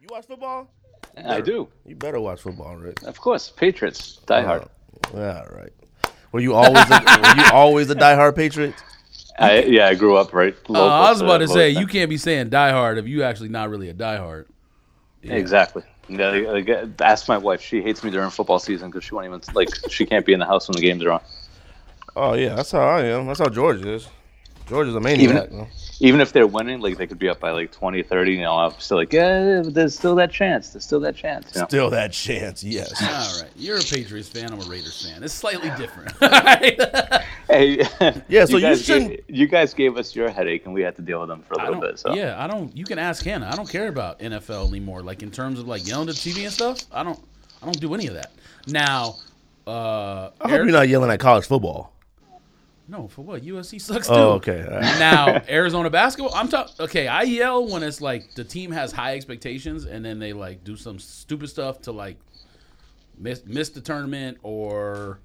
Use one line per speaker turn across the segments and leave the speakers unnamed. You watch football?
I do,
You better watch football, Rick.
of course. Patriots,
Uh,
diehard.
All right. Were you always a, were you always a diehard Patriot?
I, yeah, I grew up right.
Uh,
local
I was about to say
Lowe's.
you can't be saying diehard if you actually not really a diehard.
Exactly. Yeah, like, like, uh, ask my wife. She hates me during football season because she won't even like she can't be in the house when the games are on.
Oh yeah, that's how I am. That's how George is. George is a maniac.
Even-
man.
Even if they're winning, like they could be up by like 20, 30, You know, I'm still like, yeah, there's still that chance. There's still that chance. You know?
Still that chance, yes.
All right, you're a Patriots fan. I'm a Raiders fan. It's slightly different. All right.
Hey,
Yeah, so you
guys
shouldn't-
gave, you guys gave us your headache, and we had to deal with them for a
I
little
don't-
bit. So
Yeah, I don't. You can ask Hannah. I don't care about NFL anymore. Like in terms of like yelling at TV and stuff. I don't. I don't do any of that now. Uh,
I hope
Ari-
you're not yelling at college football.
no, for what? USC sucks too.
Oh, okay. all right.
now Arizona basketball. I'm talking. Okay, I yell when it's like the team has high expectations and then they like do some stupid stuff to like miss miss the tournament or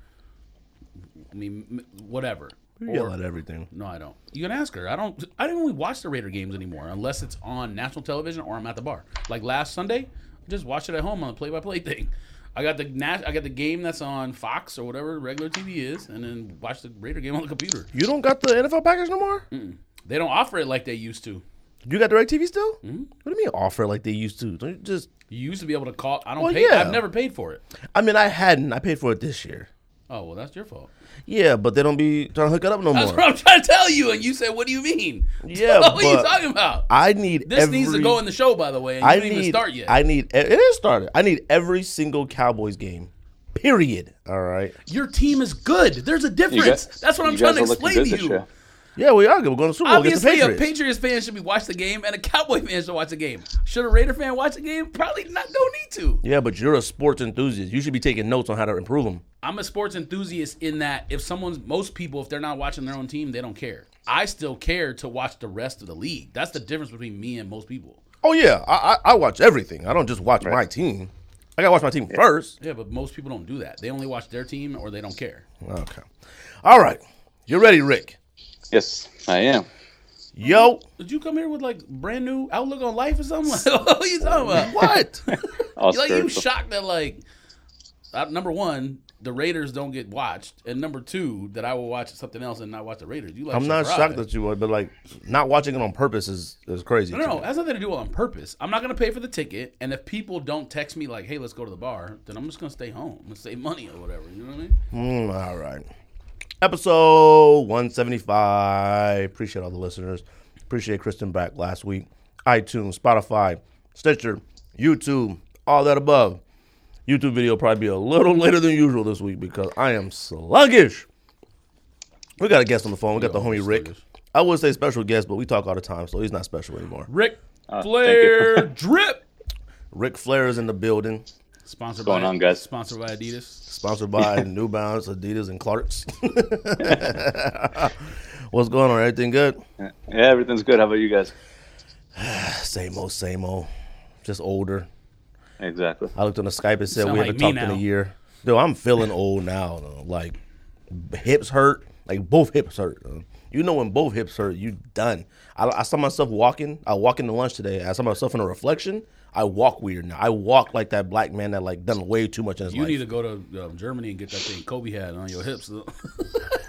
I mean m- whatever.
You
Or-
yell at everything.
no, I don't. You can ask her. I don't. I don't really watch the Raider games anymore unless it's on national television or I'm at the bar. Like last Sunday, I just watched it at home on the play-by-play thing. I got the nat- I got the game that's on Fox or whatever regular TV is, and then watch the Raider game on the computer.
You don't got the NFL package no more?
Mm. They don't offer it like they used to.
You got direct TV still?
Mm-hmm.
What do you mean offer like they used to? Don't you just
You used to be able to call. I don't
Well,
pay.
yeah.
I've never paid for it.
I mean I hadn't. I paid for it this year.
Oh well, that's your fault.
Yeah, but they don't be trying to hook it up no
That's
more.
what I'm trying to tell you, and you said, "What do you mean?"
Yeah,
what are you
but-
talking about?
I need
This
every,
needs to go in the show, by the way. And you
I
didn't
need
even start yet.
I need it is started. I need every single Cowboys game. Period. All right.
Your team is good. There's a difference. That's what I'm
you
trying
guys
to
are looking
explain
good
to
this
you.
year.
Yeah, we are good. We're going to Super Bowl against the
Obviously, a
Patriots.
Patriots fan should be watch the game, and a Cowboy fan should watch the game. Should a Raider fan watch the game? Probably not. Don't need to.
yeah, but you're a sports enthusiast. You should be taking notes on how to improve them.
I'm a sports enthusiast in that if someone's most people, if they're not watching their own team, they don't care. I still care to watch the rest of the league. That's the difference between me and most people.
Oh yeah, I I, I watch everything. I don't just watch my team. I gotta watch my team first.
Yeah, but most people don't do that. They only watch their team or they don't care.
Okay. All right. You ready, Rick?
Yes, I am.
Yo.
Did you come here with like brand new outlook on life or something? Like, what are you talking about?
What?
All
like you
scared.
shocked that like uh, number one the Raiders don't get watched, and number two that I will watch something else and not watch the Raiders. You like
I'm not
surprised.
shocked that you would, but like not watching it on purpose is is crazy.
No,
to
no,
me.
it has nothing to do on purpose. I'm not gonna pay for the ticket, and if people don't text me like, "Hey, let's go to the bar," then I'm just gonna stay home and save money or whatever. You know what I mean?
Mm, all right. Episode 175. Appreciate all the listeners. Appreciate Kristen back last week. iTunes, Spotify, Stitcher, YouTube, all that above. YouTube video probably be a little later than usual this week because I am sluggish. We got a guest on the phone. We got the homie Rick. I would say special guest, but we talk all the time, so he's not special anymore.
Rick
Uh, thank
Flair drip.
Rick Flair is in the building,
Sponsored
going
by
on, guys?
Sponsored by Adidas.
sponsored by New Balance, Adidas, and Clarks. What's going on? Everything good?
Yeah, everything's good. How about you guys?
Same old, same old. Just older.
Exactly.
I looked on the Skype and said
Sound
we
like
haven't
me
talked in a
now.
year. Dude, I'm feeling old now. Though. Like hips hurt. Like both hips hurt. though. You know when both hips hurt, you done. I, I saw myself walking. I walk into lunch today. I saw myself in a reflection. I walk weird now. I walk like that black man that like done way too much in his
You
life.
need to go to um, Germany and get that thing Kobe had on your hips.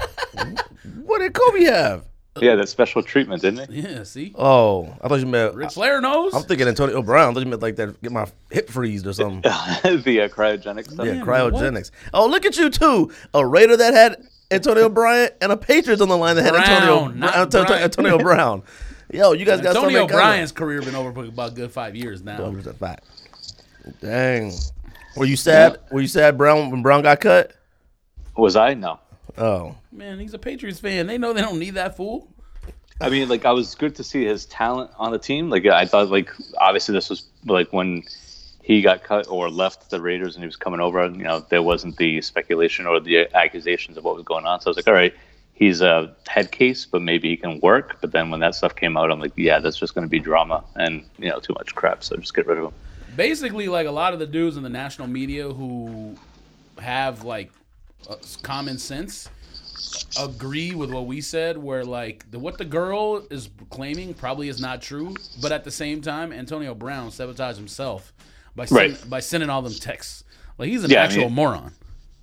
what did Kobe have?
Yeah, that special treatment, didn't it?
yeah, see,
Oh, I thought you meant.
Rick Flair knows.
I'm thinking Antonio Brown. I thought you meant like that. Get my hip freezed or something.
the uh, cryogenic stuff.
Yeah,
Man,
cryogenics. Oh, look at you too. A Raider that had Antonio Bryant and a Patriots on the line that had
Brown,
Antonio
not
Anto- Anto-
Bryant.
Antonio Brown. Yo, you guys got
Antonio
something.
Bryan's career been over for about a good five years now.
That's a fact. Dang. Were you sad? Were you sad Brown when Brown got cut?
Was I? No.
Oh.
Man, he's a Patriots fan. They know they don't need that fool.
I mean, like I was good to see his talent on the team. Like I thought, like obviously this was like when he got cut or left the Raiders and he was coming over. You know, there wasn't the speculation or the accusations of what was going on. So I was like, all right, he's a head case, but maybe he can work. But then when that stuff came out, I'm like, yeah, that's just going to be drama and you know too much crap. So just get rid of him.
Basically, like a lot of the dudes in the national media who have like uh, common sense agree with what we said, where like the, what the girl is claiming probably is not true, but at the same time, Antonio Brown sabotaged himself by sen-
Right.
by sending all them texts. Like he's an
Yeah, I
actual
mean-
moron.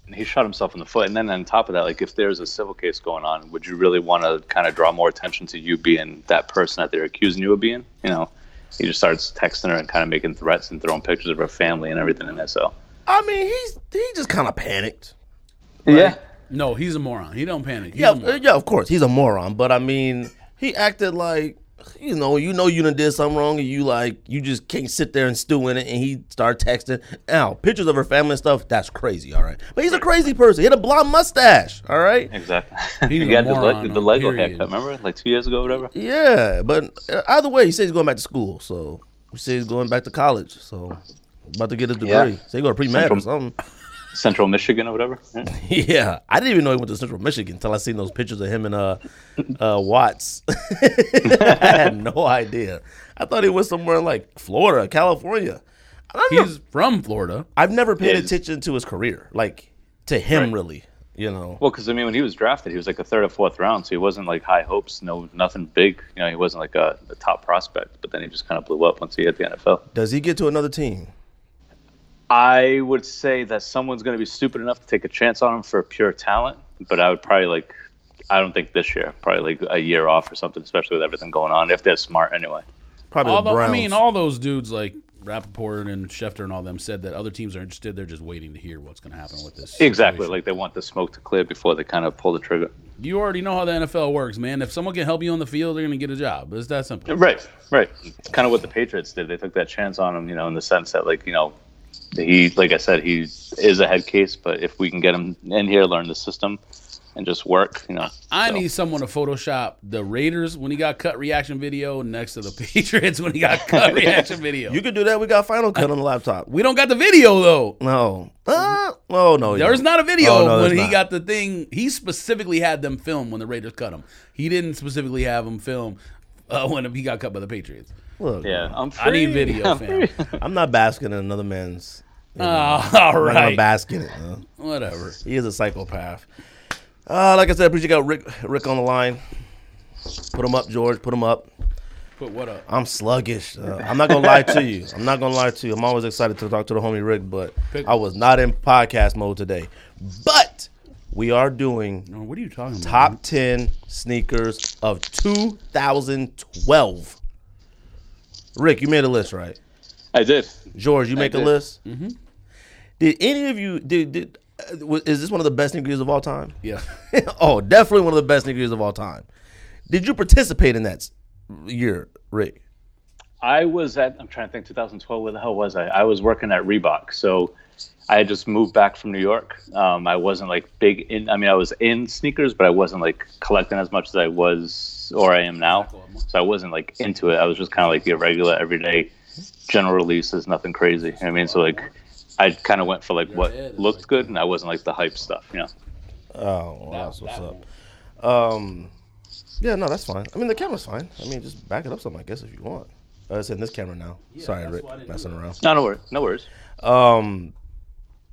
And he shot himself in the foot. And then on top of that, like if there's a civil case going on, would you really want to kind of draw more attention to you being that person that they're accusing you of being? You know, he just starts texting her and kind of making threats and throwing pictures of her family and everything in there. So
I mean, he's he just kind of panicked.
yeah,
No, he's a moron. He don't panic. He's
Yeah,
a moron.
uh, yeah, of course he's a moron, but I mean, he acted like you know, you know, you done did something wrong, and you like you just can't sit there and stew in it. And he started texting now pictures of her family and stuff. That's crazy, all right. But he's a crazy person. He had a blonde mustache, all right.
exactly.
He's
he
a
got the,
moron
le- the
on
Lego
period.
haircut. Remember, like two years ago, or whatever.
Yeah, but uh, either way, he said he's going back to school, so he said he's going back to college, so about to get a degree.
Yeah.
So he go to pre med or something.
Central Michigan or whatever. Yeah.
Yeah, I didn't even know he went to Central Michigan until I seen those pictures of him and uh, uh Watts. I had no idea. I thought he was somewhere in, like Florida, California. I don't know.
He's from Florida.
I've never paid
Yeah, he's-
attention to his career, like to him really. You know,
Well, because I mean, when he was drafted, he was like a third or fourth round, so he wasn't like high hopes, no nothing big. You know, he wasn't like a, a top prospect. But then he just kind of blew up once he hit the NFL.
does he get to another team?
I would say that someone's going to be stupid enough to take a chance on him for pure talent, but I would probably like. I don't think this year. Probably like a year off or something, especially with everything going on. If they're smart, anyway.
Probably the
Although I
Browns.
mean, all those dudes like Rappaport and Schefter and all them said that other teams are interested. They're just waiting to hear what's going to happen with this.
Exactly.
situation.
Like they want the smoke to clear before they kind of pull the trigger.
you already know how the NFL works, man. If someone can help you on the field, they're going to get a job. It's that simple.
Right, right. It's kind of what the Patriots did. They took that chance on him, you know, in the sense that, like, you know, he, like I said, he is a head case, but if we can get him in here, learn the system, and just work, you know.
I
so.
need someone to Photoshop the Raiders when he got cut reaction video next to the Patriots when he got cut reaction video.
you can do that. We got Final Cut on the laptop.
we don't got the video though.
No, uh, oh no, you
There's
don't.
not a video
Oh, no,
when
there's
he
not.
got the thing. He specifically had them film when the Raiders cut him. He didn't specifically have them film uh, when he got cut by the Patriots.
Look,
Yeah, I'm free.
I need video,
I'm
fam.
free.
I'm not basking in another man's.
Oh, all
I'm not
right.
basking it. no.
Whatever.
He is a psychopath. Uh, like I said, I appreciate you got Rick Rick on the line. Put him up, George. Put him up.
Put what up?
I'm sluggish. Uh, I'm not gonna lie to you. I'm not gonna lie to you. I'm always excited to talk to the homie Rick, but I was not in podcast mode today. But we are doing
No, what are you talking about?
Um, top ten sneakers of 2012. Rick, you made a list, right?
I did.
George, you make a
did.
list. Mm-hmm. Did any of you did, did uh, was- is this one of the best sneakers of all time?
Yeah.
oh, definitely one of the best sneakers of all time. Did you participate in that s- year, Rick?
I was at, I'm trying to think, 2012, where the hell was I? I was working at Reebok. So I had just moved back from New York. Um, I wasn't like big in, I mean, I was in sneakers, but I wasn't like collecting as much as I was or I am now. So I wasn't like into it. I was just kind of like your regular, everyday general releases, nothing crazy. You know what I mean, so like I kind of went for like what
head is
looked good and I wasn't like the hype stuff, you know?
Oh, well, that's what's
that
up. Um, yeah, no, that's fine. I mean, the camera's fine. I mean, just back it up some, I guess, if you want. Uh, it's in this camera now. Sorry,
that's
Rick,
why I didn't do
messing around.
No, no worries. No worries.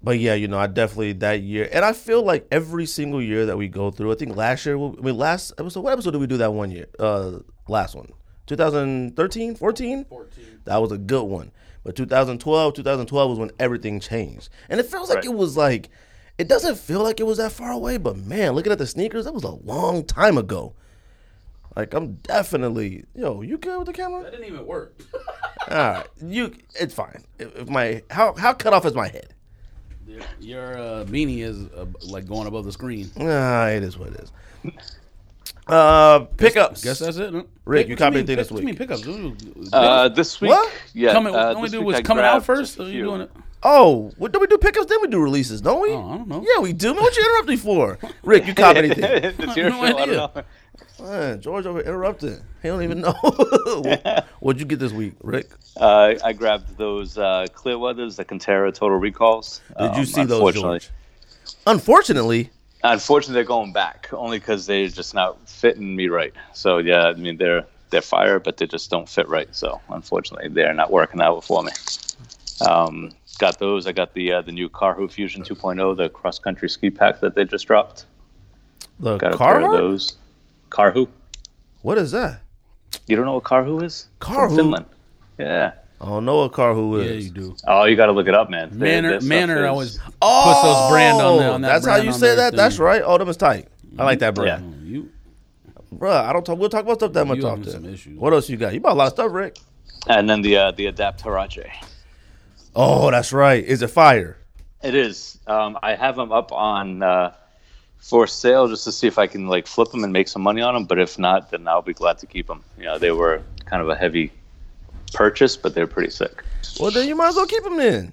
But yeah, you know, I definitely that year, and I feel like every single year that we go through. I think last year, we- I mean, last episode, what episode did we do that one year? Uh, last one, 2013, 14.
14.
That was a good one. But 2012, 2012 was when everything changed. And it feels like
Right.
it was like, it doesn't feel like it was that far away, but man, looking at the sneakers, that was a long time ago. Like, I'm definitely, yo, you good with the camera?
didn't even work.
All right. You, it's fine. If, if my, how, how cut off is my head?
Your uh, beanie is uh, like going above the screen.
Ah, it is what it is. Uh, pickups.
Guess that's it. Huh?
Rick,
Pick-
you
what
copied
mean,
thing this
pick-
week.
What you mean pickups?
Uh, this week,
What?
yeah.
coming,
uh,
the only
this
dude
week
was
I
coming out
grabbed
first.
just a
Or
few.
you doing it?
Oh, what do we do? Pickups, then we do releases, don't we?
Oh, I don't know.
Yeah, we do. Man, what you interrupt me for? Rick, you cop anything?
it's your
No
show. I
idea.
don't know.
Man, George over interrupted. He don't even know. What'd you get this week, Rick?
Uh, I grabbed those uh, Clearweathers, the Cantera Total Recalls.
Did you
Um,
see those,
Unfortunately,
George? Unfortunately,
unfortunately, they're going back only because they're just not fitting me right. So yeah, I mean they're they're fire, but they just don't fit right. So unfortunately, they're not working out for me. Um, got oh, those. I got the uh, the new Carhu Fusion 2.0, the cross country ski pack that they just dropped.
The
Got a pair of
Carhartt?
those. Carhu.
What is that?
You don't know what Carhu is? From
Carhu?
Finland. Yeah.
I don't know what car who is.
Yeah, you do.
Oh, you got to look it up, man. They-
Manner,
that stuff
Manner
is-
always puts those brand on, the, on that.
Oh, That's how
brand
you
on
say
their
that. That's
thing.
right. Oh, them is tight. I like that brand.
Yeah.
oh, You,
Bruh, I don't talk. We'll talk about stuff that much
You having
often.
some issues.
What else you got? You bought a lot of stuff, Rick.
And then the uh, the Adapt Harache.
Oh, that's right. Is it fire?
It is. Um, I have them up on uh, for sale just to see if I can like flip them and make some money on them. But if not, then I'll be glad to keep them. You know, they were kind of a heavy purchase, but they're pretty sick.
Well, then you might as well keep them then.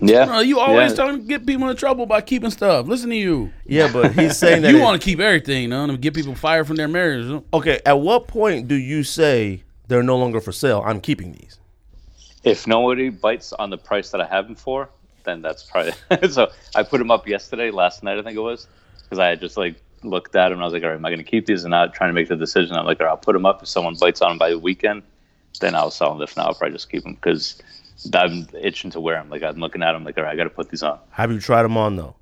Yeah.
No, you always
Yeah.
trying to get people in trouble by keeping stuff. Listen to you.
Yeah, but he's saying that.
You
it-
want to keep everything, you know, and get people fired from their Oh, marriages. you know?
okay, at what point do you say they're no longer for sale? I'm keeping these.
if nobody bites on the price that I have them for, then that's probably so. I put them up yesterday, last night I think it was, because I had just like looked at them and I was like, all right, am I going to keep these and not trying to make the decision? I'm like, all right, I'll put them up. If someone bites on them by the weekend, then I'll sell them. If not, I'll probably just keep them because I'm itching to wear them. Like I'm looking at them, like all right, I got to put these on.
Have you tried them on though?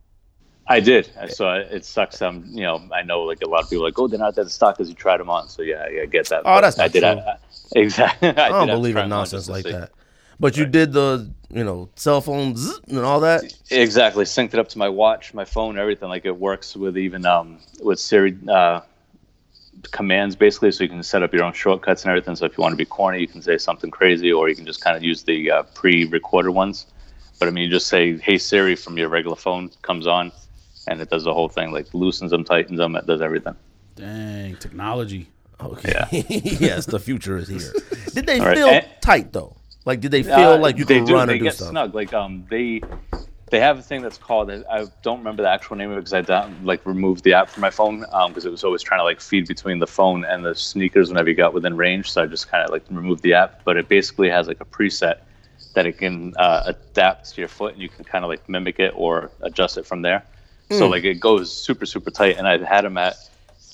I did. So I, it sucks. I'm, you know, I know like a lot of people are like, oh, they're not that stock because you tried them on. So yeah, I, I get that.
Oh,
But
that's
I
not
did.
true.
I, I, exactly. I, did
I
have
don't
to
believe
try
in
'em on
nonsense
just to
like
see.
that. But you did the, you know, cell phone zzz and all that.
Exactly, synced it up to my watch, my phone, everything. Like it works with even um, with Siri uh, commands, basically. So you can set up your own shortcuts and everything. So if you want to be corny, you can say something crazy, or you can just kind of use the uh, pre-recorded ones. But I mean, you just say "Hey Siri" from your regular phone comes on, and it does the whole thing. Like loosens them, tightens them, it does everything.
Dang, technology.
Okay. yes, the future is here. Did they
right.
feel
And-
tight though? Like, did they feel
Uh,
like you
they
could run
they
and do
get
stuff?
snug. Like um, they they have a thing that's called. I don't remember the actual name of it because I down, like removed the app from my phone because it was always trying to like feed between the phone and the sneakers whenever you got within range. So I just kind of like removed the app, but it basically has like a preset that it can uh, adapt to your foot and you can kind of like mimic it or adjust it from there. So like it goes super super tight, and I've had them at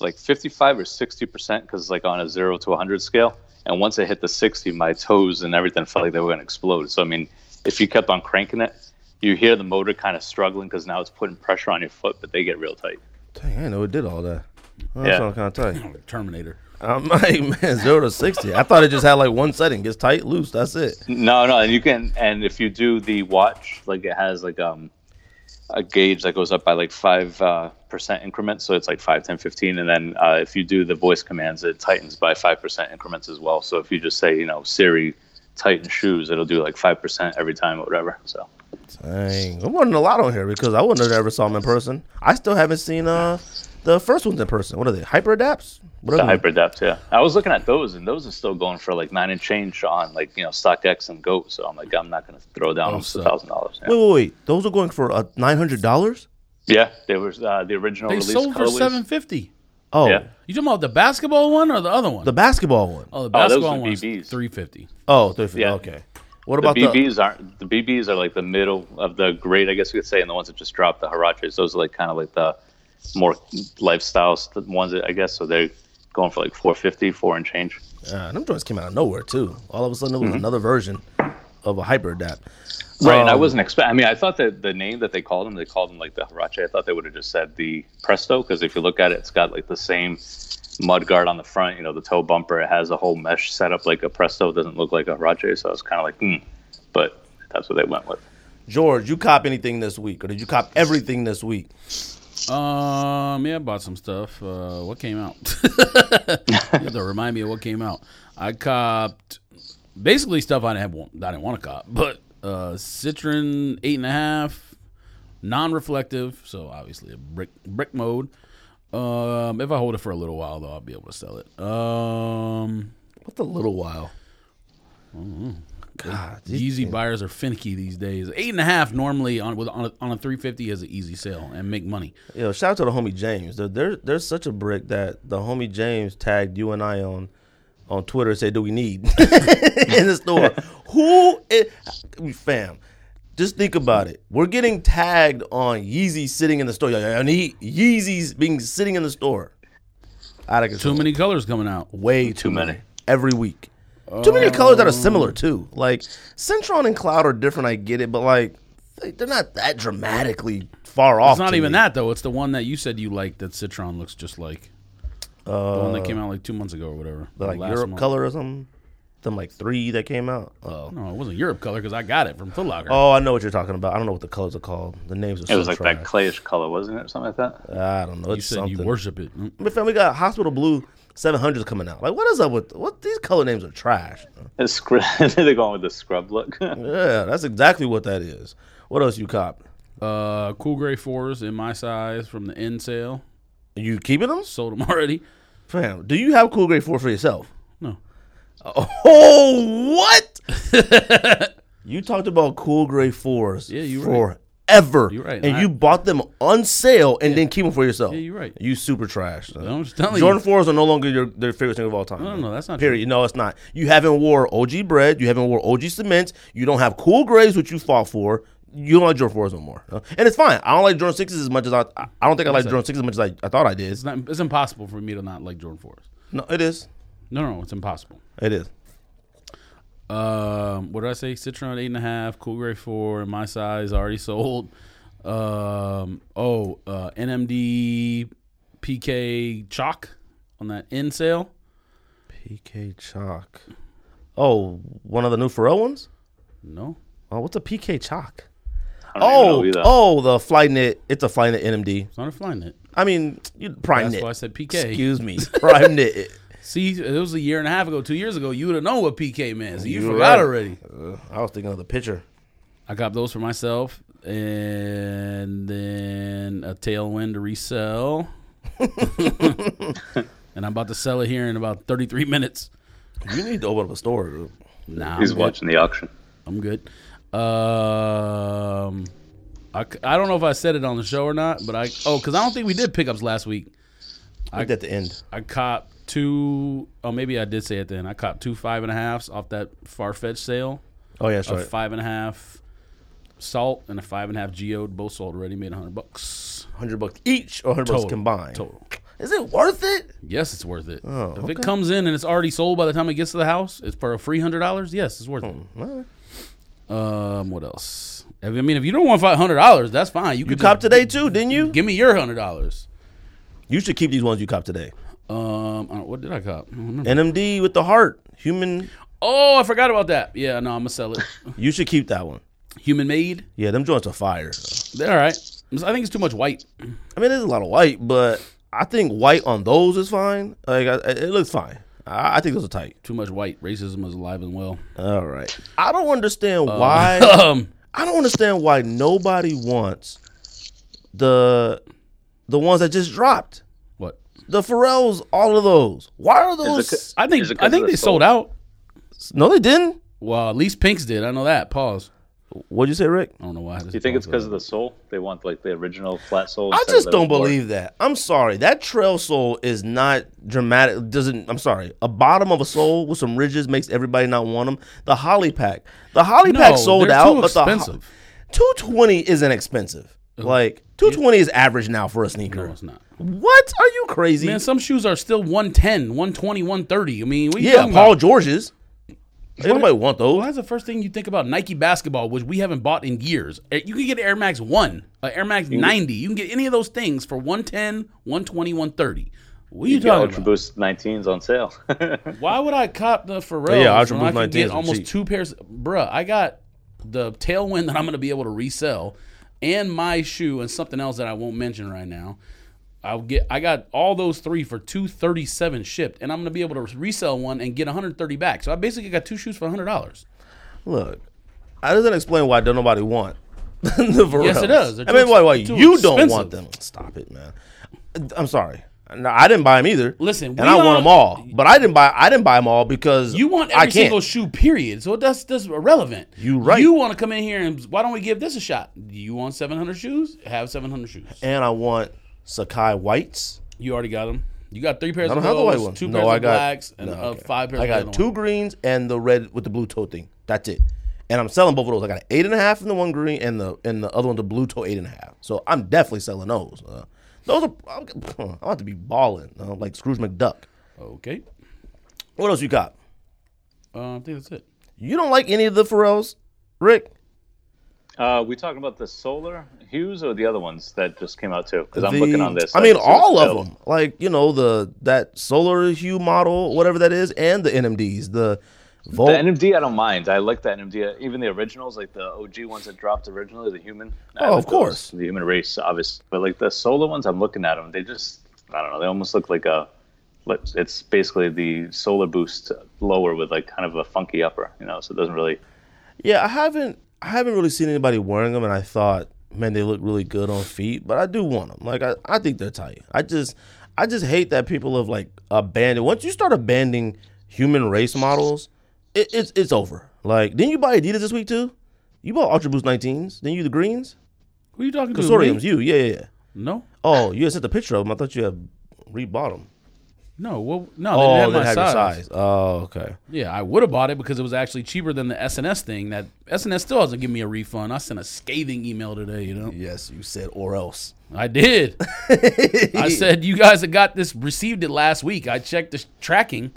like 55 or 60 percent because like on a zero to 100 scale and once it hit the 60 my toes and everything felt like they were going to explode so i mean if you kept on cranking it you hear the motor kind of struggling because now it's putting pressure on your foot but they get real tight
Dang, I didn't know it did all that. Well,
Yeah.
That's what I'm kind of tight.
Oh, Terminator.
I'm like, man, zero to sixty. I thought it just had like one setting, gets tight, loose. That's it.
no no and you can and if you do the watch like it has like um a gauge that goes up by like five uh, percent increments so it's like 5 10 15 and then uh, if you do the voice commands it tightens by five percent increments as well so if you just say you know siri tighten shoes it'll do like five percent every time or whatever so
Dang, there wasn't a lot on here because I wouldn't have ever saw them in person. I still haven't seen uh the first ones in person. What are they? Hyper adapts? What
The
Hmm.
are they?
hyper depth, yeah. I was looking at those, and those are still going for like nine and change on like you know StockX and Goat. So I'm like, I'm not gonna throw down almost a
suck.
thousand dollars.
Wait, wait, wait. Those are going for uh, nine hundred dollars.
Yeah, they were uh, the original
They
release
sold for
colorways.
seven fifty.
Oh,
Yeah.
You talking about the basketball one or the other one?
the basketball one.
oh, the
those
basketball
were
one's
BBs.
three fifty.
Oh, 350.
Yeah.
Okay. What
The
about the?
BBs aren't the BBs are like the middle of the grade, I guess you could say, and the ones that just dropped the Harachis. Those are like kind of like the more lifestyle st- ones, I guess. So they're going for like 450, four and change.
Uh, them joints came out of nowhere too. All of a sudden, it
Mm-hmm.
was another version of a hyper adapt.
Right, and I
Um,
wasn't expect. I mean, I thought that the name that they called them, they called them like the Hirachi. I thought they would have just said the Presto because if you look at it, it's got like the same mud guard on the front. You know, the toe bumper. It has a whole mesh setup like a Presto. It doesn't look like a Hirachi, so I was kind of like, hmm. But that's what they went with.
George, you cop anything this week, or did you cop everything this week?
Um, yeah, I bought some stuff. Uh, what came out? you have to remind me of what came out. I copped basically stuff I didn't have, that I didn't want to cop, but uh, Citroen eight and a half, non-reflective, so obviously a brick brick mode. Um, if I hold it for a little while, though, I'll be able to sell it. Um, mm-hmm.
What's a little while? God, these-
Yeezy buyers are finicky these days. Eight and a half normally on with on a, on a three fifty is an easy sale and make money.
Yo, shout out to the homie James. There, there, there's such a brick that the homie James tagged you and I on on Twitter and said, "Do we need in the store?" Who is fam? Just think about it. We're getting tagged on Yeezy sitting in the store. Yo, yo, yo, I need Yeezys being sitting in the store. Out of
Too
control.
many colors coming out.
Way too
many.
many every week.
Oh.
Too many colors that are similar too. Like Centron and Cloud are different. I get it, but like they- they're not that dramatically far off.
It's not
to
even
me.
that though. It's the one that you said you like that Citron looks just like. the one that came out like two months ago or whatever.
They're like
Last
Europe
month.
color or something. Them like three that came out. Oh.
No, it wasn't Europe color because I got it from Foot Locker.
Oh, I know what you're talking about. I don't know what the colors are called. The names are.
It was
so
like
trash.
that clayish color, wasn't it, or something like that?
I don't know. It's
you said
something.
you worship it. Mm.
My fam, we got Hospital Blue 700s coming out. Like, what is up with what? These color names are trash.
It's scr- They're going with the scrub look.
Yeah, that's exactly what that is. What else you cop?
Uh, cool gray fours in my size from the end sale.
You keeping them?
Sold them already.
Fam, do you have Cool Grade 4 for yourself?
No.
Oh, what? you talked about Cool Grade 4s
Yeah, you right.
forever.
You right.
And
I-
you bought them on sale and then keep them for yourself. Yeah,
you right.
You super trash. son.
I'm just telling
Jordan 4s are no longer your their favorite thing of all time.
No, no, no, that's not
Period. No, it's not. You haven't wore OG bread. You haven't wore OG cement. You don't have cool grays, which you fought for. You don't like Jordan 4s no more. huh? And it's fine. I don't like Jordan 6s as much as I. I- I don't think I like Jordan 6s as much as I, I thought I did.
It's not. It's impossible for me to not like Jordan fours.
No, it is.
No, no, it's impossible.
It is.
Um, what did I say? Citron eight and a half, cool gray four, in my size already sold. Um, oh, uh, NMD PK chalk on that end sale.
PK Chalk. Oh, one of the new Pharrell ones?
No,
Oh, what's a PK Chalk?
I don't even
Oh,
know either.
oh, the Flyknit. It's a Flyknit NMD.
it's not a fly knit.
I mean, you prime
That's
knit.
why I said PK.
Excuse me, prime knit.
See, it was a year and a half ago, two years ago. You would have known what PK meant. So you
You're
forgot
right.
already.
Uh, I was thinking of the picture.
I got those for myself, and then a tailwind to resell. and I'm about to sell it here in about 33 minutes.
You need to open up a store. Dude.
Nah,
He's
I'm good.
watching the auction.
I'm good. Um, I, c- I don't know if I said it on the show or not, but I oh, because I don't think we did pickups last week.
I at the end.
I caught two. Oh, maybe I did say it then. I caught two five and a halfs off that far fetched sale.
Oh yeah, that's
A
right.
five and a half salt and a five and a half geode, both sold already, made a hundred bucks
Hundred bucks each, or hundred bucks
Total.
combined.
total.
Is it worth it?
Yes, it's worth it. if
Oh, okay.
it comes in and it's already sold by the time it gets to the house, it's for a three hundred dollars. Yes, it's worth
Hmm. Alright.
it. Um, what else? I mean, if you don't want five hundred dollars, that's fine. You
You
could
cop
just
today too, didn't you?
give me your hundred dollars.
You should keep these ones you cop today.
Um, I don't- what did I cop? I don't remember.
NMD with the heart, human.
Oh, I forgot about that. Yeah, no, I'm gonna sell it.
You should keep that one.
Human made.
Yeah, them joints are fire.
All right. I think it's too much white.
I mean, there's a lot of white, but I think white on those is fine. Like, I, it looks fine. I, I think those are tight.
Too much white. Racism is alive and well.
All right. Uh, I don't understand why.
Um,
I don't understand why nobody wants the the ones that just dropped.
what?
The Pharrells, all of those. Why are
Is
those?
it
I
Is it
think
'cause
I think
of the
they sold
soul?
out.
No, they didn't.
Well, at least Pink's did. I know that. Pause.
What'd you say, Rick?
I don't know why.
Do you think it's because of the soul? They want like the original flat soul.
I
instead of
just
the
don't
board.
believe that. I'm sorry. That trail soul is not dramatic. Doesn't. I'm sorry. A bottom of a soul with some ridges makes everybody not want them. The holly pack. The holly
No,
pack sold
they're
out.
too
but the
expensive. Uh-huh.
two twenty isn't expensive. Like two twenty is average now for a sneaker.
No, it's not.
What are you crazy?
Man, some shoes are still 110, 120, 130. I mean, what you
yeah,
talking
Paul
about?
George's. Ain't nobody want
Well,
those.
that's the first thing you think about Nike basketball, which we haven't bought in years. Uh, You can get Air Max 1, uh, Air Max
Mm-hmm.
90. You can get any of those things for 110, 120, 130. What are you
You got
talking
Ultra
about?
Boost 19s on sale.
Why would I cop the Pharrell?
Yeah, Ultra
when I
Boost
could
19s
get
are
almost
cheap.
two pairs. Bruh, I got the tailwind that I'm going to be able to resell, and my shoe and something else that I won't mention right now. I'll get. I got all those three for two thirty seven shipped, and I'm going to be able to resell one and get 130 back. So I basically got two shoes for 100. dollars
Look, I doesn't explain why don't nobody want the Pharrells.
Yes, it does. They're
I
too
mean, why, why
ex- too
you don't
expensive.
want them? Stop it, man. I'm sorry. No, I didn't buy them either.
Listen,
and
we
I want
are-
them all, but I didn't buy. I didn't buy them all because
You want
I
every
can't.
single shoe, period. So that's that's irrelevant.
You right.
You want to come in here and why don't we give this a shot? You want 700 shoes? Have 700 shoes.
and I want Sakai whites.
You already got them. You got three pairs
I
of
don't have the white
those,
ones.
two
no,
pairs
I
of
got
blacks, and
no,
uh,
okay.
five pairs.
I
of
got
yellow
two
ones.
greens and the red with the blue toe thing. That's it. And I'm selling both of those. I got an eight and a half in the one green and the and the other one the blue toe eight and a half. So I'm definitely selling those. Uh, those are I'm, I'm about to be balling uh, like Scrooge McDuck.
Okay,
What else you got?
uh, I think that's it.
You don't like any of the Pharrells, Rick?
Uh, we talking about the solar hues or the other ones that just came out too? Because I'm looking
The-
on this.
I mean,
see
all
what's
of
available.
them. Like you know the that solar hue model, whatever that is, and the NMDs, the Volt.
The NMD, I don't mind. I like the NMD, even the originals, like the OG ones that dropped originally, the human. I
Oh,
like
of course.
those, the human race, obviously. But like the solar ones, I'm looking at them. They just, I don't know. They almost look like a. like, It's basically the solar boost lower with like kind of a funky upper, you know. So it doesn't really.
yeah, I haven't I haven't really seen anybody wearing them, and I thought, man, they look really good on feet. But I do want them. Like I, I think they're tight. I just I just hate that people have like abandoned. Once you start abandoning human race models, it, it's it's over. Like didn't you buy Adidas this week too? You bought Ultra Boost 19s, didn't you? The greens,
Who are you talking to?
consortiums.
me?
You, yeah, yeah, yeah.
No,
Oh, you had sent the picture of them. I thought you had rebought them.
no, well, no.
Oh,
they didn't have my
your
size.
size. Oh, okay.
Yeah, I would have bought it because it was actually cheaper than the SNS thing. That SNS still hasn't given me a refund. I sent a scathing email today. You know,
Yes, you said or else.
I did. I said you guys have got this. Received it last week. I checked the tracking.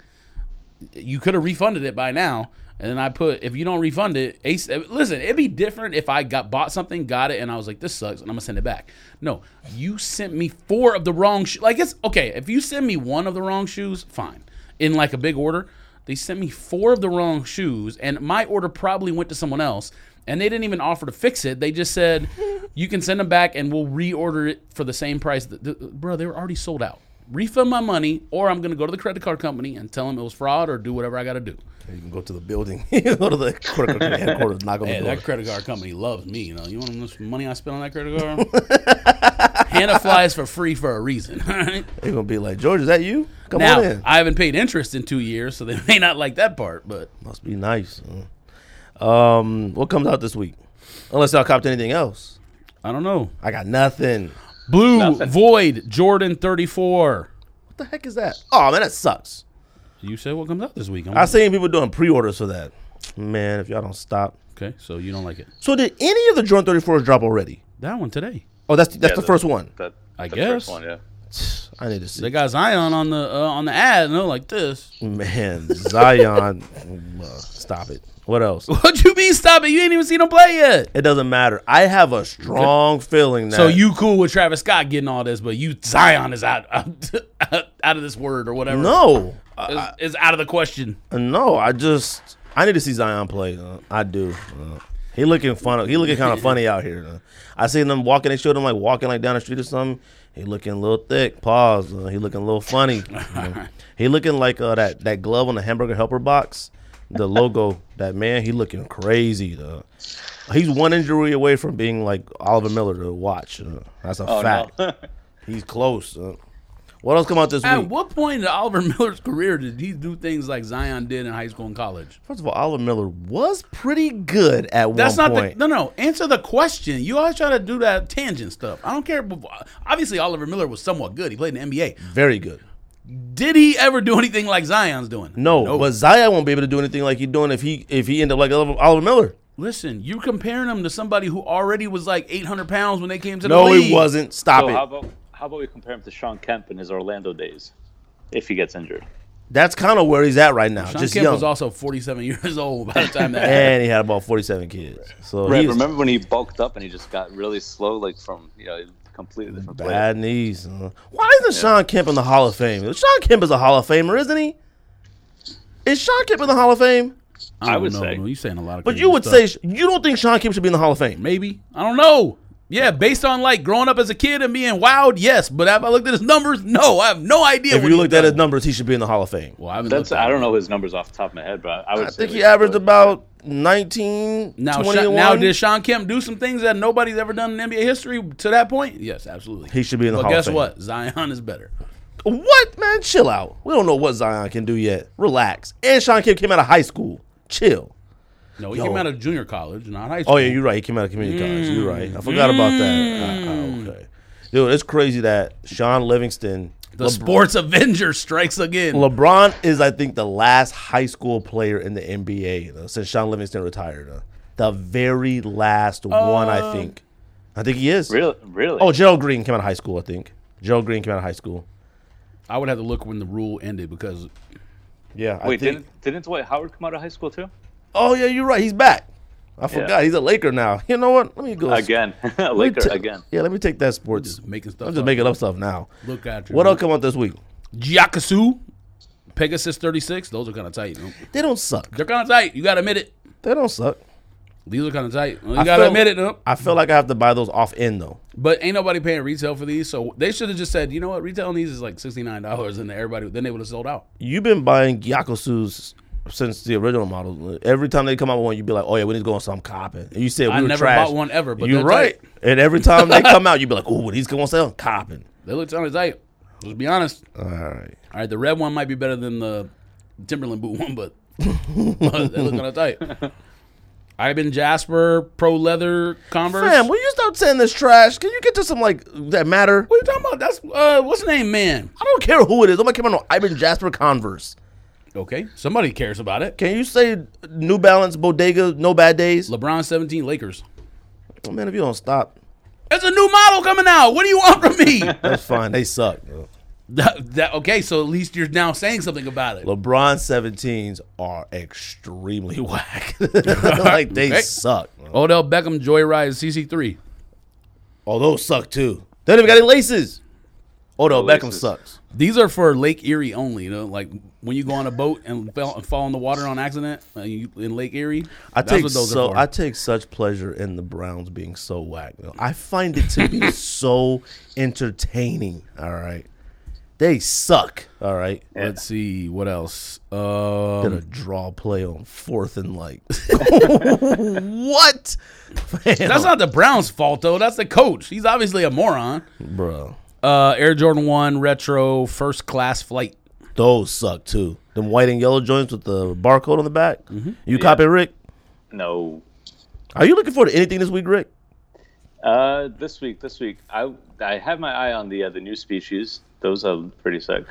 You could have refunded it by now. And then I put if you don't refund it, Ace. Listen, it'd be different if I got bought something, got it, and I was like, "This sucks," and I'm gonna send it back. No, you sent me four of the wrong. Sho- like it's okay if you send me one of the wrong shoes, fine. In like a big order, they sent me four of the wrong shoes, and my order probably went to someone else, and they didn't even offer to fix it. They just said, "You can send them back, and we'll reorder it for the same price." Th- th- bro, they were already sold out. Refund my money, or I'm gonna go to the credit card company and tell them it was fraud, or do whatever I gotta do.
You can go to the building. you can go to the quarter headquarters, knock on
Hey,
the door.
that credit card company loves me. You know, you want how much money I spent on that credit card? Hannah flies for free for a reason. all right?
They're gonna be like, George, is that you? Come on
Now,
in.
I haven't paid interest in two years, so they may not like that part. But
Must be nice. Um, what comes out this week? Unless y'all copped anything else.
I don't know.
I got nothing.
Blue Void Jordan 34.
What the heck is that? Oh man, that sucks.
You said what comes out this week? I'm-
I seen people doing pre-orders for that. Man, if y'all don't stop.
okay, so you don't like it.
So did any of the Jordan 34s drop already?
That one today.
Oh, that's that's
Yeah,
the first one.
That,
I
the
guess.
First one, yeah.
I need to see.
They got Zion on the uh, on the ad, and they're like this.
Man, Zion, uh, stop it. What else?
What you mean? Stop it! You ain't even seen him play yet.
It doesn't matter. I have a strong feeling that
So you cool with Travis Scott getting all this, but you Zion is out out, out of this word or whatever.
no,
is, is out of the question.
Uh, no. I just I need to see Zion play. uh, I do. Uh, he looking fun. He looking kind of funny out here. uh. I seen them walking. They showed him like walking like down the street or something. He looking a little thick. Pause. Uh, he looking a little funny. you know. He looking like uh, that that glove on the hamburger helper box. The logo. that man. He looking crazy. Uh. He's one injury away from being like Oliver Miller to watch. uh. That's a
Oh,
fact. He's close. uh. What else come out this
At
week?
what point in Oliver Miller's career did he do things like Zion did in high school and college?
First of all, Oliver Miller was pretty good at
That's
one
not
point.
the no no. Answer the question. You always try to do that tangent stuff. I don't care. but Obviously, Oliver Miller was somewhat good. He played in the NBA.
Very good.
Did he ever do anything like Zion's doing?
No, but Zion won't be able to do anything like he doing if he if he end up like Oliver, Oliver Miller.
Listen, you're comparing him to somebody who already was like 800 pounds when they came to the
No,
league.
he wasn't. Stop
So
it.
how about how about we compare him to Sean Kemp in his Orlando days, if he gets injured?
That's kind of where he's at right now.
Sean
just
Kemp
young,
was also 47 years old by the time that happened.
and he had about forty seven kids. So
Right.
he was
Remember when he bulked up and he just got really slow, like from you know completely different player.
bad knees. uh. Why isn't Sean Kemp in the Hall of Fame? Sean Kemp is a Hall of Famer, isn't he? Is Sean Kemp in the Hall of Fame?
don't
I would
know,
say.
No, you're saying a lot of
But
crazy
you would
stuff.
say you don't think Sean Kemp should be in the Hall of Fame.
Maybe. I don't know. Yeah, based on like growing up as a kid and being wild, yes. But have I looked at his numbers? No, I have no idea.
If
what
you
he's
looked at
done.
his numbers, he should be in the Hall of Fame.
well, I haven't
That's
looked at
I
it.
don't know his numbers off the top of my head, but I would
I
say
think he
like-
averaged about 19,
Now, Sha-
21.
now, did Sean Kemp do some things that nobody's ever done in NBA history to that point? Yes, absolutely.
He should be in the
But
Hall of
guess
Fame.
what? Zion is better.
What, man? Chill out. We don't know what Zion can do yet. Relax. And Sean Kemp came out of high school. Chill.
No, he
Yo.
came out of junior college, not high school.
Oh, yeah, you're right. He came out of
Mm.
community college. You're right. I forgot about that. Uh, uh, okay. Dude, it's crazy that Sean Livingston.
the sports Avenger strikes again.
LeBron is, I think, the last high school player in the NBA you know, since Sean Livingston retired. uh. the very last one,
Uh,
I think. I think he is.
really, really.
Oh, Gerald Green came out of high school, I think. Gerald Green came out of high school.
I would have to look when the rule ended because
Yeah. I
wait,
think,
didn't didn't Dwight Howard come out of high school too?
Oh yeah, you're right. He's back. I forgot he's a Laker now. You know what? Let me go
Again,
let me
Laker
ta-
again.
Yeah, let me take that sports.
Just making stuff.
I'm
up.
just making up stuff now.
Look at you.
What else come out this week?
Giakasu, Pegasus 36. Those are kind of tight. you know.
They don't suck.
They're kind of tight. You got to admit it.
They don't suck.
These are kind of tight. You
I
got to
feel-
admit it. though.
I feel like I have to buy those off end though.
But ain't nobody paying retail for these, so they should have just said, you know what, retail on these is like sixty nine dollars, and everybody then they would have sold out.
You've been buying Gyakosu's since the original model. Every time they come out with one, you'd be like, "Oh yeah, we need to go on some copping." And you said we
I
were
never
trash.
bought one ever, but
You're
they're
right.
tight.
And every time they come out, you'd be like, "Oh, these going on sale copping."
They looked kind of tight. Let's be honest.
All right.
All right, the red one might be better than the Timberland boot one, but, but they look kind of tight. Ivan Jasper Pro Leather Converse.
Fam,
what
when you stop saying this trash, can you get to some like that matter?
are you talking about? That's uh, what's the name, man?
I don't care who it is. Somebody came out on Ivan Jasper Converse.
Okay, somebody cares about it.
Can you say New Balance Bodega No Bad Days?
LeBron seventeen Lakers.
Oh, man, if you don't stop,
It's a new model coming out. What do you want from me?
that's fine. They suck.
that, that- okay, so at least you're now saying something about it.
LeBron 17s are extremely whack. like they
Okay.
suck.
Odell Beckham Joyride CC3.
Oh, those suck too. They don't even got any laces. Odell
No
Beckham
laces.
sucks.
These are for Lake Erie only. You know, like when you go on a boat and fell and fall in the water on accident uh, you, in Lake Erie.
I
that's
take
what those
so
are for.
I take such pleasure in the Browns being so whack. though. I find it to be so entertaining. All right, they suck. All right,
Let's see what else.
Did
Um,
a draw play on fourth and like what?
that's not the Browns' fault though. That's the coach. He's obviously a moron.
bro.
Uh, Air Jordan One retro first class flight.
Those suck too. Them white and yellow joints with the barcode on the back. You copy Rick?
No.
Are you looking forward to anything this week, Rick?
Uh, this week, this week, I I have my eye on the uh, the new species. Those are pretty sick.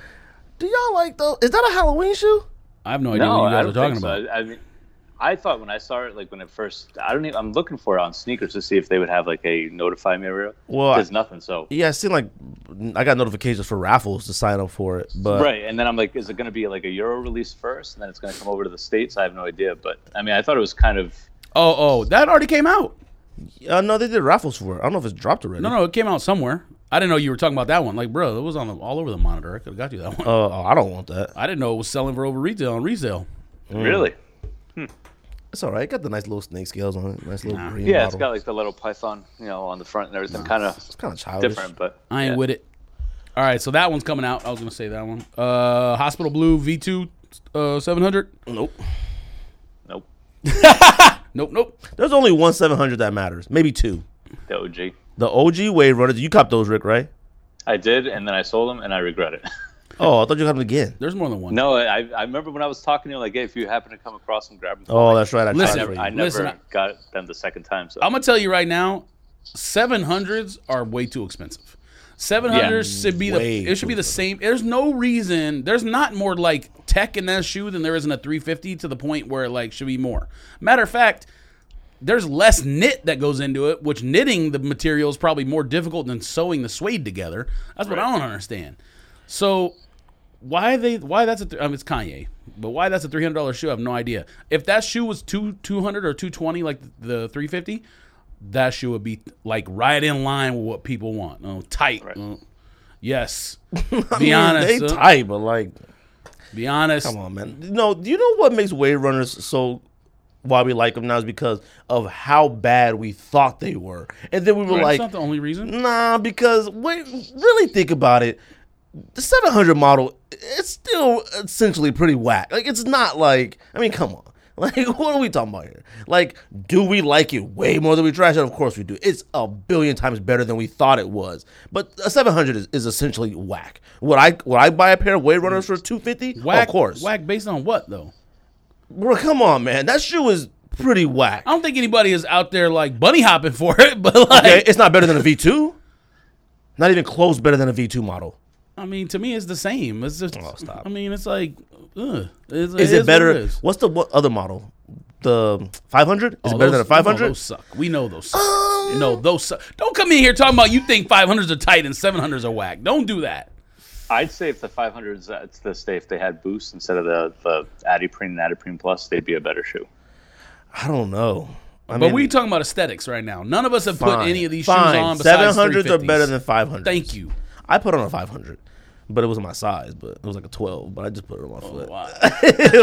Do y'all like those? Is that a Halloween shoe?
I have no idea
No,
what you
I
guys
don't
are talking
think so.
about.
I, I mean, I thought when I saw it, like when it first, I don't even. I'm looking for it on sneakers to see if they would have like a notify me area.
Well,
there's
I-
nothing. So
Yeah, it seemed like I got notifications for raffles to sign up for it, but
right, and then I'm like, is it going to be like a Euro release first, and then it's going to come over to the states? I have no idea, but I mean, I thought it was kind of.
Oh, oh, that already came out.
uh, no, they did raffles for it. I don't know if it's dropped already.
No, no, it came out somewhere. I didn't know you were talking about that one. Like, bro, it was on the, all over the monitor. I could have got you that one.
Uh, oh, I don't want that.
I didn't know it was selling for over retail on resale. Hmm.
Really?
It's all right. It got the nice little snake scales on it. Nice little green.
Yeah, it's
bottle.
got like the little python, you know, on the front and everything. Kind of
It's kind of childish.
different, but
I ain't
yeah.
with it. All right, so that one's coming out. I was gonna say that one. Uh, Hospital Blue V2 uh, 700.
Nope.
Nope,
Nope, nope.
There's only one 700 that matters. Maybe two.
the OG.
The OG Wave Runners. You copped those, Rick, right?
I did, and then I sold them, and I regret it.
Oh, I thought you got them again.
There's more than one.
no, I, I remember when I was talking to you, like, hey, if you happen to come across them, grab them.
Oh, that's right. I tried
Listen,
for you.
I never
Listen, I-
got them the second time. So
I'm gonna tell you right now, 700s are way too expensive. 700s should be the
Way
it should be
too
the same. There's no reason. There's not more like tech in that shoe than there is in a 350 to the point where like should be more. Matter of fact, there's less knit that goes into it, which knitting the material is probably more difficult than sewing the suede together. That's what I don't understand. So why they why that's a th- I mean, it's Kanye, but why that's a three hundred dollar shoe? I have no idea. If that shoe was two two hundred or two twenty, like the three fifty, that shoe would be like right in line with what people want. Oh, tight. Oh, yes. be honest.
They
uh,
tight, but like,
be honest.
come on, man. No, do you know what makes Wave Runners so why we like them now is because of how bad we thought they were, and then we were
That's
like, mm,
not the only reason.
nah, because wait, really think about it. The 700 model, it's still essentially pretty whack. Like, it's not like, I mean, come on. Like, what are we talking about here? Like, do we like it way more than we trash it? Of course we do. It's a billion times better than we thought it was. But a 700 is, is essentially whack. Would I would I buy a pair of Wave Runners for 250?
Whack,
of course.
Whack based on what though?
Bro, come on, man. That shoe is pretty whack.
I don't think anybody is out there like bunny hopping for it, but like
Okay, it's not better than a V2. Not even close better than a V2 model.
I mean, to me, it's the same. It's just.
Oh, stop.
I mean, it's like. Ugh.
is
It's, is
it
what
better?
is.
What's the what other model? The 500 is
Oh,
it better than
those-
a 500.
No, those suck. We know those suck. no, those suck. Don't come in here talking about you think 500s are tight and 700s are whack. Don't do that.
I'd say if the 500s, uh, it's this day, if they had Boost instead of the, the Adiprene and Adiprene Plus, they'd be a better shoe.
I don't know. I
But we talking about aesthetics right now. None of us have put any of these shoes on.
Seven
besides
hundreds are
350s.
better than five hundred.
Thank you.
I put on a five hundred, but it wasn't my size. But it was like a twelve. But I just put it on my foot.
Oh,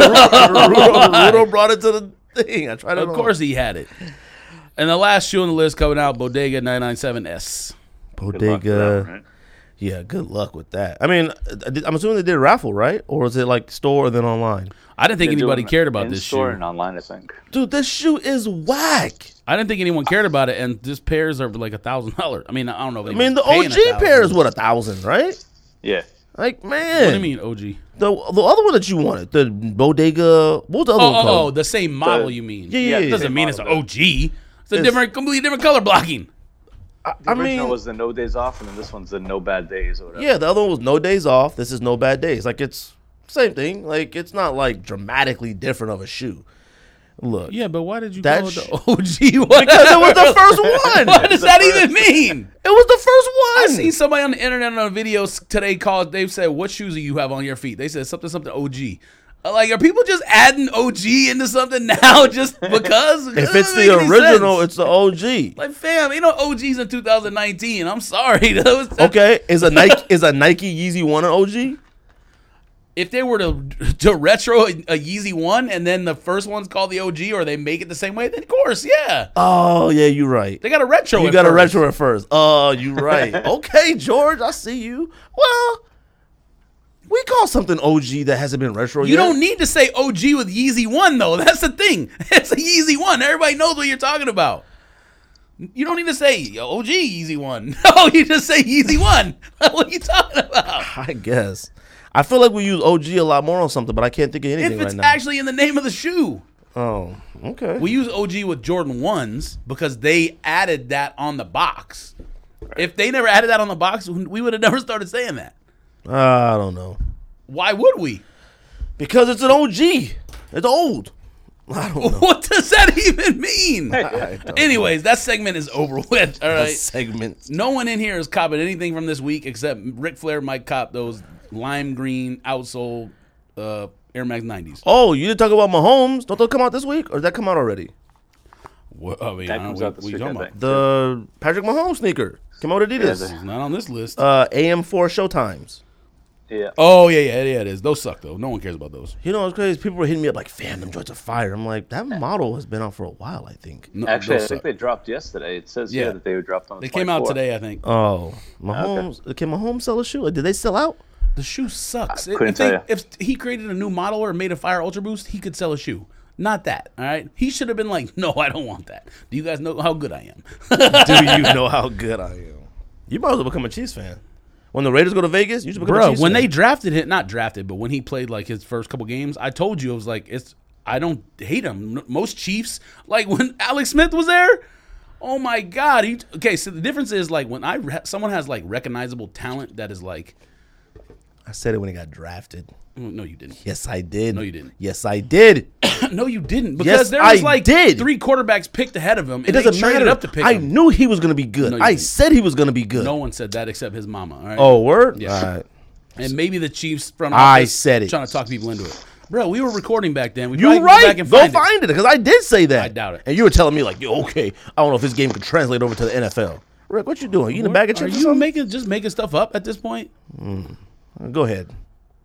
Wow.
Rudo, Rudo brought it to the thing. I tried it.
Of
on.
course he had it. And the last shoe on the list coming out, Bodega 997S.
Good luck with
uh,
that one,
Bodega.
right?
Yeah, good luck with that. I mean, uh, I'm assuming they did a raffle, right? Or was it like store and then online?
I didn't think
They're
anybody
doing
cared about
in
this
store
shoe.
and online. I think
Dude, this shoe is whack.
I didn't think anyone cared about it, and this pairs are like a thousand dollars. I mean, I don't know. If
I mean, the OG pair is what a thousand, right?
yeah.
Like, man,
What do you mean OG?
the the other one that you wanted, the Bodega. What was the other
Oh,
one
oh, oh,
called?
the same model
The-
you mean?
yeah, yeah,
the
yeah.
It
same
doesn't mean it's an
model,
OG. It's a
It's-
different, completely different color blocking. oh,
but The
I
original
mean,
was the no days off, and then this one's the no bad days or whatever.
yeah, the other one was no days off. This is no bad days. Like it's same thing. Like it's not like dramatically different of a shoe. Look,
Yeah, but why did you
That
call
sh-
it the OG? What,
because it was the first one.
what does that even mean?
It was the first
I
one.
seen somebody on the internet on a video s- today called. They said, "What shoes do you have on your feet?" They said something, something OG. I'm Like, are people just adding OG into something now just because? It
if
doesn't
it's
make
the
any
original,
sense.
it's the OG.
like, fam, ain't no OGs in 2019. I'm sorry. That was, that-
Okay, is a Nike is a Nike Yeezy one an OG?
If they were to to retro a Yeezy one and then the first one's called the OG, or they make it the same way, then of course, yeah,
Oh yeah, you're right.
they got a retro.
You
at
got to
first.
retro it first. Oh, you right. okay, George, I see you. Well, we call something OG that hasn't been retro
You
yet.
don't need to say OG with Yeezy One though. That's the thing. It's a Yeezy One. Everybody knows what you're talking about. You don't need to say OG Yeezy One. No, you just say Yeezy One. what are you talking about?
I guess. I feel like we use OG a lot more on something, but I can't think of anything
If it's
right
actually in the name of the shoe,
now. Oh, okay.
we use OG with Jordan Ones because they added that on the box. If they never added that on the box, we would have never started saying that.
Uh, I don't know
Why would we?
because it's an OG. It's old. I don't know.
What does that even mean?
I don't-
Anyways, that segment is over with. All right.
Segments.
No one in here is copping anything from this week except Ric Flair might cop those lime green outsole uh, Air Max 90s.
Oh, you didn't talk about Mahomes. Don't they come out this week, or did that come out already?
Well, I mean,
That
I
comes
don't-
out this
what you
week,
talking
I
about?
think.
The Patrick Mahomes sneaker came out with Adidas.
Yeah,
It's not on this list.
uh, AM4 Showtimes.
Yeah.
oh, yeah, yeah, yeah, it is. Those suck, though. No one cares about those.
You know what's crazy? People were hitting me up like, "Fam, them joints are fire." I'm like, that model has been out for a while, I think.
No,
Actually, I
those
think
suck.
they dropped yesterday. It says
Yeah.
here that they were dropped on. the
They came out
24th.
today, I think.
Oh, Mahomes! Can Mahomes sell a shoe? Like, did they sell out?
The shoe sucks.
I
If-
couldn't
if, they-
tell ya.
if he created a new model or made a Fire Ultra Boost, he could sell a shoe. Not that, all right? He should have been like, no, I don't want that. Do you guys know how good I am?
Do you know how good I am? You might as well become a Chiefs fan. When the Raiders go to Vegas, you should become a
Bro,
Chiefs
when they
fan.
drafted him, not drafted, but when he played like his first couple games, I told you I was like, it's I don't hate him. N- Most Chiefs, like when Alex Smith was there, oh my god. He, okay, so the difference is like when I re- someone has like recognizable talent that is like,
I said it when he got drafted.
Mm, no, you didn't.
Yes, I did. No,
you didn't.
Yes, I did. It
No, you didn't because
Yes,
there was
I
like
did.
three quarterbacks picked ahead of him. And it
doesn't matter.
Up to pick
I
him.
knew he was going to be good.
you
I
didn't.
said he was going to be good.
No one said that except his mama. All right.
Oh, word.
Yeah.
All right.
and maybe the Chiefs front
I
office
said it.
trying to talk people into it. Bro, we were recording back then. We probably
You're
can
right.
Go back and
Go
find it.
find it because I did say that. I
doubt it.
And you were telling me like, yo, okay, I don't know if this game could translate over to the NFL. Rick, what you doing? You in a bag of
Are
chips? or
you
something?
making just making stuff up at this point?
Go ahead.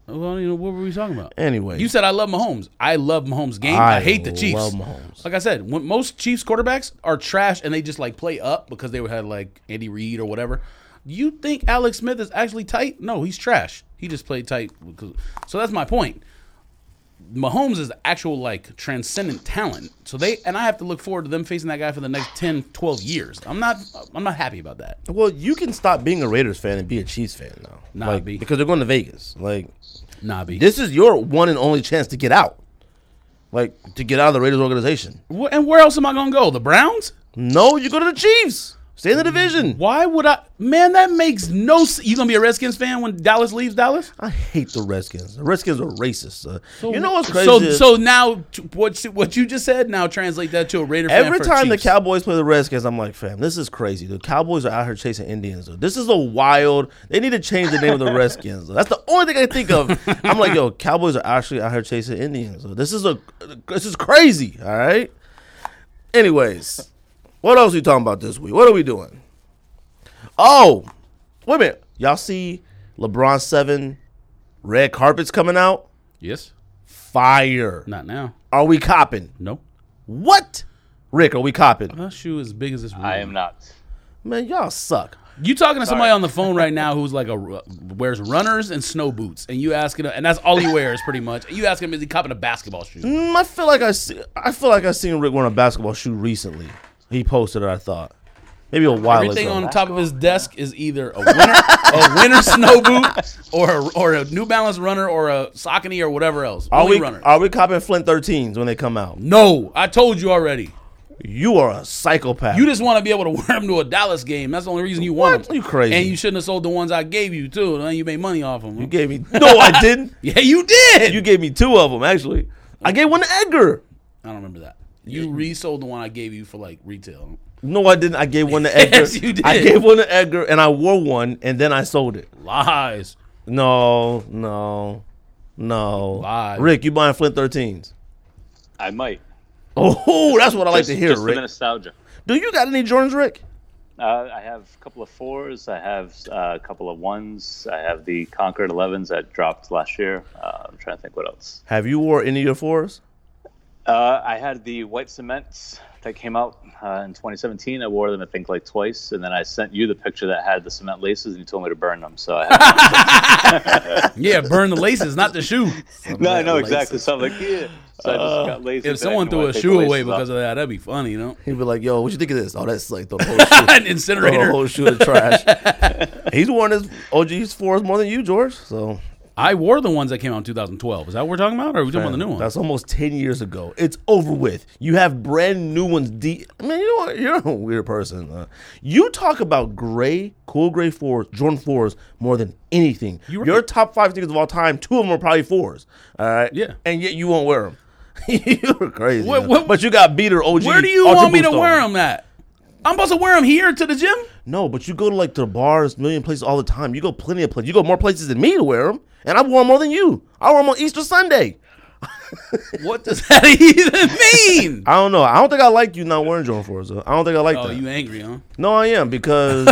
Well, you know, what were we talking about?
Anyway.
you said I love Mahomes. I love Mahomes' game. I,
I
hate the
love
Chiefs.
Mahomes.
Like I said, when most Chiefs quarterbacks are trash and they just like play up because they had like Andy Reid or whatever. You think Alex Smith is actually tight? No, he's trash. He just played tight. because- So that's my point. Mahomes is actual like transcendent talent. So they and I have to look forward to them facing that guy for the next 10, 12 years. I'm not I'm not happy about that.
Well, you can stop being a Raiders fan and be a Chiefs fan now.
Nah,
Like,
B.
because they're going to Vegas. Like
Nah, B.
this is your one and only chance to get out. Like to get out of the Raiders organization.
Wh- and where else am I going to go? The Browns?
No, you go to the Chiefs. Stay in the division.
Why would I? Man, that makes no sense. You gonna be a Redskins fan when Dallas leaves Dallas?
I hate the Redskins. The Redskins are racist. uh, you know what's crazy?
So,
is
so now t- what? you- What you just said now translate that to a Raider fan.
Every
for
time the
Chiefs.
Cowboys play the Redskins, I'm like, fam, this is crazy. The Cowboys are out here chasing Indians. Though. This is a wild. They need to change the name of the Redskins. though. That's the only thing I think of. I'm like, yo, Cowboys are actually out here chasing Indians. though. This is a this is crazy. All right. Anyways, what else we talking about this week? What are we doing? Oh, wait a minute. Y'all see LeBron seven red carpets coming out?
Yes.
Fire.
Not now.
Are we copping?
Nope.
What? Rick, are we copping?
My shoe is big as this room.
I am not.
Man, y'all suck.
You talking to somebody on the phone right now who's like a ru- wears runners and snow boots, and you asking, and that's all he wears pretty much. And you asking him is he copping a basketball shoe?
Mm, I feel like I see, I feel like I seen Rick wearing a basketball shoe recently. He posted it, I thought. Maybe a while
Everything
ago.
on top of his desk is either a winter, a winter snow boot, or a, or a New Balance runner, or a Saucony, or whatever else.
are
Only
we
runner?
are we copping Flint 13s when they come out?
no, I told you already.
You are a psychopath.
You just want to be able to wear them to a Dallas game. That's the only reason you want
What?
them.
You crazy.
And you shouldn't have sold the ones I gave you too. Then you made money off them.
You gave me No, I didn't.
yeah, you did.
You gave me two of them actually. I gave one to Edgar.
I don't remember that. You resold the one I gave you for like retail.
No, I didn't. I gave one to Edgar.
Yes, you
I
did.
gave one to Edgar and I wore one and then I sold it.
Lies.
No, no, no.
Lies.
Rick, you buying Flint 13s?
I might.
Oh, that's what I like
just,
to hear,
just
Rick.
the nostalgia.
Do you got any Jordans, Rick?
Uh, I have a couple of fours. I have uh, a couple of ones. I have the Concord 11s that dropped last year. Uh, I'm trying to think what else.
Have you wore any of your fours?
Uh, I had the white cements that came out uh, in 2017. I wore them, I think, like twice, and then I sent you the picture that had the cement laces, and you told me to burn them. So I had
Yeah, burn the laces, not the shoe.
no, I know
Laces.
exactly. So I'm like, yeah. So I just got lazy.
Uh, If someone threw a shoe away because of that, that'd be funny, you know.
He'd be like, "Yo, what you think of this? Oh, that's like the whole shoe,
An
the
incinerator.
whole shoe of trash." He's worn his OG's fours more than you, George. So
I wore the ones that came out in 2012. Is that what we're talking about, or are we talking about the new one?
That's almost ten years ago. It's over with. You have brand new ones. De- I mean, you know what? You're a weird person. uh. you talk about gray, cool gray fours, Jordan fours more than anything.
You're right.
Your top five sneakers of all time, two of them are probably fours. All right.
Yeah.
And yet you won't wear them. You're crazy.
What-
man.
what-
but you got beater OG.
Where do you
Ultra
want me to
Boost on.
wear them at? I'm supposed to wear them here to the gym.
No, but you go to like the bars, million places all the time. You go plenty of places. You go more places than me to wear them, and I wore them more than you. I wore them on Easter Sunday.
What does that even mean?
I don't know. I don't think I like you not wearing Jordan fours. though. I don't think I like
Oh,
that.
you angry, huh?
No, I am because.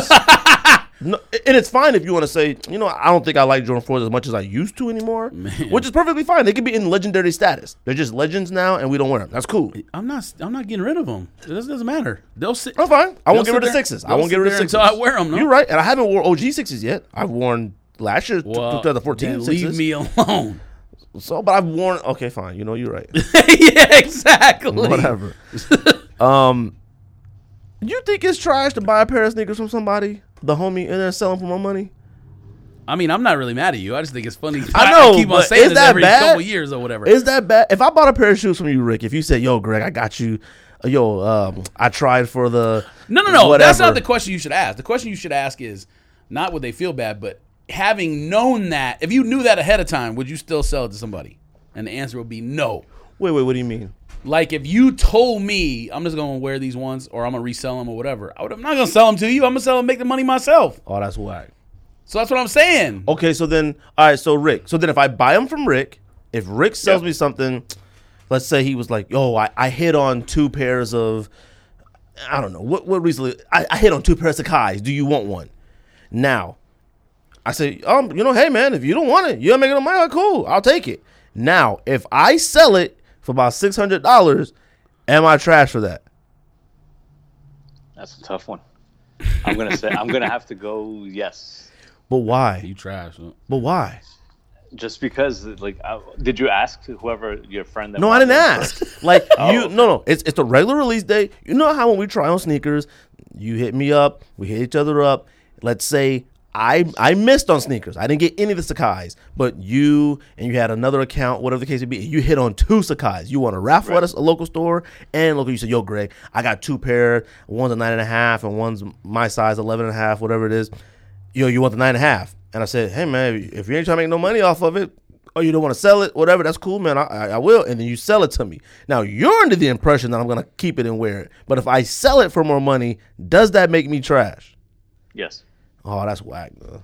No, and it's fine if you want to say, you know, I don't think I like Jordan Fours as much as I used to anymore, which is perfectly fine. They could be in legendary status. They're just legends now, and we don't wear them. That's cool.
I'm not. I'm not getting rid of them. It doesn't, doesn't matter. They'll sit.
That's fine. I
They'll
won't
sit
get rid of
there-
sixes. I
they'll
won't
sit
get rid of
there
sixes.
until I wear 'em, no?
You're right, and I haven't worn OG sixes yet. I've worn last year,
Well,
2014
then
sixes.
leave me alone.
So, but I've worn. Okay, fine. You know, you're right.
yeah, exactly.
Whatever. um, you think it's trash to buy a pair of sneakers from somebody, the homie, and then sell them for more money?
I mean, I'm not really mad at you. I just think it's funny.
I know,
keep on
but
saying
is
this
that
every
bad?
couple years or whatever.
Is that bad? If I bought a pair of shoes from you, Rick, if you said, "Yo, Greg, I got you," uh, yo, um, I tried for the
No, no, no. That's not
whatever."
the question you should ask. The question you should ask is not would they feel bad, but having known that, if you knew that ahead of time, would you still sell it to somebody? And the answer would be no.
Wait, wait, what do you mean?
Like if you told me I'm just gonna wear these ones or I'm gonna resell them or whatever, I would, I'm not gonna sell them to you. I'm gonna sell them, make the money myself.
Oh, that's whack.
So that's what I'm saying.
Okay, so then, all right, so Rick. So then, if I buy them from Rick, if Rick sells
Yep.
me something, let's say he was like, "Yo, I, I hit on two pairs of, I don't know what what recently I, I hit on two pairs of Kai's. Do you want one?" Now, I say, um, you know, hey man, if you don't want it, you don't make it on my cool. I'll take it. Now, if I sell it for about six hundred dollars, am I trash for that?
That's a tough one. I'm gonna say I'm gonna have to go yes,
But why?
You trash. huh?
But why?
just because like I, did you ask whoever your friend? That
No, I
bought
didn't
them
ask.
first?
Like
Oh,
you,
okay.
no, no. It's it's the regular release day. You know how when we try on sneakers, you hit me up, we hit each other up. Let's say I I missed on sneakers. I didn't get any of the Sakai's, but you and you had another account, whatever the case may be. You hit on two Sakai's. You want to raffle at us, a local store and local. You said, "Yo, Greg, I got two pair. One's a nine and a half, and one's my size, eleven and a half, whatever it is." yo, you want the nine and a half? And I said, hey man, if you ain't trying to make no money off of it, or you don't want to sell it, whatever, that's cool, man. I, I, I will. And then you sell it to me. Now you're under the impression that I'm gonna keep it and wear it. But if I sell it for more money, does that make me trash?
Yes.
Oh, that's whack. though.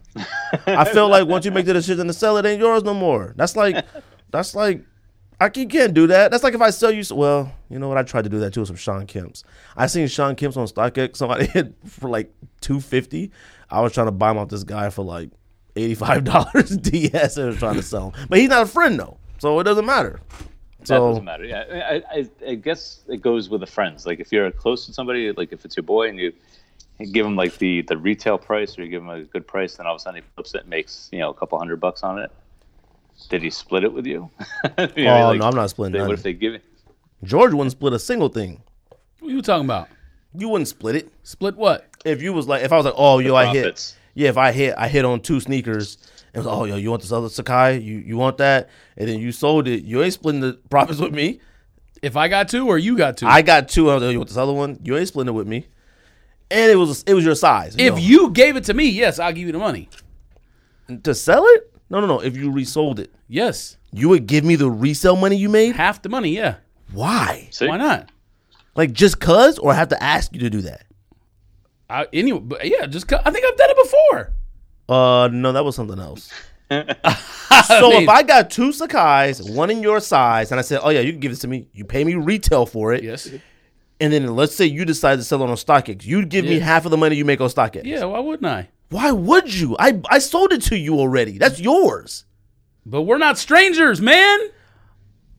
I feel like once you make the decision to sell it, it ain't yours no more. That's like, that's like, I I you can't do that. That's like if I sell you. s- Well, you know what? I tried to do that too with some Sean Kemp's. I seen Sean Kemp's on StockX. Somebody hit for like two fifty. I was trying to buy him off this guy for like eighty five dollars DS. I was trying to sell him, but he's not a friend though, so it doesn't matter.
That
So
doesn't matter. Yeah, I, I, I- I guess it goes with the friends. Like if you're close to somebody, like if it's your boy and you, you give him like the, the retail price or you give him a good price, then all of a sudden he flips it and makes you know a couple hundred bucks on it. Did he split it with you? You know what I mean?
Oh,
Like,
no, I'm not splitting
They, what
nothing.
if they give it?
George wouldn't split a single thing.
What you talking about?
You wouldn't split it
Split what?
if you was like if I was like, oh yo, I hit.
profits.
Yeah, if I hit, I hit on two sneakers. It was oh yo, you want this other Sakai? You you want that? And then you sold it. You ain't splitting the profits with me.
If I got two or you got two?
I got two. I was like, you want this other one? You ain't splitting it with me. And it was it was your size.
if
know.
you gave it to me, yes, I'll give you the money.
to sell it, no no no. If you resold it,
Yes,
you would give me the resale money you made.
half the money. Yeah,
Why?
See?
why not?
Like just cause, or I have to ask you to do that?
I, anyway, but yeah, just 'cause- I think I've done it before.
Uh, no, that was something else.
I
So
mean,
if I got two Sakai's, one in your size, and I said, "Oh yeah, you can give this to me. You pay me retail for it."
yes,
And then let's say you decide to sell it on StockX, you'd give me
Yeah.
half of the money you make on StockX.
yeah, why wouldn't I?
Why would you? I I sold it to you already. That's yours.
But we're not strangers, man.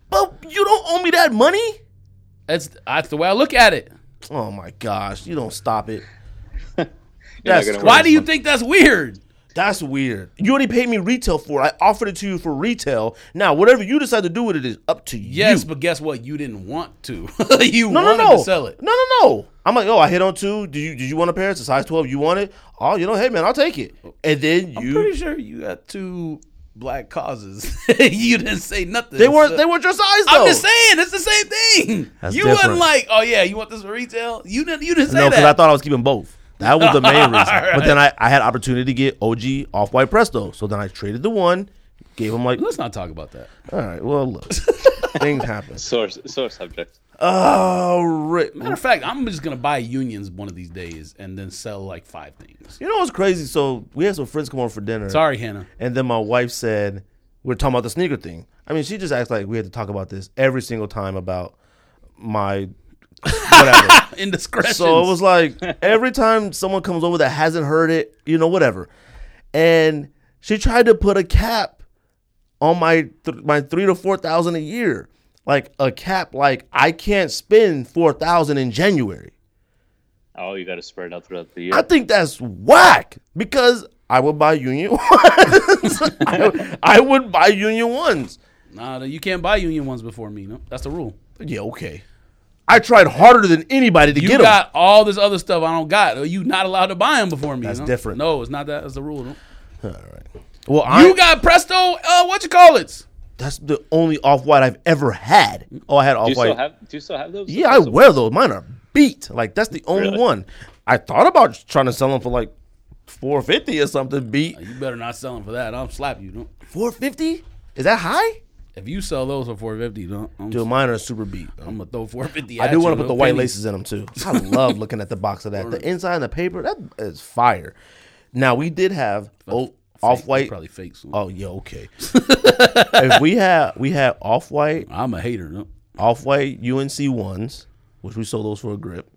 But you don't owe me that money.
That's that's the way I look at it.
Oh my gosh, you don't stop it.
You're not
That's
gonna win
Why
this
do you
one.
think that's weird?
That's weird. You already paid me retail for it. I offered it to you for retail. Now, whatever you decide to do with it is up to you.
Yes, but guess what? You didn't want to. you
No, no,
wanted
no.
to sell it.
No, no, no. I'm like, oh, I hit on two. Do you? Did you want a pair? It's a size twelve. You want it? Oh, you know, hey man, I'll take it. And then you,
Pretty sure you got two black causes. you didn't say nothing.
they weren't,
So-
they weren't your size though.
I'm just saying, it's the same thing.
That's
you
different.
wasn't like, oh yeah, you want this for retail? You didn't. You didn't say
No, because I
that.
thought I was keeping both. That was the main reason.
Alright.
But then I, I had opportunity to get OG off white Presto. So then I traded the one, gave him like,
Let's not talk about that.
all right, well look, things happen.
Sore, sore subject.
All right.
Matter of fact, I'm just gonna buy unions one of these days and then sell like five things.
You know what's crazy? So we had some friends come over for dinner.
Sorry, Hannah.
And then my wife said, We're talking about the sneaker thing. I mean, she just acts like we had to talk about this every single time about my whatever.
Indiscretion.
so it was like every time someone comes over that hasn't heard it, you know, whatever. And she tried to put a cap on my th- my three to four thousand a year, like a cap. Like I can't spend four thousand in January.
Oh, you got to spread it out throughout the year.
I think that's whack because I would buy Union ones. I, I would buy Union ones.
nah, you can't buy union ones before me. No, that's the rule.
Yeah, okay. I tried harder than anybody to
You
get 'em.
got all this other stuff I don't got. Are you not allowed to buy them before me?
That's
no?
different.
No, it's not that. That's the rule. No?
Well, I,
You got Presto. Uh, what you call it?
that's the only off white I've ever had. Oh, I had
do
off
you still
white.
have? Do you still have those?
Yeah, I wear those. Mine are beat. Like that's the only
Really?
one. I thought about trying to sell them for like four fifty or something. Beat
You better not sell them for that. I'll slap you. No?
four fifty? Is that high?
If you sell those for four fifty, no, I'm,
Dude, mine are super beat.
I'm gonna throw four fifty.
I do want to put the white laces in them too. I love looking at the box of that. The inside and the paper, that is fire. Now we did have oh, off white.
Probably fake. So.
Oh yeah, okay. if we had we had off white,
I'm a hater. No?
off white UNC ones, which we sold those for a grip.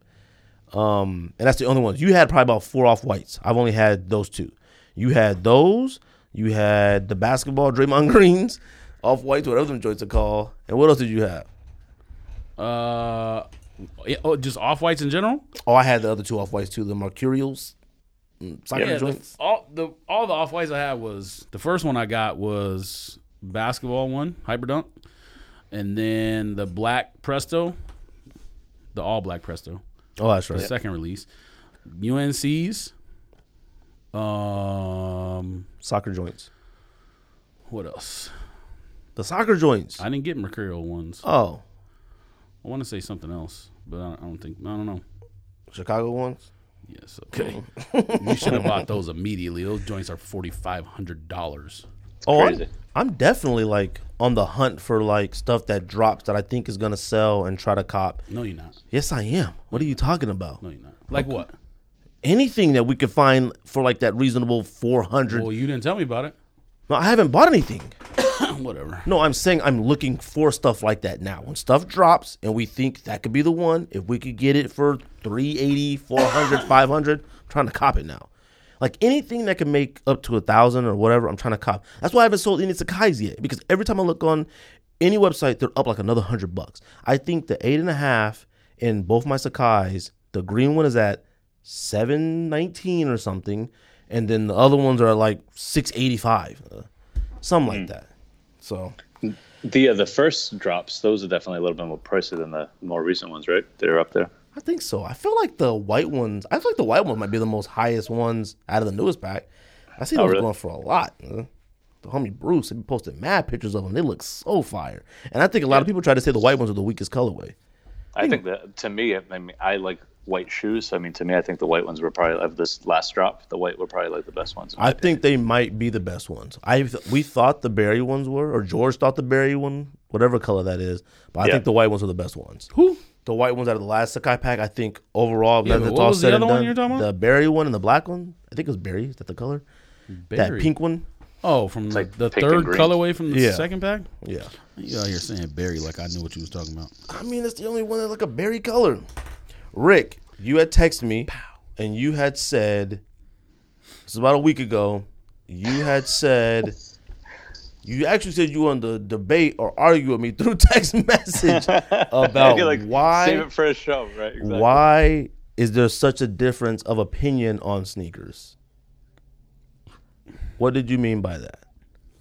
Um, and that's the only ones you had. Probably about four off whites. I've only had those two. You had those. You had the basketball Draymond Greens, off whites, whatever them joints are called. And what else did you have?
Uh, yeah, oh, just off whites in general.
Oh, I had the other two off whites too, the Mercurials, mm, soccer
Yeah, the,
joints.
all the all the off whites I had was the first one I got was basketball one hyperdunk, and then the black Presto, the all black Presto,
Oh, that's right.
the second release, UNC's. Um,
Soccer joints.
what else?
The soccer joints.
I didn't get Mercurial ones.
oh,
I want to say something else, but I don't, I don't think I don't know.
Chicago ones.
Yes. Okay. you should have bought those immediately. Those joints are forty five hundred dollars.
Oh, I'm,
crazy.
I'm definitely like on the hunt for like stuff that drops that I think is gonna sell and try to cop.
No, you're not.
Yes, I am. What are you talking about?
No, you're not. Like what?
Anything that we could find for like that reasonable four hundred.
Well, you didn't tell me about it.
No, I haven't bought anything.
Whatever.
No, I'm saying I'm looking for stuff like that now. When stuff drops and we think that could be the one, if we could get it for 380, 400, 500, I'm trying to cop it now. Like anything that can make up to a thousand or whatever, I'm trying to cop. That's why I haven't sold any Sakai's yet because every time I look on any website, they're up like another hundred bucks. I think the eight and a half in both my Sakai's, the green one is at 719 or something, and then the other ones are like 685, uh, something like that. So
The uh, the first drops, those are definitely a little bit more pricey than the more recent ones, right? They're up there.
I think so. I feel like the white ones. I feel like the white ones might be the most highest ones out of the newest pack. I
Oh,
see those
really?
going for a lot. uh. The homie Bruce, he posted mad pictures of them. They look so fire. And I think a lot of people try to say the white ones are the weakest colorway. Hmm.
I think that to me, I mean, I like white shoes. So, I mean, to me, I think the white ones were probably of this last drop. The white were probably like the best ones. in my
I think they might be the best ones. I we thought the berry ones were, or George thought the berry one, whatever color that is. But I
Yeah.
think the white ones are the best ones.
Who?
The white ones out of the last Sakai pack, I think overall,
Yeah,
now that
but
it's
what
all
was the
said and
other one
done,
you were talking about?
the berry one and the black one. I think it was berry. Is that the color? That
Berry.
pink one.
Oh, from the,
like
the
pink and
third
green.
colorway from the
Yeah.
second pack.
Yeah.
You out here saying berry like I knew what you was talking about.
I mean, it's the only one that's like a berry color. Rick, you had texted me, and you had said, this is about a week ago. You had said, you actually said you wanted to debate or argue with me through text message
opinion.
about
You're like, save
why
it for a show, right? Exactly.
why is there such a difference of opinion on sneakers? What did you mean by that?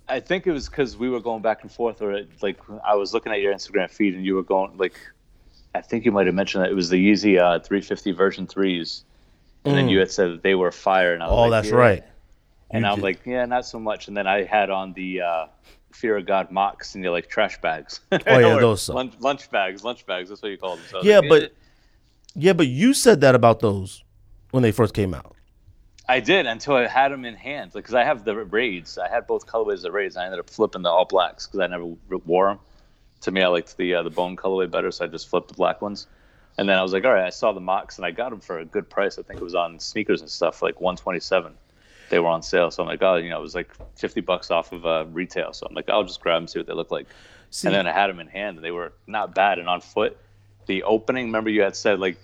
I think it was because we were going back and forth, or it, like I was looking at your Instagram feed, and you were going like, I think you might have mentioned that it was the Yeezy uh, 350 version threes, and then you had said that they were fire, and I was
Hmm. Oh,
like,
that's
yeah.
right.
and
You
I'm
did-
like, yeah, not so much, and then I had on the uh, Fear of God mocks, and you're like trash bags. Oh
yeah, those suck.
lunch, lunch bags, lunch bags. That's what you call them. So I was
Yeah,
like,
but yeah, but you said that about those when they first came out.
I did until I had them in hand because I have the raids. I had both colorways of raids. I ended up flipping the all blacks because I never w- wore them. To me, I liked the uh, the bone colorway better, so I just flipped the black ones. And then I was like, all right, I saw the mocks and I got them for a good price. I think it was on sneakers and stuff, like 127. They were on sale, so I'm like, oh, you know, it was like 50 bucks off of uh, retail. So I'm like, I'll just grab them, see what they look like.
See,
and then I had them in hand, and they were not bad. And on foot, the opening. Remember, you had said like,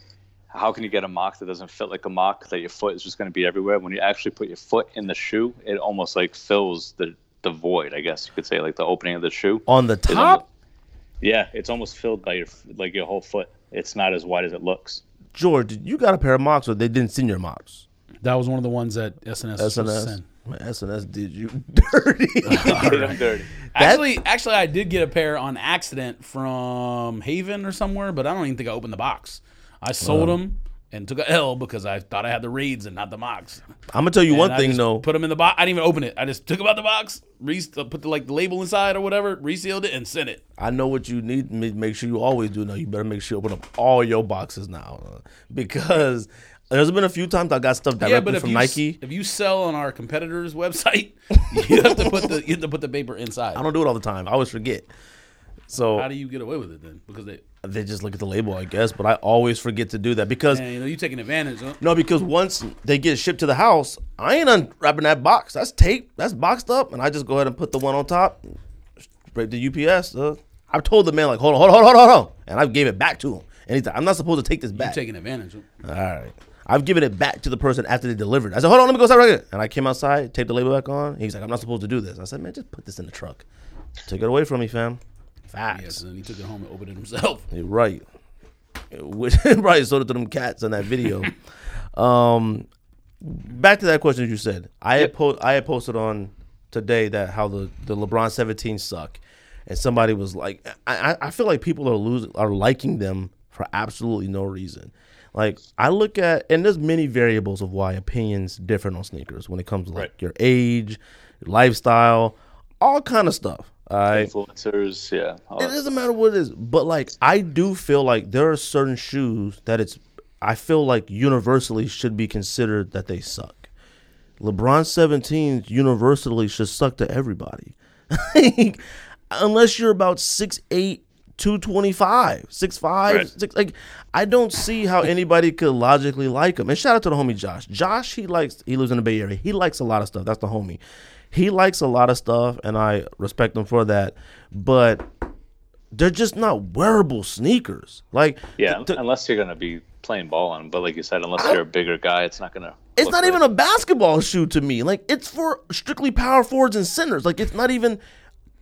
how can you get a mock that doesn't fit like a mock that your foot is just going to be everywhere? When you actually put your foot in the shoe, it almost like fills the the void. I guess you could say like the opening of the shoe.
on the
is
top,
yeah, it's almost filled by your f- like your whole foot. It's not as wide as it looks.
George, you got a pair of mops, or they didn't send your mops.
That was one of the ones that SNS was
SNS,
sent.
man, SNS did you dirty.
Hit 'em dirty.
Actually, actually, I did get a pair on accident from Haven or somewhere, but I don't even think I opened the box. I sold them and took a L because I thought I had the raids and not the mocks.
I'm gonna tell you one
And I
thing
just
though.
Put them in the box. I didn't even open it. I just took them out the box, re- put the like the label inside or whatever, resealed it, and sent it.
I know what you need. ma- Make sure you always do. Now you better make sure you open up all your boxes now, uh, because there's been a few times I got stuff
Yeah,
directly
but if
from
you,
Nike.
if you sell on our competitor's website, you have to put the you have to put the paper inside.
I don't do it all the time. I always forget. So
How do you get away with it then? Because they,
they just look at the label, I guess. But I always forget to do that because
man, you know, you taking advantage. Huh?
No, because once they get shipped to the house, I ain't unwrapping that box. That's tape. That's boxed up, and I just go ahead and put the one on top. Break the UPS. Uh, I told the man like, hold on, hold on, hold on, hold on, and I gave it back to him. And he's like, I'm not supposed to take this
You
back.
taking advantage. huh?
All right. I've given it back to the person after they delivered. I said, hold on, let me go outside right here. And I came outside, taped the label back on. He's like, I'm not supposed to do this. I said, man, just put this in the truck. Took it away from me, fam.
Yes,
Facts.
and then he took it home and opened it himself.
You're right. Which probably sold it to them cats on that video. um, back to that question you said. I had po- I had posted on today that how the, the LeBron 17 suck, and somebody was like, I, I- I feel like people are losing are liking them for absolutely no reason. Like I look at and there's many variables of why opinions different on sneakers when it comes to like
Right.
your age, your lifestyle, all kind of stuff. All right.
Influencers, yeah. all
It
that.
doesn't matter what it is, but like I do feel like there are certain shoes that it's I feel like universally should be considered that they suck. LeBron 17 universally should suck to everybody. Like, unless you're about 6'8, 210 225, 6'5,
Right.
six- like I don't see how anybody could logically like him. And shout out to the homie Josh. Josh, he likes he lives in the Bay Area. He likes a lot of stuff. That's the homie. He likes a lot of stuff and I respect him for that. But they're just not wearable sneakers. Like
Yeah,
th- th-
unless you're gonna be playing ball on. 'em. But like you said, unless you're a bigger guy, it's not gonna.
it's
look
not
right.
even a basketball shoe to me. Like it's for strictly power forwards and centers. Like it's not even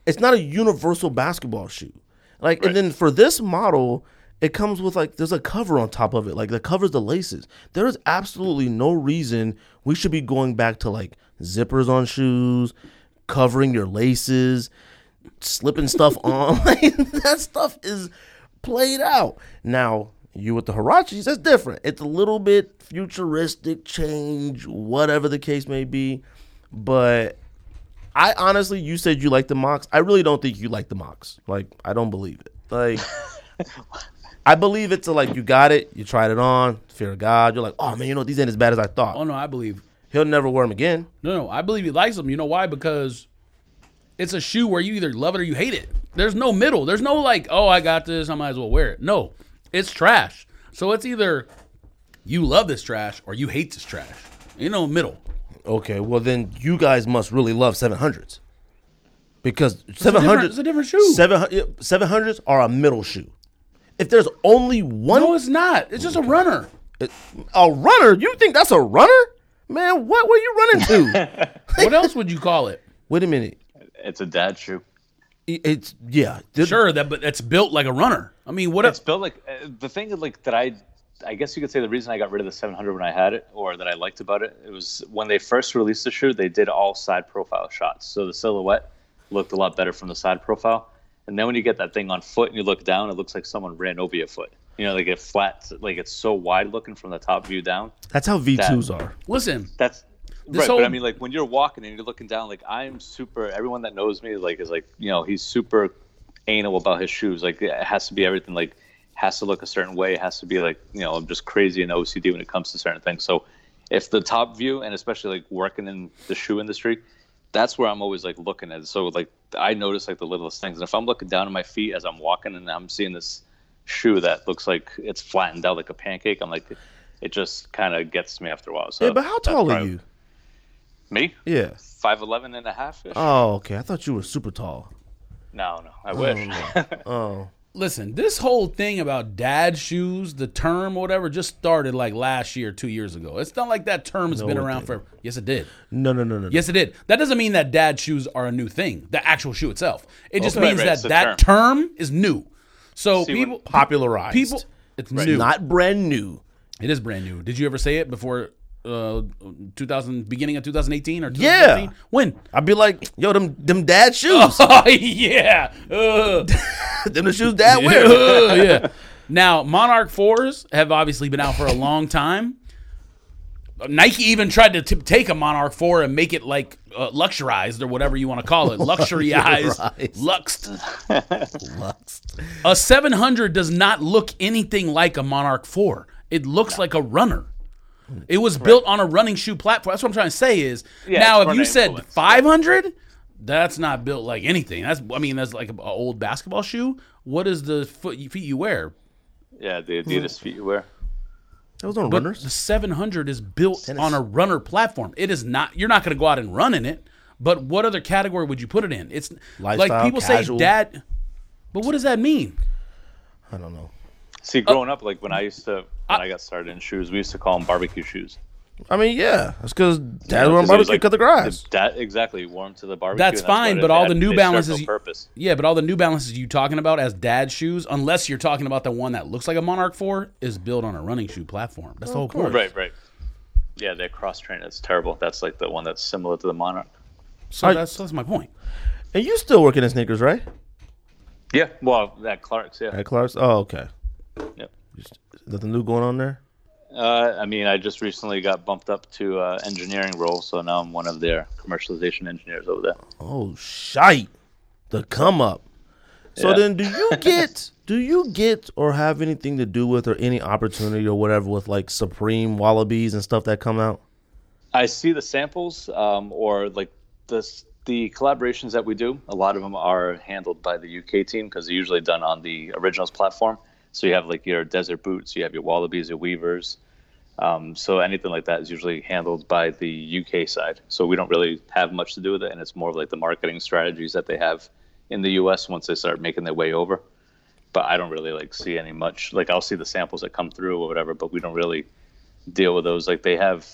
it's not a universal basketball shoe. Like and then for this model, it comes with like there's a cover on top of it. Like that covers the laces. There is absolutely no reason we should be going back to like zippers on shoes, covering your laces, slipping stuff on. Like that stuff is played out. Now, you with the Hirachis, that's different. It's a little bit futuristic change, whatever the case may be. But I honestly, you said you like the mocks. I really don't think you like the mocks. Like, I don't believe it. Like, I believe it's a, like you got it, you tried it on, fear of God. You're like, oh man, you know these ain't as bad as I thought.
Oh no, I believe.
He'll never wear them again.
No, no, I believe he likes them. You know why? Because it's a shoe where you either love it or you hate it. There's no middle. There's no like, oh, I got this. I might as well wear it. No, it's trash. So it's either you love this trash or you hate this trash. You know, middle.
Okay, well then you guys must really love 700s. Because
different-
700s
it's a different shoe.
700 700s are a middle shoe. If there's only one
No, it's not. It's just a runner.
a runner, you think that's a runner? Man, what were you running to?
What else would you call it?
Wait a minute.
It's a dad shoe.
It- It's yeah. Th-
Sure, that but it's built like a runner. I mean, what
It's
else?
built like uh, the thing is like that. I, I guess you could say the reason I got rid of the 700 when I had it, or that I liked about it, it was when they first released the shoe. They did all side profile shots, so the silhouette looked a lot better from the side profile. And then when you get that thing on foot and you look down, it looks like someone ran over your foot. You know, like it flat, like it's so wide looking from the top view down.
That's how V2s are.
Listen,
that's right.
whole-
But I mean, like when you're walking and you're looking down, like I'm super. Everyone that knows me, like, is like, you know, he's super anal about his shoes. Like it has to be everything. Like has to look a certain way. Has to be like, you know, I'm just crazy and OCD when it comes to certain things. So if the top view and especially like working in the shoe industry, that's where I'm always like looking at. it. So like I notice like the littlest things. And if I'm looking down at my feet as I'm walking and I'm seeing this shoe that looks like it's flattened out like a pancake, I'm like. It just kind of gets to me after a while. So
Hey, but how
that's
tall are
probably-
you?
me?
Yeah.
5'11 and a half ish?
Oh, okay. I thought you were super tall.
no, no. I wish.
Oh.
listen, this whole thing about dad shoes, the term or whatever, just started like last year, two years ago. It's not like that term has been
it
around forever. Yes, it did.
No, no, no, no. no.
Yes, it did. That doesn't mean that dad shoes are a new thing. The actual shoe itself. It just
Okay.
means
Right, right,
that
it's a
that term. is new. So
See, when
people,
Popularized.
people, it's new.
not brand new.
it is brand new. Did you ever say it before? Uh, 2000 beginning of 2018 or
Yeah.
2015? When?
I'd be like, yo, them them dad shoes.
Oh yeah. Ugh.
them the shoes dad
Yeah,
wear.
uh, yeah. Now, Monarch 4s have obviously been out for a long time. Nike even tried to t- take a Monarch 4 and make it like uh, luxurized or whatever you want to call it. Luxuryized. Luxed.
Luxed.
A 700 does not look anything like a Monarch 4. It looks like a runner.
Hmm.
It was built on a running shoe platform. That's what I'm trying to say is now
it's
if you
runner
said
influence.
500, that's not built like anything. That's I mean that's like an old basketball shoe. What is the foot feet you wear?
yeah, the Adidas feet you wear.
That was on
But
runners.
the 700 is built on a runner platform. It is not. You're not going to go out and run in it. But what other category would you put it in? It's like
Lifestyle,
people
casual.
say dad. But what does that mean?
I don't know.
See,
Oh.
growing up, like when I used to, when I got started in shoes, we used to call them barbecue shoes.
I mean, yeah, that's because dad
You know,
wear
'cause it was,
barbecue
like,
cut the grass.
That exactly warm to the barbecue.
That's
and what
fine,
it-
but all
they-
the New
they serve
Balances
No
you-
purpose.
Yeah, but all the New Balances you talking about as dad shoes, unless you're talking about the one that looks like a Monarch 4, is built on a running shoe platform. That's the
Oh,
whole course.
Right, right. Yeah, they're cross trained. It's terrible. That's like the one that's similar to the Monarch.
So
I-
that's that's my point.
And you still working in sneakers, right?
Yeah, well, that Clark's. Yeah.
At Clark's. Oh, okay.
Yep.
Just, nothing new going on there.
Uh, I mean, I just recently got bumped up to uh, engineering role, so now I'm one of their commercialization engineers over there.
Oh shite. The come up. So
Yeah.
then do you get do you get or have anything to do with or any opportunity or whatever with like Supreme Wallabies and stuff that come out?
I see the samples, um, or like this the collaborations that we do, a lot of them are handled by the UK team because they're usually done on the originals platform. So you have like your Desert Boots, you have your Wallabies, your Weavers. Um, so anything like that is usually handled by the UK side. So we don't really have much to do with it, and it's more of like the marketing strategies that they have in the US once they start making their way over. But I don't really like see any much. Like I'll see the samples that come through or whatever, but we don't really deal with those. Like they have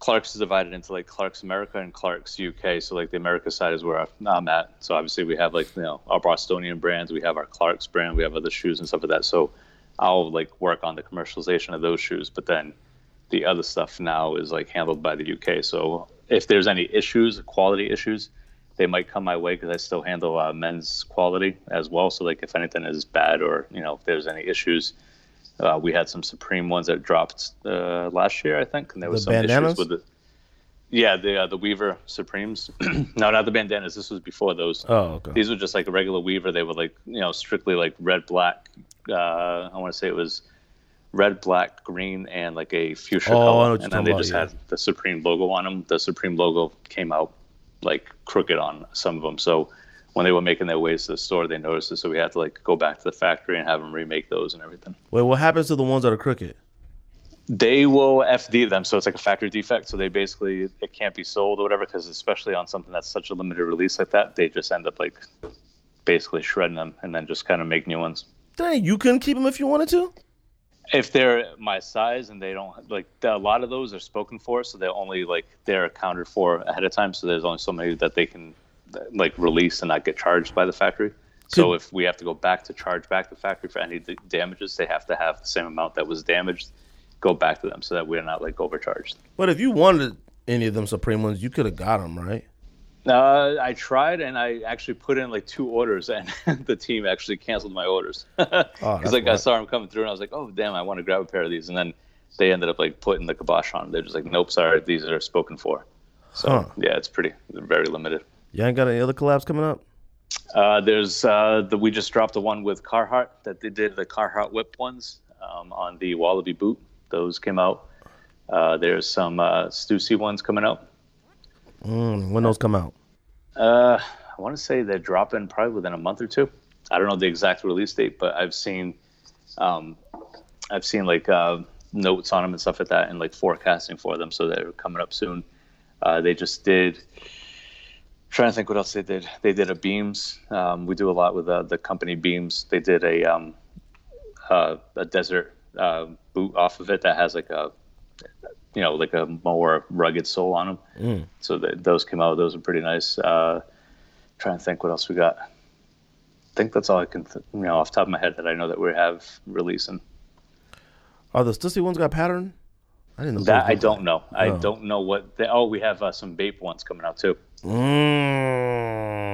Clark's is divided into like Clark's America and Clark's UK. So like the America side is where I'm at. So obviously we have like you know our Bostonian brands, we have our Clark's brand, we have other shoes and stuff like that. So I'll like work on the commercialization of those shoes, but then the other stuff now is like handled by the UK. So if there's any issues, quality issues, they might come my way because I still handle uh, men's quality as well. So like if anything is bad or you know if there's any issues, uh, we had some Supreme ones that dropped uh, last year, I think, and there was
The
some
bandanas?
issues with it. Yeah, the uh, the Weaver Supremes. no, not the bandanas. This was before those.
Oh, okay.
These were just like a regular Weaver. They were like you know strictly like red black. Uh, I want to say it was red, black, green, and like a fuchsia
Oh, I know what
color.
you're
and
talking
then they
about,
just
yeah.
had the Supreme logo on them. The Supreme logo came out like crooked on some of them. So when they were making their ways to the store, they noticed it. So we had to like go back to the factory and have them remake those and everything.
Wait, what happens to the ones that are crooked?
They will FD them, so it's like a factory defect. So they basically it can't be sold or whatever, because especially on something that's such a limited release like that, they just end up like basically shredding them and then just kind of make new ones.
Dang, you couldn't keep them if you wanted to.
If they're my size and they don't like a lot of those are spoken for, so they're only like they're accounted for ahead of time. So there's only so many that they can like release and not get charged by the factory. So
Could-
if we have to go back to charge back the factory for any d- damages, they have to have the same amount that was damaged go back to them so that we're not like overcharged.
But if you wanted any of them Supreme ones, you could have got them, right?
Uh, I tried and I actually put in like two orders, and the team actually canceled my orders because
Oh, that's
like I
wild.
saw them coming through, and I was like, "Oh damn, I want to grab a pair of these." And then they ended up like putting the kibosh on. 'em. They're just like, "Nope, sorry, these are spoken for." So
Huh.
yeah, it's pretty very limited.
You ain't got any other collabs coming up?
Uh, there's uh, the we just dropped the one with Carhartt that they did the Carhartt whip ones um, on the Wallaby boot. Those came out. Uh, there's some uh, Stussy ones coming out.
Mm, when those come out?
Uh, I want to say they're dropping probably within a month or two. I don't know the exact release date, but I've seen, um, I've seen like uh, notes on them and stuff like that, and like forecasting for them, so they're coming up soon. Uh, they just did. Trying to think what else they did. They did a beams. Um, we do a lot with uh, the company beams. They did a um, uh, a desert uh, boot off of it that has like a you know like a more rugged sole on them. So th those came out. Those are pretty nice. Uh, trying to think what else we got. I think that's all I can, th- you know, off the top of my head that I know that we have releasing.
Are the Stussy ones got pattern? I didn't know
That
those
I
were-
don't know. I don't know what. They, oh, we have uh, some Bape ones coming out too.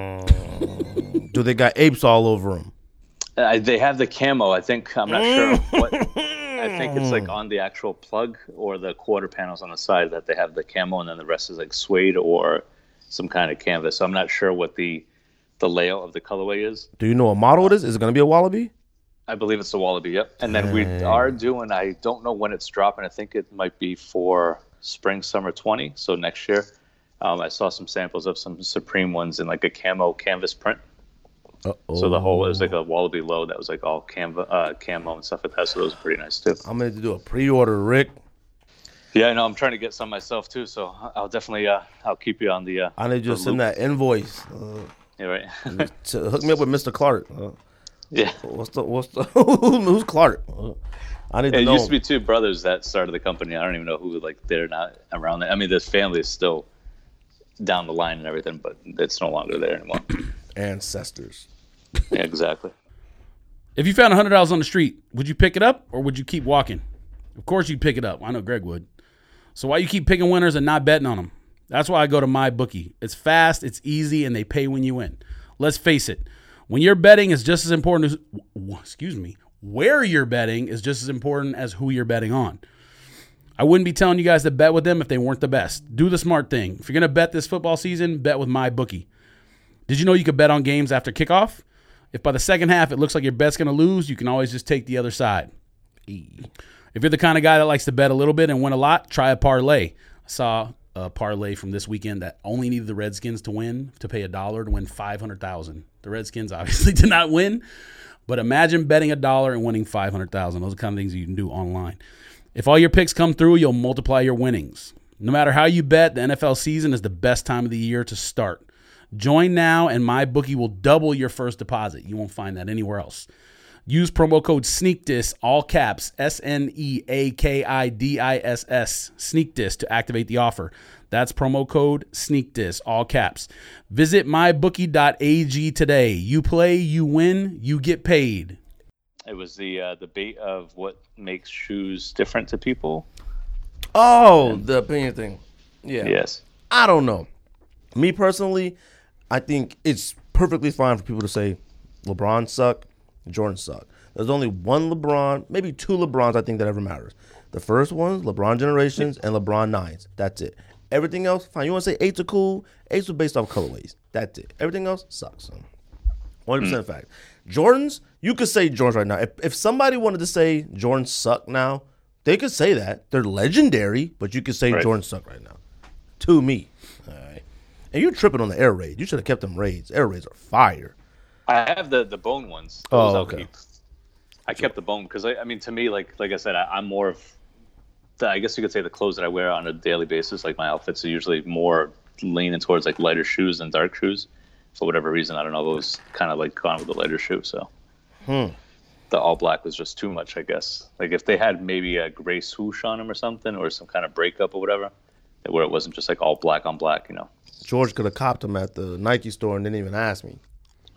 Mm. Do they got apes all over them?
Uh, they have the camo. I think I'm not sure what. I think it's like on the actual plug or the quarter panels on the side that they have the camo, and then the rest is like suede or some kind of canvas. So I'm not sure what the the layout of the colorway is.
Do you know what model it is? Is it gonna be a wallaby?
I believe it's the Wallaby. Yep. And then we are doing. I don't know when it's dropping. I think it might be for spring, summer twenty. So next year. Um, I saw some samples of some Supreme ones in like a camo canvas print.
Uh-oh.
So the whole it was like a Wallaby low that was like all canva uh, camo and stuff like that. So those are pretty nice too.
I'm gonna have to do a pre-order, Rick.
Yeah, I know. I'm trying to get some myself too. So I'll definitely uh, I'll keep you on the. Uh,
I need you to send that invoice. Uh,
yeah, right.
to hook me up with Mr. Clark. Uh,
yeah.
what's the what's the who's Clark? Uh, I need to
It
know.
used to be two brothers that started the company. I don't even know who like they're not around. I mean, this family is still down the line and everything, but it's no longer there anymore.
ancestors.
yeah, exactly.
If you found hundred dollars on the street, would you pick it up or would you keep walking? Of course you'd pick it up. I know Greg would. So why you keep picking winners and not betting on them? That's why I go to my bookie. It's fast, it's easy, and they pay when you win. Let's face it, when you're betting is just as important as w- w- excuse me, where you're betting is just as important as who you're betting on. I wouldn't be telling you guys to bet with them if they weren't the best. Do the smart thing. If you're gonna bet this football season, bet with my bookie. Did you know you could bet on games after kickoff? If by the second half it looks like your bet's going to lose, you can always just take the other side. If you're the kind of guy that likes to bet a little bit and win a lot, try a parlay. I saw uh, parlay from this weekend that only needed the Redskins to win to pay a dollar to win five hundred thousand. The Redskins obviously did not win, but imagine betting a dollar and winning five hundred thousand. Those are the kind of things you can do online. If all your picks come through, you'll multiply your winnings. No matter how you bet, the NFL season is the best time of the year to start. Join now, and my bookie will double your first deposit. You won't find that anywhere else. Use promo code SNEAKDIS, all caps, S N E A K I D I S S, SNEAKDIS to activate the offer. That's promo code SNEAKDIS, all caps. Visit mybookie.ag today. You play, you win, you get paid.
It was the uh, debate of what makes shoes different to people.
Oh, the opinion thing. Yeah.
Yes.
I don't know. Me personally, I think it's perfectly fine for people to say LeBron suck, Jordan suck. There's only one LeBron, maybe two LeBrons I think that ever matters. The first one's LeBron generations and LeBron nines. That's it. Everything else, fine. You want to say eights are cool? Eights are based off colorways. That's it. Everything else sucks. One hundred percent fact. Jordans, you could say Jordans right now. If, if somebody wanted to say Jordans suck now, they could say that. They're legendary, but you could say
Right.
Jordans suck right now. To me, all right. And you're tripping on the air raid. You should have kept them raids. Air raids are fire.
I have the the bone ones.
Oh,
Those I'll
okay.
keep. I kept the bone because I, I mean, to me, like like I said, I, I'm more of, the, I guess you could say the clothes that I wear on a daily basis. Like my outfits are usually more leaning towards like lighter shoes than dark shoes. For whatever reason, I don't know. I've always kind of like gone with the lighter shoe. So
Hmm.
the all black was just too much, I guess. Like if they had maybe a gray swoosh on them or something, or some kind of breakup or whatever, where it wasn't just like all black on black, you know.
George could have copped them at the Nike store and didn't even ask me.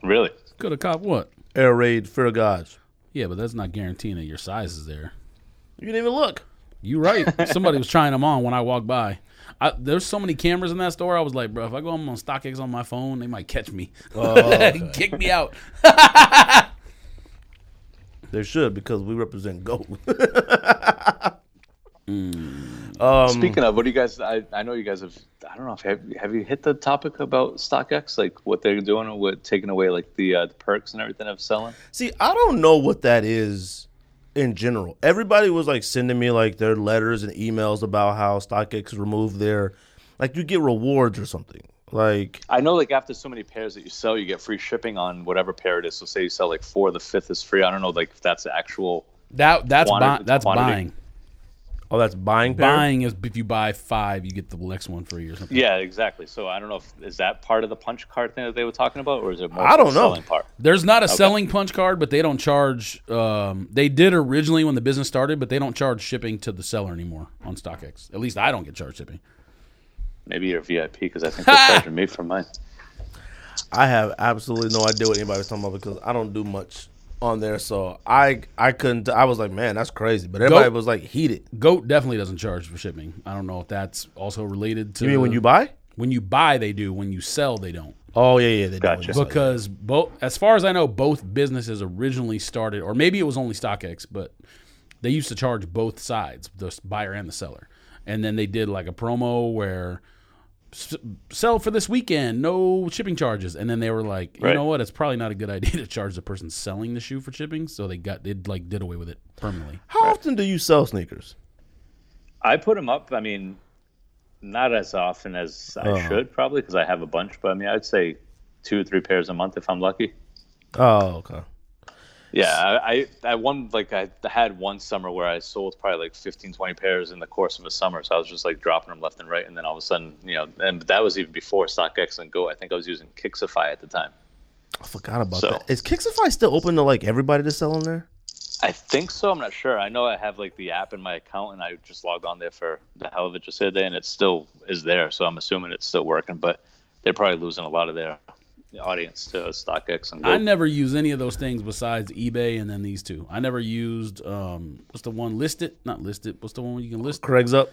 Really,
Go to cop what?
Air raid, fear of gods.
Yeah, but that's not guaranteeing that your size is there.
You didn't even look.
You right. Somebody was trying them on when I walked by. I, there's so many cameras in that store. I was like, bro, if I go on StockX on my phone, they might catch me, kick me out.
They should because we represent gold. Hmm.
Speaking of, what do you guys? I, I know you guys have. I don't know if have, have you hit the topic about StockX, like what they're doing with taking away like the, uh, the perks and everything of selling.
See, I don't know what that is in general. Everybody was like sending me like their letters and emails about how StockX removed their like you get rewards or something. Like
I know like after so many pairs that you sell, you get free shipping on whatever pair it is. So say you sell like four, the fifth is free. I don't know like if that's the actual.
That that's
Quantity-
bu- that's
quantity.
buying.
oh that's buying pair?
Buying is if you buy five, you get the next one free or something.
Yeah, exactly. So I don't know if is that part of the punch card thing that they were talking about, or is it more
I
of the
don't know.
selling part?
There's not a selling punch card, but they don't charge. Um, they did originally when the business started, but they don't charge shipping to the seller anymore on StockX. At least I don't get charged shipping.
Maybe you're VIP because I think they're charging me for mine.
I have absolutely no idea what anybody's talking about because I don't do much on there. So I I couldn't I was like, man, that's crazy. But everybody was like heated.
Goat definitely doesn't charge for shipping. I don't know if that's also related to
You mean when you buy?
when you buy they do, when you sell they don't.
Oh yeah, yeah, they
Gotcha.
do.
because both as far as i know both businesses originally started or maybe it was only stockx but they used to charge both sides the buyer and the seller and then they did like a promo where s- sell for this weekend no shipping charges and then they were like you
Right.
know what it's probably not a good idea to charge the person selling the shoe for shipping so they got they like did away with it permanently
How often do you sell sneakers?
I put them up. I mean, not as often as I should probably because I have a bunch. But I mean, I'd say two or three pairs a month if I'm lucky.
Oh, okay.
Yeah, I, I, I one like I had one summer where I sold probably like 15, 20 pairs in the course of a summer. So I was just like dropping them left and right, and then all of a sudden, you know, and that was even before StockX and Go. I think I was using Kixify at the time.
I forgot about
So-
that. Is Kixify still open to like everybody to sell on there?
I think so. I'm not sure. I know I have like the app in my account, and I just logged on there for the hell of it just the other day, and it still is there. So I'm assuming it's still working, but they're probably losing a lot of their audience to StockX and
I
Gold.
never use any of those things besides eBay and then these two. I never used um, what's the one listed? Not listed. What's the one where you can list?
Craig's up.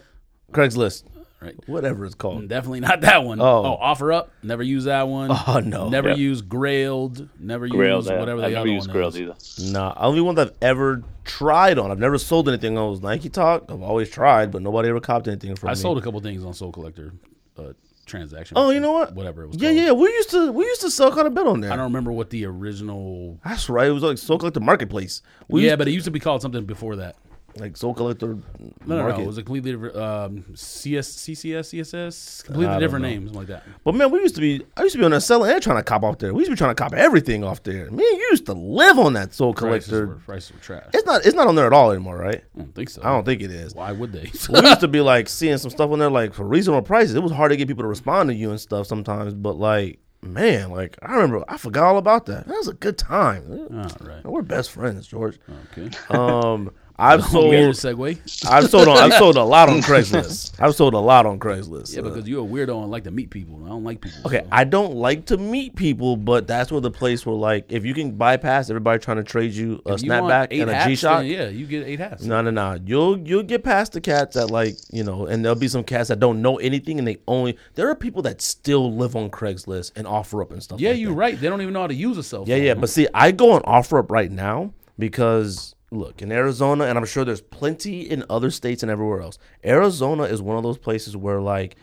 Craigslist.
Right.
Whatever it's called.
Definitely not that one.
Oh.
Oh, offer up. Never use that one.
Oh, no.
Never
Yeah.
use grailed. Never
Grailed,
use
yeah.
whatever the
I've never
other
used
one
Grailed
is.
either.
Nah, only one that I've ever tried on. I've never sold anything on was Nike Talk. I've always tried, but nobody ever copped anything from
I
me.
sold a couple things on Soul Collector uh, transaction.
Oh, you know what?
Whatever it was.
Yeah,
called.
yeah. We used to we used to sell quite a bit on there.
I don't remember what the original.
That's right. It was like so like the marketplace. We
yeah,
used-
but it used to be called something before that.
Like soul collector
No, no, no.
market.
It was a completely different um, CS, CCS, CSS, completely different name, something like that.
but man, we used to be. I used to be on that seller and trying to cop off there. We used to be trying to cop everything off there. Man, you used to live on that soul
Prices
collector.
were, prices were trash.
It's not. It's not on there at all anymore, right?
I don't think so.
I don't think it is.
Why would they?
we used to be like seeing some stuff on there like for reasonable prices. It was hard to get people to respond to you and stuff sometimes, but like man, like I remember I forgot all about that. That was a good time.
All right.
We're best friends, George.
Okay.
Um, I've
Weird
sold
segue.
I've sold on, I've sold a lot on Craigslist. I've sold a lot on Craigslist.
Yeah,
Uh,
because you're a weirdo and like to meet people. and I don't like people.
Okay, I don't like to meet people, but that's where the place where like if you can bypass everybody trying to trade you a
You want
snapback
eight
and a
hats,
G Shock.
then Yeah, you get eight hats.
No, no, no. You'll you'll get past the cats that like you know, and there'll be some cats that don't know anything, and they only there are people that still live on Craigslist and offer up and stuff.
Yeah,
like
you're
that.
right. They don't even know how to use a cell phone.
Yeah, yeah. But see, I go on offer up right now because look in Arizona, and I'm sure there's plenty in other states and everywhere else. Arizona is one of those places where like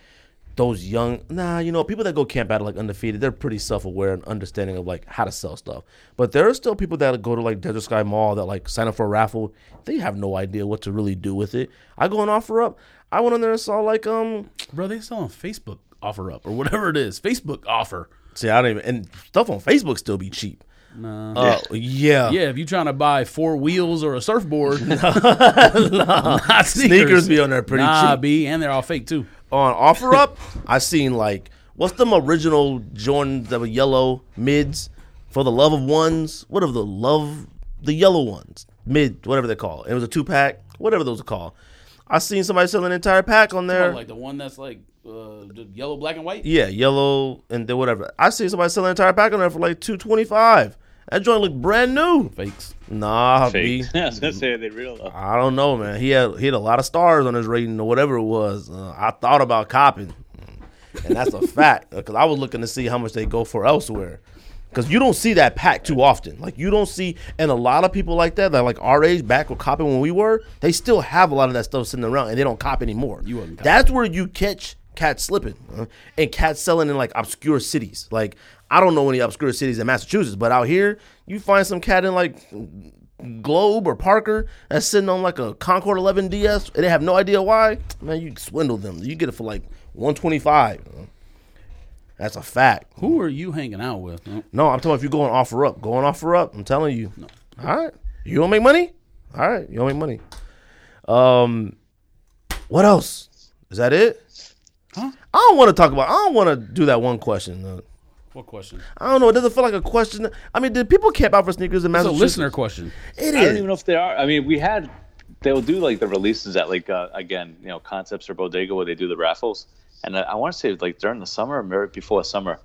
those young nah you know people that go camp out like undefeated they're pretty self-aware and understanding of like how to sell stuff but there are still people that go to like desert sky mall that like sign up for a raffle they have no idea what to really do with it i go on offer up i went on there and saw like um
Bro, they sell on Facebook offer up or whatever it is. Facebook offer.
see i don't even and stuff on facebook still be cheap nah. uh, yeah
Yeah, if you're trying to buy four wheels or a surfboard, not
sneakers be on there pretty
nah,
cheap
B, and they're all fake too.
on OfferUp, I seen like what's them original Jordans that were yellow mids for the love of ones. What of the love the yellow ones mid whatever they call it. It was a two pack, whatever those are called. I seen somebody selling an entire pack on there.
Oh, like the one that's like uh, the yellow, black, and white.
yeah, yellow and then whatever. I seen somebody selling an entire pack on there for like two twenty five. That joint looked brand new.
Fakes.
Nah, B.
Fake. Yeah, I was
Mm-hmm.
gonna say are they real though.
I don't know, man. He had he had a lot of stars on his rating or whatever it was. Uh, I thought about copping, and that's a fact because I was looking to see how much they go for elsewhere. Because you don't see that pack too often. Like you don't see, and a lot of people like that, that like our age back were copping when we were. They still have a lot of that stuff sitting around, and they don't cop anymore.
You wasn't copping.
That's where you catch cats slipping uh, and cats selling in like obscure cities. Like I don't know any obscure cities in Massachusetts, but out here you find some cat in like Globe or Parker that's sitting on like a Concord 11 DS and they have no idea why, man, you swindle them. You get it for like 125. you know? That's a fact.
Who are you hanging out with? Oh, No.
No, I'm talking if you go on offer up, go on offer up. I'm telling you. All right. You don't make money? All right. You don't make money. Um, what else? Is that it?
Huh?
I don't want to talk about. I don't want to do that one question. though.
What question?
I don't know. It doesn't feel like a question. I mean, did people camp out for sneakers in
It's a
Massachusetts?
listener question.
It
I don't
is.
even know if they are. I mean, we had they'll do like the releases at like uh, again, you know, Concepts or Bodega where they do the raffles. And I, I want to say like during the summer, or maybe before summer,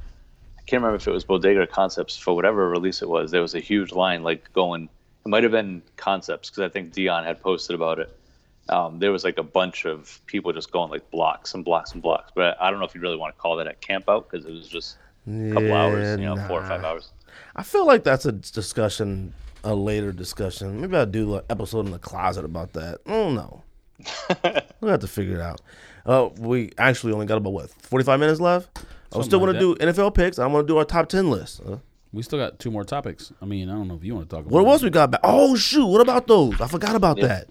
I can't remember if it was Bodega or Concepts for whatever release it was. There was a huge line like going. It might have been Concepts because I think Dion had posted about it. Um, there was like a bunch of people just going like blocks and blocks and blocks. But I don't know if you really want to call that a camp out because it was just a couple
Yeah,
hours, you know, four or
nah.
five hours.
I feel like that's a discussion, a later discussion. Maybe I'll do an episode in the closet about that. I don't know. we'll have to figure it out. Uh, we actually only got about what forty five minutes left. I
Something
still
like
want to do NFL picks. I want to do our top ten list. Uh,
We still got two more topics. I mean, I don't know if you want to talk about
what
it.
else we got back? Oh shoot! What about those? I forgot about that.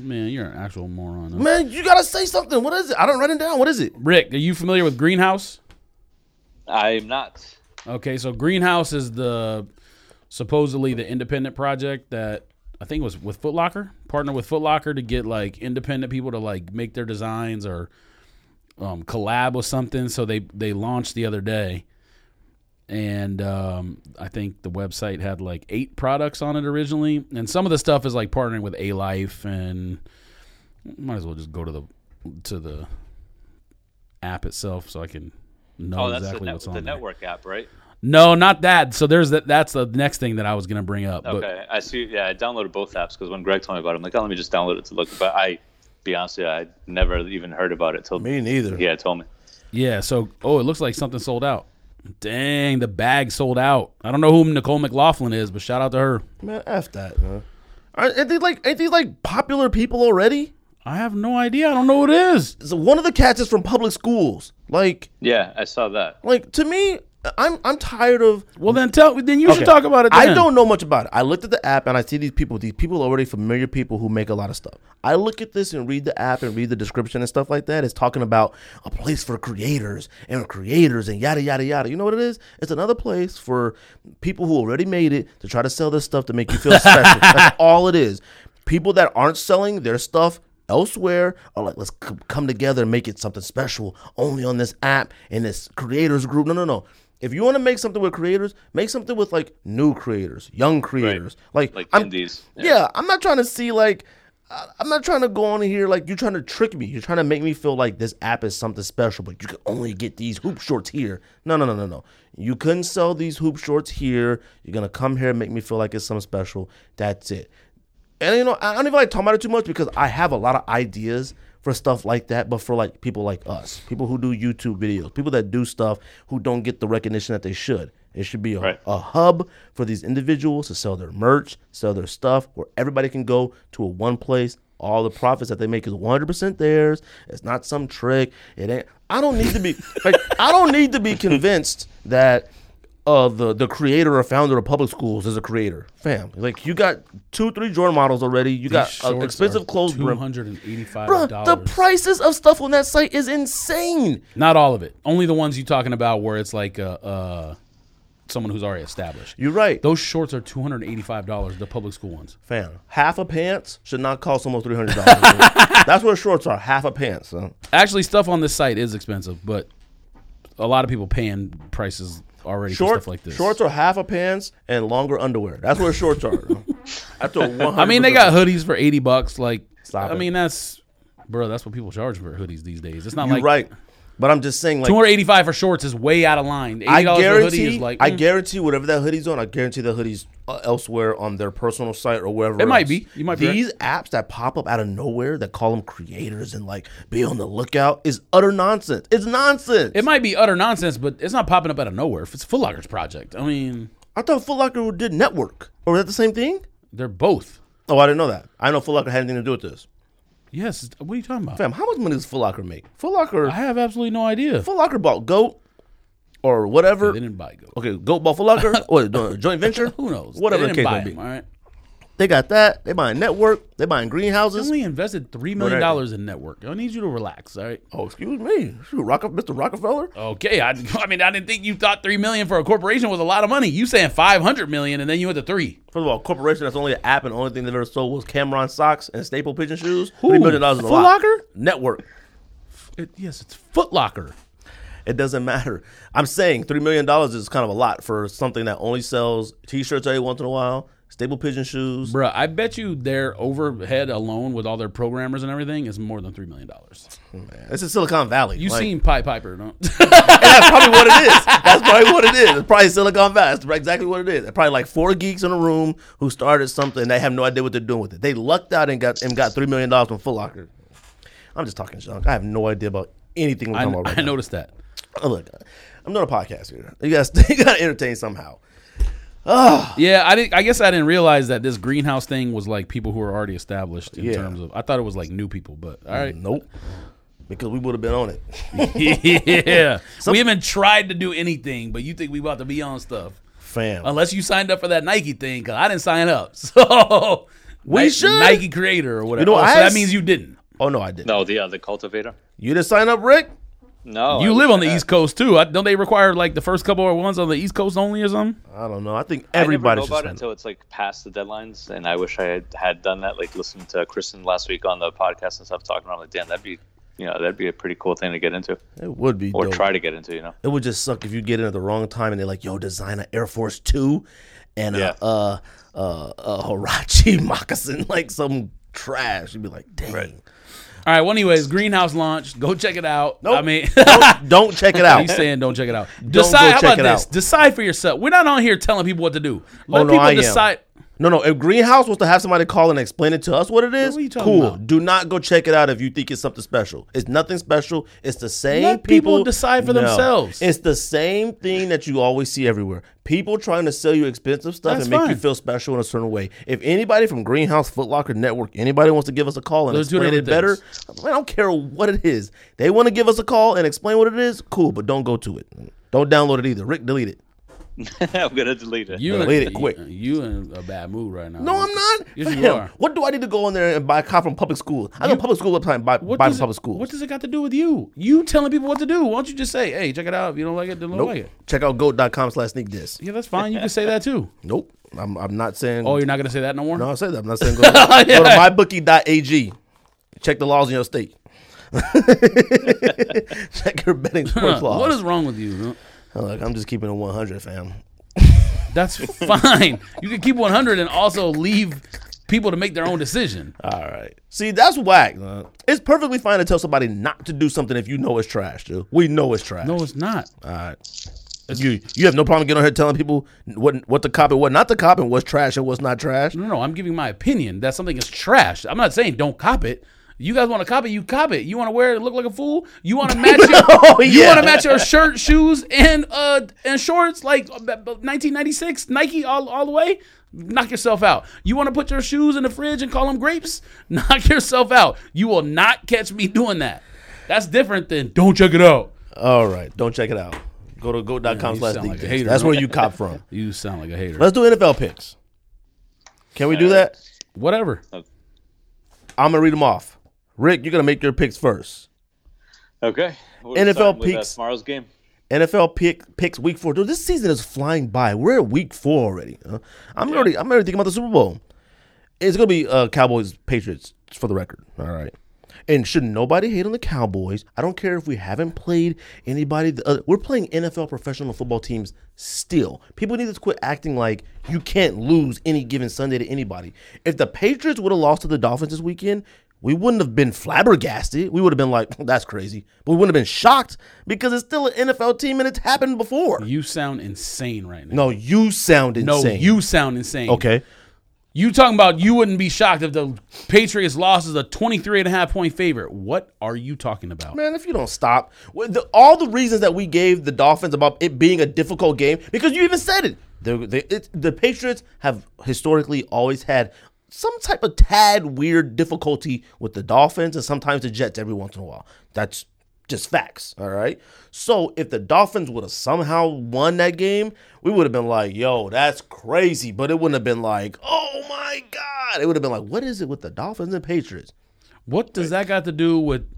Man, you're an actual moron. huh?
Man, you gotta say something. What is it? I don't write it down. What is it?
Rick, are you familiar with Greenhouse?
I'm not.
Okay, so Greenhouse is the supposedly the independent project that I think was with Foot Locker, partner with Foot Locker to get like independent people to like make their designs or um, collab with something. So they they launched the other day, and um, I think the website had like eight products on it originally, and some of the stuff is like partnering with A Life, and might as well just go to the to the app itself so I can know
Oh, that's
exactly
the, net,
what's on
the
there.
network app, right?
No, not that. So there's that. That's the next thing that I was gonna bring up. But
Okay, I see. Yeah, I downloaded both apps because when Greg told me about it, I'm like, oh, let me just download it to look. But I, be honest, yeah, I never even heard about it till
Me neither.
yeah, told me.
yeah. So oh, it looks like something sold out. Dang, the bag sold out. I don't know who Nicole McLaughlin is, but shout out to her.
Man, f that. Man. Aren't aren't they like? Ain't they like popular people already?
I have no idea. I don't know who it is.
So one of the cats is from public schools. Like,
Yeah, I saw that.
like to me, I'm I'm tired of.
Well, then tell. Then you should
Okay.
talk about it.
I
then.
don't know much about it. I looked at the app and I see these people. These people are already familiar people who make a lot of stuff. I look at this and read the app and read the description and stuff like that. It's talking about a place for creators and creators and yada yada yada. You know what it is? It's another place for people who already made it to try to sell their stuff to make you feel special. That's all it is. People that aren't selling their stuff elsewhere are like, let's c- come together and make it something special only on this app and this creators group. No, no, no. If you want to make something with creators, make something with like new creators, young creators. Like,
Like
I'm,
indies.
Yeah. I'm not trying to see like, I- I'm not trying to go on here like you're trying to trick me. You're trying to make me feel like this app is something special, but you can only get these hoop shorts here. No, no, no, no, no. You couldn't sell these hoop shorts here. You're gonna come here and make me feel like it's something special. That's it. And you know, I don't even like talking about it too much because I have a lot of ideas for stuff like that, but for like people like us, people who do YouTube videos, people that do stuff who don't get the recognition that they should. It should be a,
Right.
a hub for these individuals to sell their merch, sell their stuff, where everybody can go to a one place. All the profits that they make is 100% theirs. It's not some trick. It ain't. I don't need to be like I don't need to be convinced that uh, the the creator or founder of public schools is a creator. Fam, like you got two, three Jordan models already. You got uh, expensive clothes.
Two
Bro,
hundred and eighty-five
Bruh, the
dollars.
prices of stuff on that site is insane.
Not all of it. Only the ones you're talking about where it's like uh, uh, someone who's already established.
You're right,
Those shorts are two hundred and eighty-five dollars. The public school ones.
fam. Half a pants should not cost almost three hundred dollars. That's what shorts are. Half a pants. Son.
Actually, stuff on this site is expensive, but a lot of people paying prices already for
Short,
stuff like this.
Shorts are half a pants and longer underwear. That's what shorts are. That's what
I mean, they got hoodies for eighty bucks. Like,
Stop
I
it.
mean, that's bro. That's what people charge for hoodies these days. It's not
You're
like
right, but I'm just saying like.
two hundred eighty-five for shorts is way out of line.
I
Eighty dollars for a hoodie
guarantee,
is like
I
mm,
guarantee whatever that hoodie's on, I guarantee the hoodie's uh, elsewhere on their personal site or wherever.
It might
else.
be. You might be right.
These apps that pop up out of nowhere that call them creators and like be on the lookout is utter nonsense. It's nonsense.
It might be utter nonsense, but it's not popping up out of nowhere. If it's Foot Locker's project, I mean,
I thought Foot Locker did network. Or was that the same thing?
they're both.
Oh, I didn't know that. I know Foot Locker had anything to do with this.
Yes. it's- What are you talking about?
Fam, how much money does Foot Locker make? Foot Locker,
I have absolutely no idea.
Foot Locker bought Goat or whatever.
They didn't buy Go.
Okay, Goat bought Foot Locker or uh, joint venture.
Who knows?
Whatever
they
the
didn't
case
buy
may
them,
be.
all right.
They got that. They buying network. They buying greenhouses.
They only invested three million dollars in network. I need you to relax. All right.
Oh, excuse me, Shoot, Rock- Mr. Rockefeller.
Okay. I, I mean, I didn't think you thought three million for a corporation was a lot of money. You saying five hundred million, and then you went to three.
First of all, a corporation that's only an app and the only thing they've ever sold was Cameron socks and staple pigeon shoes. Three million dollars is a
Foot
lot.
Locker?
network.
It, yes, it's Foot Locker.
It doesn't matter. I'm saying three million dollars is kind of a lot for something that only sells t-shirts every once in a while, staple pigeon shoes.
Bruh, I bet you their overhead alone with all their programmers and everything is more than $3 million.
Man, This is Silicon Valley.
You've
Like,
seen Pie Piper, don't
that's probably what it is. That's probably what it is. It's probably Silicon Valley. That's exactly what it is. Probably like four geeks in a room who started something. and They have no idea what they're doing with it. They lucked out and got and got three million dollars from Foot Locker. I'm just talking junk. I have no idea about anything we're
I,
talking about. Right
I
now.
noticed that.
Oh, look, I'm doing a podcast here. You guys, you gotta entertain somehow.
Yeah, I didn't. I guess I didn't realize that this greenhouse thing was like people who are already established in
Yeah. Mm.
terms of. I thought it was like new people, but all right.
Nope, because we would have been on it.
yeah, we haven't tried to do anything, but you think we about to be on stuff?
Fam,
Unless you signed up for that Nike thing, because I didn't sign up. So we
should.
Nike creator or whatever.
know,
oh,
I
so that
s-
means you didn't.
oh no, I didn't.
No, the uh, the cultivator.
You didn't sign up, Rick. Oh,
No,
You
I
live
wish I
on the
had.
East Coast too. I, don't they require like the first couple of ones on the East Coast only or something?
I don't know. I think
I never
everybody
know
should
about it
sign up.
until it's like past the deadlines, and I wish I had, had done that. Like listening to Kristen last week on the podcast and stuff, talking about like, damn, that'd be, you know, that'd be a pretty cool thing to get into
It would be
or
dope.
try to get into. You know,
It would just suck if you get in at the wrong time and they're like, "Yo, design an Air Force Two, and
Yeah.
a uh, uh, a Hirachi moccasin, like some trash." You'd be like, "Dang."
All right. Well, anyways, greenhouse launch. Go check it out. I mean,
Don't check it out.
he's saying don't check it out. Decide.
go
how
check
about
it
this?
out.
Decide for yourself. We're not on here telling people what to do. Let
Oh, no,
people
I am.
decide.
No, no. If Greenhouse was to have somebody call and explain it to us what it is,
What are you talking
cool.
about?
Do not go check it out if you think it's something special. It's nothing special. It's the same
Let people decide for themselves.
It's the same thing that you always see everywhere. People trying to sell you expensive stuff
That's
and make you
fine.
feel special in a certain way. If anybody from Greenhouse, Foot Locker, Network, anybody wants to give us a call and
Those two
explain it better,
different
I don't care what it is. They want to give us a call and explain what it is, cool, but don't go to it. Don't download it either. Rick, delete it.
I'm gonna delete it.
You
Delete it quick.
You, you in a bad mood right now.
No, I'm not.
Yes, you
Fam,
are.
What do I need to go in there and buy a cop from public school? I go to public school website and buy, buy from
does it-
public school.
What does it got to do with you? You telling people what to do? Why don't you just say, "Hey, check it out. If you don't like it, then don't
nope.
like it."
Check out goat.com slash sneak this.
Yeah, that's fine. You can say that too.
Nope. I'm, I'm not saying.
Oh, you're not gonna say that no more.
No, I said that. I'm not saying go to, go to mybookie.ag. Check the laws in your state. Check your betting
Huh,
sports laws.
what is wrong with you? huh?
Look, I'm just keeping it 100, fam.
That's fine. You can keep 100 and also leave people to make their own decision.
All right. See, that's whack. It's perfectly fine to tell somebody not to do something if you know it's trash, dude. We know it's trash.
No, it's not.
All right. You you have no problem getting on here telling people what what the cop and what not the cop and what's trash and what's not trash.
No, no, I'm giving my opinion that something is trash. I'm not saying don't cop it. You guys want to cop it, you cop it. You want to wear it, and look like a fool. You want to match your,
Oh,
you
yeah.
want to match your shirt, shoes, and uh and shorts like uh, 1996 Nike all all the way. Knock yourself out. You want to put your shoes in the fridge and call them grapes? Knock yourself out. You will not catch me doing that. That's different than don't check it out.
All right. Don't check it out. Go to goat.com
you
slash
sound like a
DKs.
hater,
That's
man.
where you cop from.
You sound like a hater.
Let's do NFL picks. Can we do that?
Whatever.
I'm gonna read them off. Rick, you're gonna make your picks first.
Okay. We're
NFL
starting with, uh,
picks.
tomorrow's game.
NFL pick picks week four. Dude, this season is flying by. We're at week four already. huh? I'm already I'm already thinking about the Super Bowl. It's gonna be uh, Cowboys Patriots for the record. All right. And should nobody hate on the Cowboys? I don't care if we haven't played anybody. The other, we're playing NFL professional football teams still. People need to quit acting like you can't lose any given Sunday to anybody. If the Patriots would have lost to the Dolphins this weekend, we wouldn't have been flabbergasted. We would have been like, that's crazy. But we wouldn't have been shocked because it's still an NFL team and it's happened before.
You sound insane right now.
No, you sound
No,
insane.
you sound insane.
Okay.
You talking about you wouldn't be shocked if the Patriots lost as a 23 and a half point favorite. What are you talking about?
Man, if you don't stop, with the, all the reasons that we gave the Dolphins about it being a difficult game, because you even said it, the they, it, the Patriots have historically always had some type of tad weird difficulty with the Dolphins and sometimes the Jets every once in a while. That's just facts, all right. So if the Dolphins would have somehow won that game, we would have been like, "Yo, that's crazy," but it wouldn't have been like, "Oh my god!" It would have been like, "What is it with the Dolphins and Patriots?"
What does that got to do with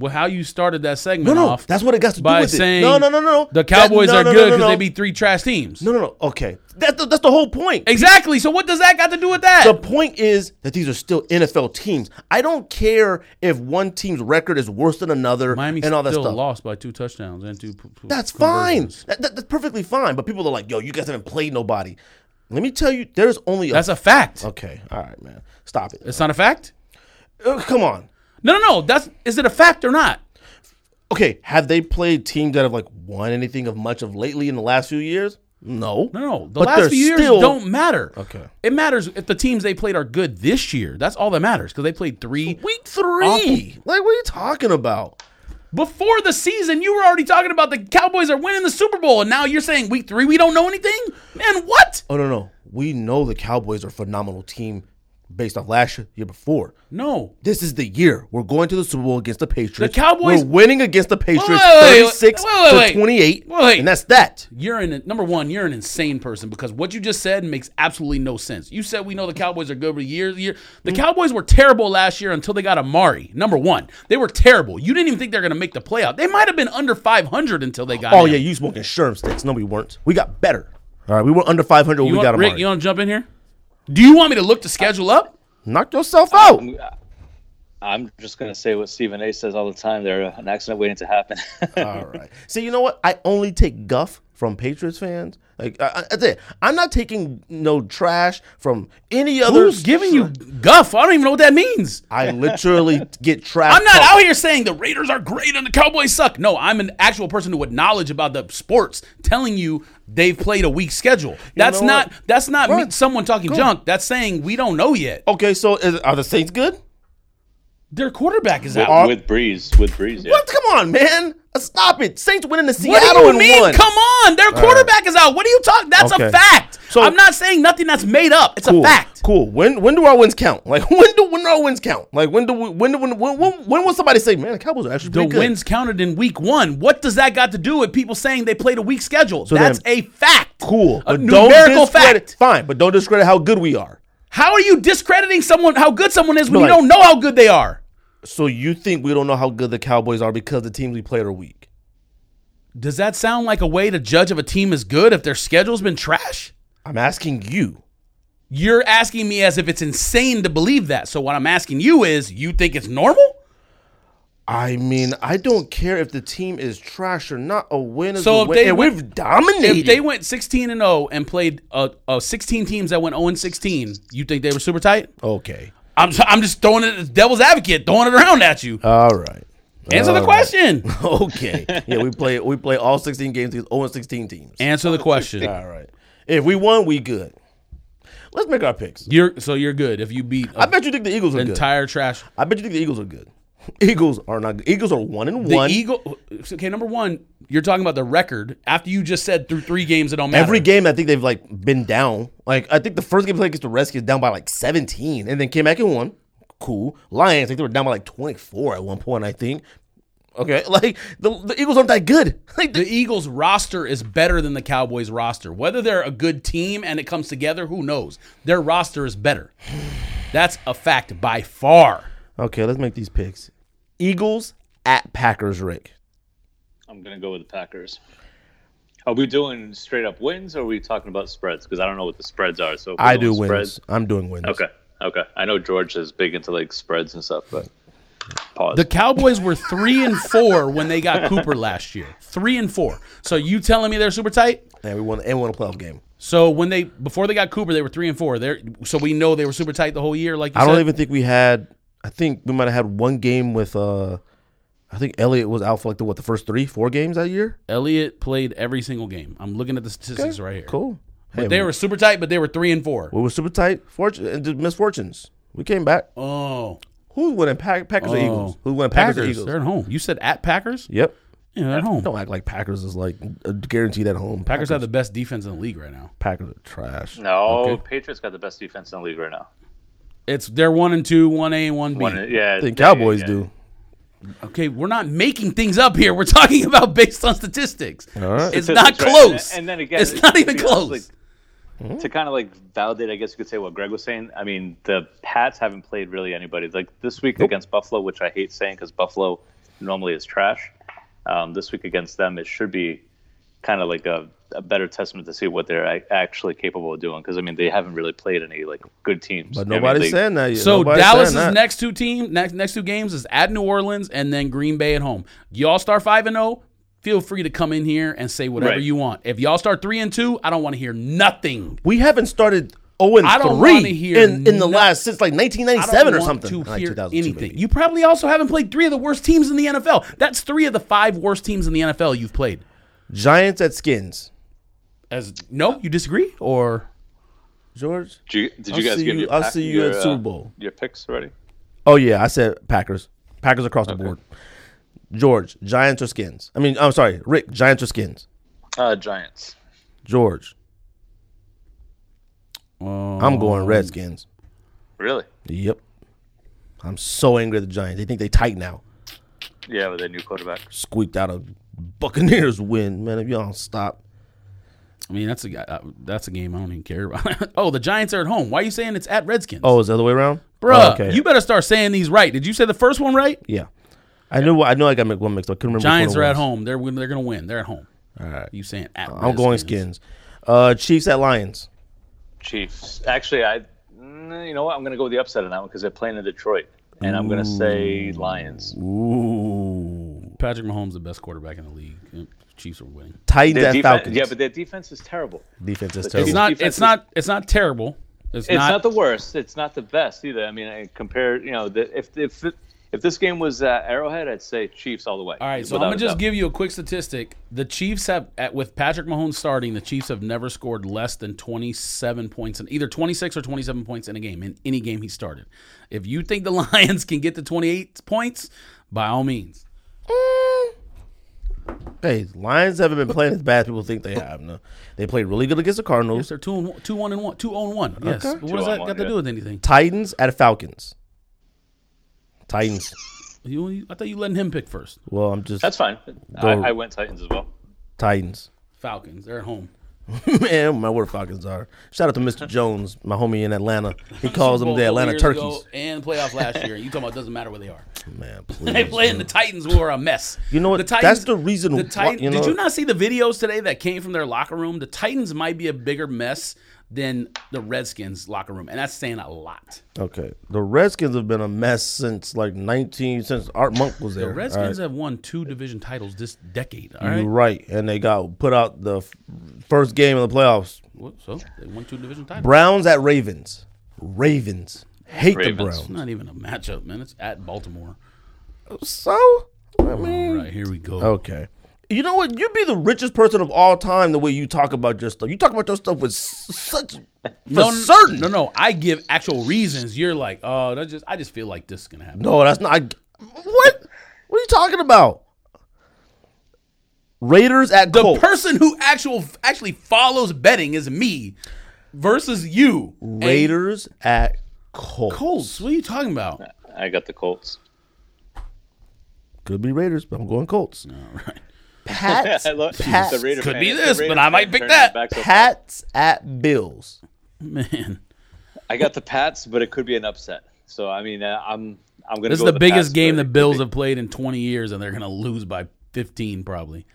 wh- how you started that segment
No, no,
off?
that's what it got to do
by
with it.
saying
No, no, no, no, no.
The
That-
Cowboys
no,
are
no, no,
good
no,
because
no.
they beat three trash teams.
No, no, no. Okay, that's the, that's the whole point.
Exactly. So what does that got to do with that?
The point is that these are still NFL teams. I don't care if one team's record is worse than another
Miami
and all that
still
stuff.
lost by two touchdowns and two. p- p-
That's fine.
conversions.
That, that- that's perfectly fine. But people are like, "Yo, you guys haven't played nobody." Let me tell you, there's only a,
That's a fact.
okay. All right, man, stop it.
It's not a fact.
Uh, come on.
No, no, no. That's is it a fact or not?
Okay, have they played teams that have like won anything of much of lately in the last few years? No,
No, no. The
But they're
last few years
still-
don't matter.
Okay.
It matters if the teams they played are good this year. That's all that matters because they played three.
Week three. Like, what are you talking about?
Before the season, you were already talking about the Cowboys are winning the Super Bowl, and now you're saying week three, we don't know anything? Man, what?
Oh no no, we know the Cowboys are a phenomenal team based off last year, year before.
No.
This is the year we're going to the Super Bowl against the Patriots.
Cowboys-
we're winning against the Patriots,
Wait, wait, wait, wait.
thirty-six
Wait, wait, wait.
to twenty-eight,
Wait.
and that's that.
You're an number one. You're an insane person because what you just said makes absolutely no sense. You said we know the Cowboys are good over the year. year. The Cowboys were terrible last year until they got Amari. Number one, they were terrible. You didn't even think they're going to make the playoff. They might have been under 500 until they got.
Oh
him.
yeah, you smoking Sherm sticks? No, we weren't. We got better. All right, we were under five hundred. We
You want,
got
Rick,
Amari.
you want to jump in here? Do you want me to look the schedule up?
Knock yourself out.
I'm just gonna say what Stephen A. says all the time. They're an accident waiting to happen.
All right. See, you know what? I only take guff from Patriots fans. Like I, I, that's it. I'm not taking no trash from any other.
Who's giving you guff? I don't even know what that means.
I literally get trash.
I'm not
talk.
out here saying the Raiders are great and the Cowboys suck. No, I'm an actual person who with knowledge about the sports telling you they've played a weak schedule. That's
know
not
what?
that's not me,
Run. Oh.
someone talking junk. That's saying we don't know yet.
Okay, so is, are the Saints good?
Their quarterback is
With,
out.
Are-
with Breeze, with Breeze, yeah.
What? Come on, man. Stop it. Saints winning to Seattle
What do you
and
mean?
one.
Come on, their quarterback is out. What are you talking? That's
Okay.
a fact.
So-
I'm not saying nothing that's made up. It's
cool.
a fact.
Cool. When when do our wins count? Like when do when do our wins count? Like when do we, when do when when, when when will somebody say, man, the Cowboys are actually
The
pretty good?
wins counted in week one. What does that got to do with people saying they played a weak schedule?
then-
that's a fact.
Cool.
A
But don't
numerical
discredit-
fact.
Fine, but don't discredit how good we are.
How are you discrediting someone? How good someone is when
But
you
like-
don't know how good they are?
So you think we don't know how good the Cowboys are because the teams we played are weak?
Does that sound like a way to judge if a team is good if their schedule's been trash?
I'm asking you.
You're asking me as if it's insane to believe that. So what I'm asking you is, you think it's normal?
I mean, I don't care if the team is trash or not. A win is
So
a
if
win.
they
and
win-
we've dominated.
If they went 16 and 0 and played uh, uh 16 teams that went 0 and 16, you think they were super tight?
okay.
I'm I'm just throwing it as devil's advocate, throwing it around at you.
All right.
Answer the
All right.
question.
Okay. yeah, we play we play all 16 games against 0 and 16 teams.
Answer the question.
all right. If we won, we good. Let's make our picks.
You're so you're good if you beat
I
an
bet you think the Eagles are good.
entire trash.
I bet you think the Eagles are good. Eagles are not good. Eagles are one and
The
one.
Eagle. Okay, number one, you're talking about the record. After you just said through three games, it don't matter.
Every game, I think they've like been down. Like I think the first game they played against the Redskins down by like 17, and then came back and won. Cool. Lions, I think they were down by like 24 at one point. I think. Okay, like the, the Eagles aren't that good. Like
The Eagles roster is better than the Cowboys roster. Whether they're a good team and it comes together, who knows? Their roster is better. That's a fact by far.
okay, let's make these picks. Eagles at Packers, Rick.
I'm gonna go with the Packers. Are we doing straight up wins, or are we talking about spreads? Because I don't know what the spreads are. So if we're
I do
doing
wins.
spreads-
I'm doing wins.
Okay, okay. I know George is big into like spreads and stuff, but pause.
The Cowboys were three and four when they got Cooper last year. Three and four. So you telling me they're super tight?
And we won. And we won a playoff game.
So when they before they got Cooper, they were three and four. They're, so we know they were super tight the whole year. Like you
I don't
said.
even think we had. I think we might have had one game with. uh I think Elliott was out for like the what the first three, four games that year.
Elliott played every single game. I'm looking at the statistics right here.
Cool. Hey,
They were super tight, but they were three and four.
We were super tight. Fortune and did misfortunes. We came back.
Oh,
Who's winning? Pack, Packers or Eagles? Who won? Packers, or Eagles?
They're at home. You said at Packers.
Yep.
Yeah, they're at home.
Don't act like Packers is like uh, guaranteed at home.
Packers have the best defense in the league right now.
Packers are trash.
no, Patriots got the best defense in the league right now.
It's they're one and two, one A and one B.
One, yeah,
I think Cowboys
yeah.
do.
Okay, we're not making things up here. We're talking about based on statistics.
right.
It's
Statistics,
not
right.
close.
And, and then again,
it's not
to
even
be honest,
close.
like,
Hmm.
To kind of like validate, I guess you could say what Greg was saying. I mean, the Pats haven't played really anybody. Like this week against Buffalo, which I hate saying because Buffalo normally is trash. Um, this week against them, it should be kind of like a, a better testament to see what they're ac- actually capable of doing. Because I mean, they haven't really played any like good teams.
But
I mean,
nobody's
they-
saying that yet.
so
Nobody's
Dallas's
saying that.
next two team next next two games is at New Orleans and then Green Bay at home. Y'all start five and zero. Feel free to come in here and say whatever
Right.
you want. If y'all start three and two, I don't want to hear nothing.
We haven't started 0 and
I don't wanna
3
hear
in, in the
no-
last since like
I
1997 or
don't want
something.
To
like
hear
2002
anything.
maybe.
You probably also haven't played three of the worst teams in the NFL. That's three of the five worst teams in the NFL you've played.
Giants at Skins.
As no, you disagree or
George.
Did you, did you
I'll
guys
see
give
you-
your
I'll
pack-
see you
your,
at
uh,
Super Bowl.
your picks already?
Oh yeah, I said Packers. Packers across the board. George. Giants or Skins. I mean, I'm sorry, Rick. Giants or Skins.
Uh, Giants.
George. I'm going Redskins.
Really?
Yep. I'm so angry at the Giants. They think they tight now.
Yeah, with their new quarterback.
Squeaked out a Buccaneers win, man. If y'all don't stop,
I mean that's a guy- uh, that's a game I don't even care about. oh, the Giants are at home. Why are you saying it's at Redskins?
oh, it's the other way around,
bruh,
Oh, okay,
you better start saying these right. Did you say the first one right?
yeah. I knew. I knew I got mi- one mixed. up. I couldn't remember. which
Giants
one
are
it
at
was.
home. They're win- they're gonna win. They're at home. All right. You saying at?
I'm going Skins. Uh, Chiefs at Lions.
Chiefs. Actually, I. mm, You know what? I'm going to go with the upset on that one because they're playing in Detroit, and I'm going to say Lions.
Ooh.
Patrick Mahomes the best quarterback in the league. Yeah, Chiefs are winning.
Titans
Their
at
defense,
Falcons.
yeah, but their defense is terrible.
defense is
It's
terrible.
not.
defense
It's
is-
not. It's not terrible. It's,
It's not,
not.
the worst. It's not the best either. I mean, I compare. You know, the, if if if this game was uh, Arrowhead, I'd say Chiefs all the way.
All right, so
without
I'm gonna
a
just
doubt.
give you a quick statistic. The Chiefs have, at, with Patrick Mahomes starting, the Chiefs have never scored less than 27 points in either 26 or 27 points in a game in any game he started. If you think the Lions can get to 28 points, by all means,
Hey, Lions haven't been playing as bad as people think they have. No, they played really good against the Cardinals.
they're two and one, two one and one, two oh and one. Yes,
Okay.
But what does
Two
that
on one,
got to
yeah.
do with anything?
Titans at Falcons. Titans.
You, you- I thought you letting him pick first.
Well, I'm just
That's fine. I, I went Titans as well.
Titans.
Falcons, they're at home.
Man, my word, Falcons are. Shout out to Mr. Jones, my homie in Atlanta. He calls them
Bowl
the
a couple
Atlanta
years ago
Turkeys.
and playoff last year. You talking about it doesn't matter where they are.
Man,
They
please.
playing the Titans who are a mess.
You know what?
The
That's the reason
The
why-
Titan,
you know-
did you not see the videos today that came from their locker room? The Titans might be a bigger mess than the Redskins locker room, and that's saying a lot.
Okay, the Redskins have been a mess since like 19 since Art Monk was there.
The
All
Redskins
right.
have won two division titles this decade. All right,
You're right, and they got put out the f- first game of the playoffs.
Well, so oh, they won two division titles.
Browns at Ravens. Ravens hate the
Ravens.
Browns.
not even a matchup, man. It's at Baltimore.
So I mean,
All right, here we go.
okay. You know what? You'd be the richest person of all time the way you talk about your stuff. You talk about your stuff with s- such for
no, no,
certain.
No, no, I give actual reasons. You're like, oh, that's just I just feel like this is gonna happen.
No, that's not. I, what? What are you talking about? Raiders at
The
Colts.
person who actual actually follows betting is me versus you. And
Raiders at Colts.
Colts. What are you talking about?
I got the Colts.
Could be Raiders, but I'm going Colts. Pats.
I love
Pats,
the Raider
Could
fan-
be
the
this,
Raider
but I
fan
might pick
turned his
that.
back so far.
Pats at Bills.
Man,
I got the Pats, but it could be an upset. So I mean, uh, I'm I'm gonna.
this
go
is the
with
biggest
Pats,
game
but
the
it could
Bills
be-
have played in 20 years, and they're gonna lose by 15 probably.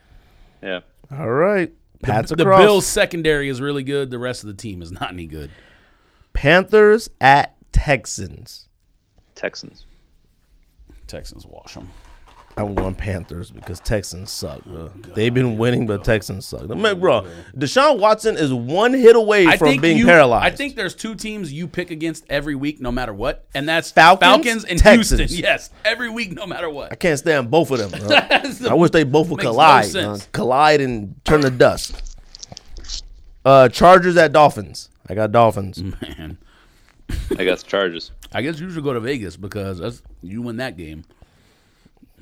Yeah.
All right. Pats
The
across.
Bills secondary is really good. The rest of the team is not any good.
Panthers at Texans.
Texans.
Texans wash them.
I'm going Panthers because Texans suck. Bro. They've been winning, but Texans suck. Man, bro, Deshaun Watson is one hit away from being
you,
paralyzed.
I think there's two teams you pick against every week, no matter what, and that's
Falcons,
and
Texans.
Houston. Yes, every week, no matter
I
what.
can't stand both of them. bro.
That's the-
I wish they both would
Makes no
collide,
sense.
man. collide and turn to dust. Uh, Chargers at Dolphins. I got Dolphins.
Mm. man.
I got the Chargers.
I guess you should go to Vegas because that's, you win that game.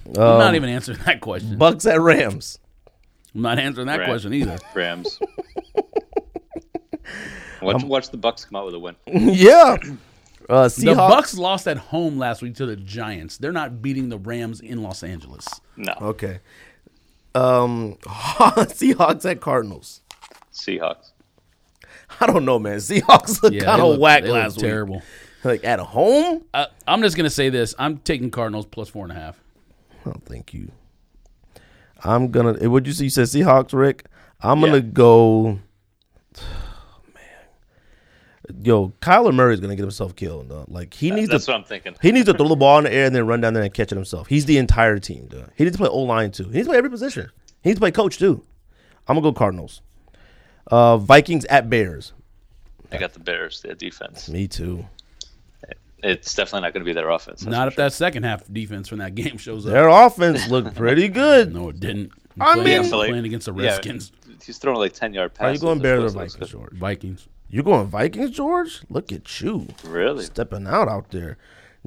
I'm not even answering that question.
Bucks at Rams.
I'm not answering that
Right.
question either.
Rams.
Um,
Watch, watch the Bucks come out with a win.
yeah. Uh, Seahawks.
The Bucks lost at home last week to the Giants. They're not beating the Rams in Los Angeles.
No,
Okay. Um, Seahawks at Cardinals.
Seahawks.
I don't know, man. Seahawks look
Yeah,
kind
they
of
look-
whack
they look
last week.
Terrible.
Like at home?
Uh, I'm just gonna say this. I'm taking Cardinals plus four and a half.
I don't think you. I'm gonna. Would you say you said Seahawks, Rick? I'm
Yeah.
gonna go. Man, yo, Kyler Murray's gonna get himself killed. dog. Like he needs
That's
to.
what I'm thinking.
He needs to throw the ball in the air and then run down there and catch it himself. He's the entire team. Dude. He needs to play O line too. He needs to play every position. He needs to play coach too. I'm gonna go Cardinals. Uh, Vikings at Bears.
I got the Bears. Their defense.
Me too.
It's definitely not going to be their offense.
Not if that second half defense from that game shows up.
Their offense looked pretty good.
No, it didn't.
I
Playing-
mean-
playing against the Redskins,
Yeah, he's throwing like ten yard
Are you
passes.
going
They're
Bears or
supposed to
Vikings, George?
Vikings.
You going Vikings, George? Look at you.
look- Really?
stepping out out there.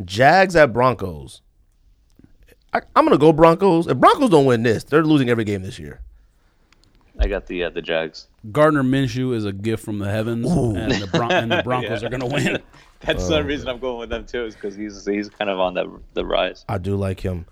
Jags at Broncos. I, I'm gonna go Broncos. If Broncos don't win this, they're losing every game this year.
I got the uh, the Jags.
Gardner Minshew is a gift from the heavens, and the, Bron- and the Broncos are going to win.
That's
Oh,
the reason I'm going with them too, is because he's he's kind of on the the rise.
I do like him.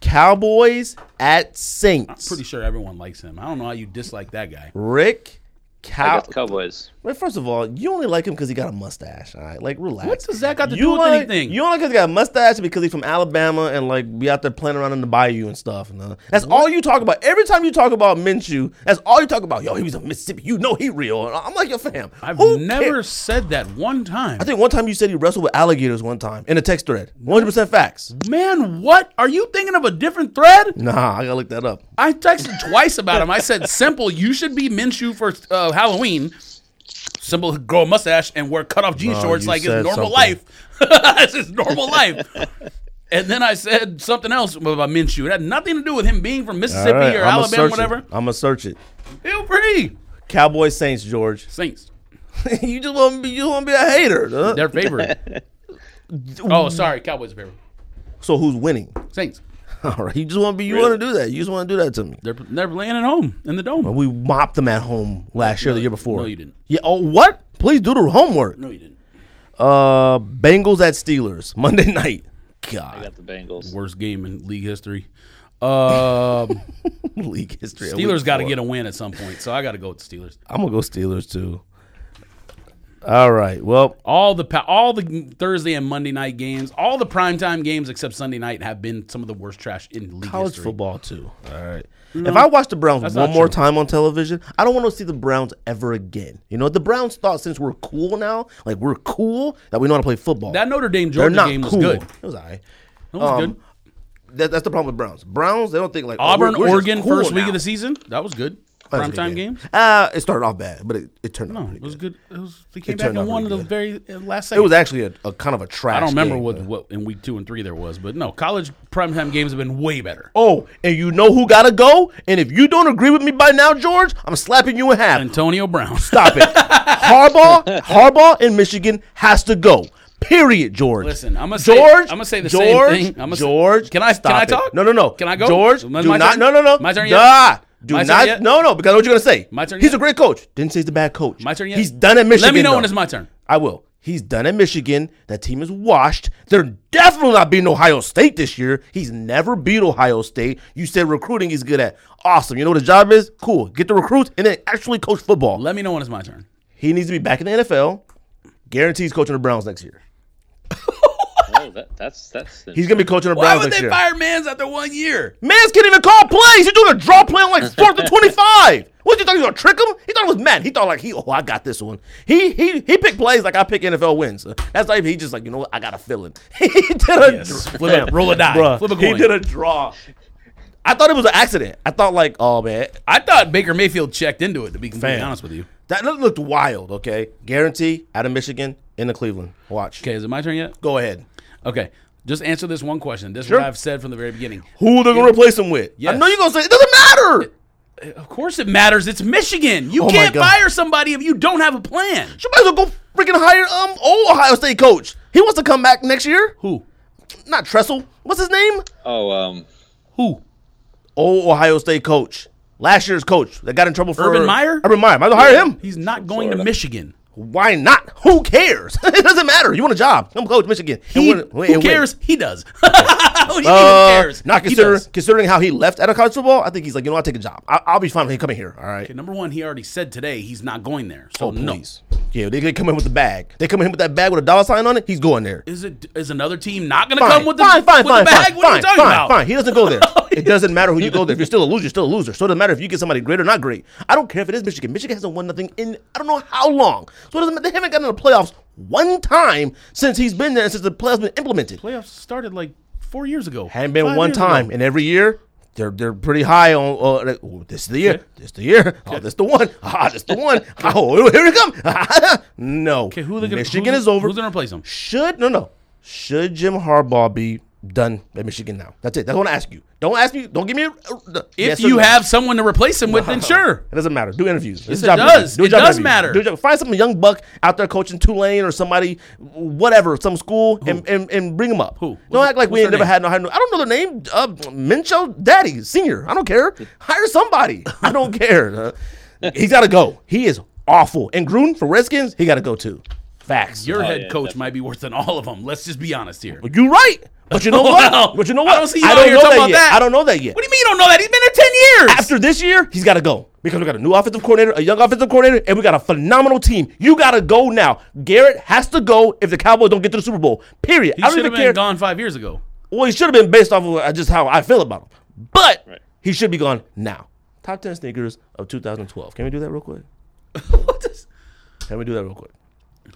Cowboys at Saints.
Pretty sure everyone likes him. I don't know how you dislike that guy.
Rick
I
Cow.
got the Cowboys.
Wait, first of all, you only like him because he got a mustache. All right, like relax.
What does that got to
you
do with
only,
anything?
You only because he got a mustache because he's from Alabama and like be out there playing around in the bayou and stuff. And, uh, that's all you talk about. Every time you talk about Minshew, that's all you talk about. Yo, he was a Mississippi. You know he real. And I'm like, yo, fam.
I've
who
never
cares?
said that one time.
I think one time you said you wrestled with alligators one time in a text thread. 100% facts.
Man, what are you thinking of a different thread?
Nah, I gotta look that up.
I texted twice about him. I said, "Simple, you should be Minshew for uh, Halloween. Simple, grow a mustache and wear cut off jean
No,
shorts
you
like his
said
normal
something.
life. That's his normal life." And then I said something else about Minshew. It had nothing to do with him being from Mississippi or
I'ma
Alabama,
search
whatever.
It. I'm gonna search it.
Feel free.
Cowboy Saints, George.
Saints.
you just want to be, you want to be a hater. huh?
Their favorite. oh, sorry. Cowboys' favorite.
So who's winning?
Saints.
All right, you just want to be. You want to do that. You just want to do that to me.
They're, they're playing at home in the dome.
We mopped them at home last year, the year before.
no, you didn't.
Yeah. Oh, what? Please do the homework.
No, you didn't.
Uh, Bengals at Steelers Monday night.
I
God,
got the Bengals.
Worst game in league history. Um,
league history.
Steelers got to get a win at some point, so I got to go with the Steelers.
I'm gonna go Steelers too. All right. Well,
All the pa- all the Thursday and Monday night games, all the primetime games except Sunday night have been some of the worst trash in league
college
history.
football too. All right. if I watch the Browns one
not
more
true.
time on television, I don't want to see the Browns ever again. You know, the Browns thought since we're cool now, like we're cool, that we know how to play football.
That Notre Dame
They're
Georgia
not
game was
cool.
good.
It was all right.
That was
Um,
good.
That, that's the problem with Browns. Browns, they don't think like oh,
Auburn,
we're- we're just
Oregon,
cool
first week
now.
of the season. That was good.
That was a good
Primetime game.
Uh, it started off bad, but it, it turned out
No,
pretty
it was
good.
good. It was, they came
It
back
turned out
and won
pretty
the very uh, last
It
second.
was actually a, a kind of a trash.
I don't remember
game,
what,
but-
what in week two and three there was, but no, college primetime games have been way better.
Oh, and you know who gotta go? And if you don't agree with me by now, George, I'm slapping you in half.
Antonio Brown.
Stop it. Harbaugh, Harbaugh in Michigan has to go. Period, George.
Listen, I'm gonna say-
George.
I'm gonna say the same
George,
thing. I'm gonna say-
George,
Can I- can
stop
I
it.
talk?
No, no, no.
Can I go?
George, do
My- my
not.
turn?
No, no, no.
My turn yet?
Nah. Do
My turn
not.
yet?
No, no. Because I know what you're gonna say.
My turn
He's
yet?
a great coach. Didn't say he's a bad coach.
My turn yet?
He's done at Michigan.
Let me know
though.
when it's my turn.
I will. He's done at Michigan. That team is washed. They're definitely not beating Ohio State this year. He's never beat Ohio State. You said recruiting he's good at. Awesome. You know what his job is? Cool. Get the recruits and then actually coach football.
Let me know when it's my turn.
He needs to be back in the NFL. Guarantees coaching the Browns next year.
Oh, that, that's that's.
He's gonna be coaching the
Why
Browns
would
next
they
year.
fire Mans after one year?
Mans can't even call plays. He's doing a draw play on like fourth and twenty-five. What you thought you was gonna trick him? He thought it was mad. He thought like he, oh, I got this one. He he he picked plays like I pick NFL wins. That's like he just like you know what I got a feeling. he did a dr-
Flip a- roll a die.
Bruh,
Flip a
he
coin.
did a draw. I thought it was an accident. I thought like oh man,
I thought Baker Mayfield checked into it. To be completely
Fam.
honest with you.
that look- looked wild. Okay, guarantee out of Michigan into Cleveland. Watch.
Okay, is it my turn yet?
Go ahead.
Okay, just answer this one question. This
Sure.
is what I've said from the very beginning.
Who they're gonna replace him with? I
Yes.
know you're gonna say it doesn't matter.
Of course, it matters. It's Michigan. You
Oh my
can't
God.
fire somebody if you don't have a plan.
You might as well go freaking hire um old Ohio State coach. He wants to come back next year.
Who?
Not Tressel. What's his name?
oh, um,
Who?
Old Ohio State coach. Last year's coach that got in trouble for
Urban Meyer?
Urban Meyer. Might as well hire him.
He's not going to
Florida.
Michigan.
Why not? Who cares? it doesn't matter. You want a job? Come coach Michigan. And
He,
win- win-
who
and win.
cares? He does. What do you mean
Uh,
who cares?
Not
He
considering
does.
considering how he left out of college football. I think he's like, you know, I'll take a job. I- I'll be fine with him coming here. All right.
Okay, number one, he already said today he's not going there. So
Oh
no.
please. Yeah, they, they come in with the bag. They come in with that bag with a dollar sign on it. He's going there.
Is it is another team not going to
fine,
come with the,
fine, fine,
with
fine,
the bag?
Fine,
what are
fine,
you talking
fine,
about?
Fine. He doesn't go there. it doesn't matter who you go there. If you're still a loser, you're still a loser. So it doesn't matter if you get somebody great or not great. I don't care if it is Michigan. Michigan hasn't won nothing in I don't know how long. So it doesn't matter. They haven't gotten to the playoffs one time since he's been there and since the playoffs been implemented.
Playoffs started like four years ago.
Hadn't been
five
one
years ago.
time, and every year they're they're pretty high on. Uh, like, "Ooh, this is the year. This is the year. Oh, this the one. Ah, this the one. Oh, here it come. no.
Okay, who are they gonna,
Michigan
who's-
is over.
Who's going to replace him?
Should no no. Should Jim Harbaugh be done at Michigan now? That's it. That's what I ask you. Don't ask me. Don't give me. A, if
If you have someone to replace him with, then sure.
it doesn't matter. Do interviews. Yes,
it does. It does matter.
Do a job. Find some young buck out there coaching Tulane or somebody, whatever, some school, and, and, and bring them up.
Who?
Don't
What's-
act like we ain't
what's their
never
name?
had no. I don't know their name. Uh, Mincho Daddy Senior. I don't care. Hire somebody. I don't care. Uh, he's got to go. He is awful. And Gruden for Redskins, he got to go too. Facts.
Your head
yeah,
coach might be worse than all of them. Let's just be honest here. What
You right. But you know what?
Wow.
But you know what?
I don't see you out here talking about
yet.
that.
I don't know that yet.
do you mean you don't know that? He's been there 10 years.
After this year, he's got to go because we got a new offensive coordinator, a young offensive coordinator, and we got a phenomenal team. You got to go now. Garrett has to go if the Cowboys don't get to the Super Bowl. Period.
He
I don't
should
even
have been
care.
gone five years ago.
Well, he should have been based off of uh, just how I feel about him, but he should be gone now. Top ten sneakers of 2012. Can we do that real quick?
What is-
Can we do that real quick?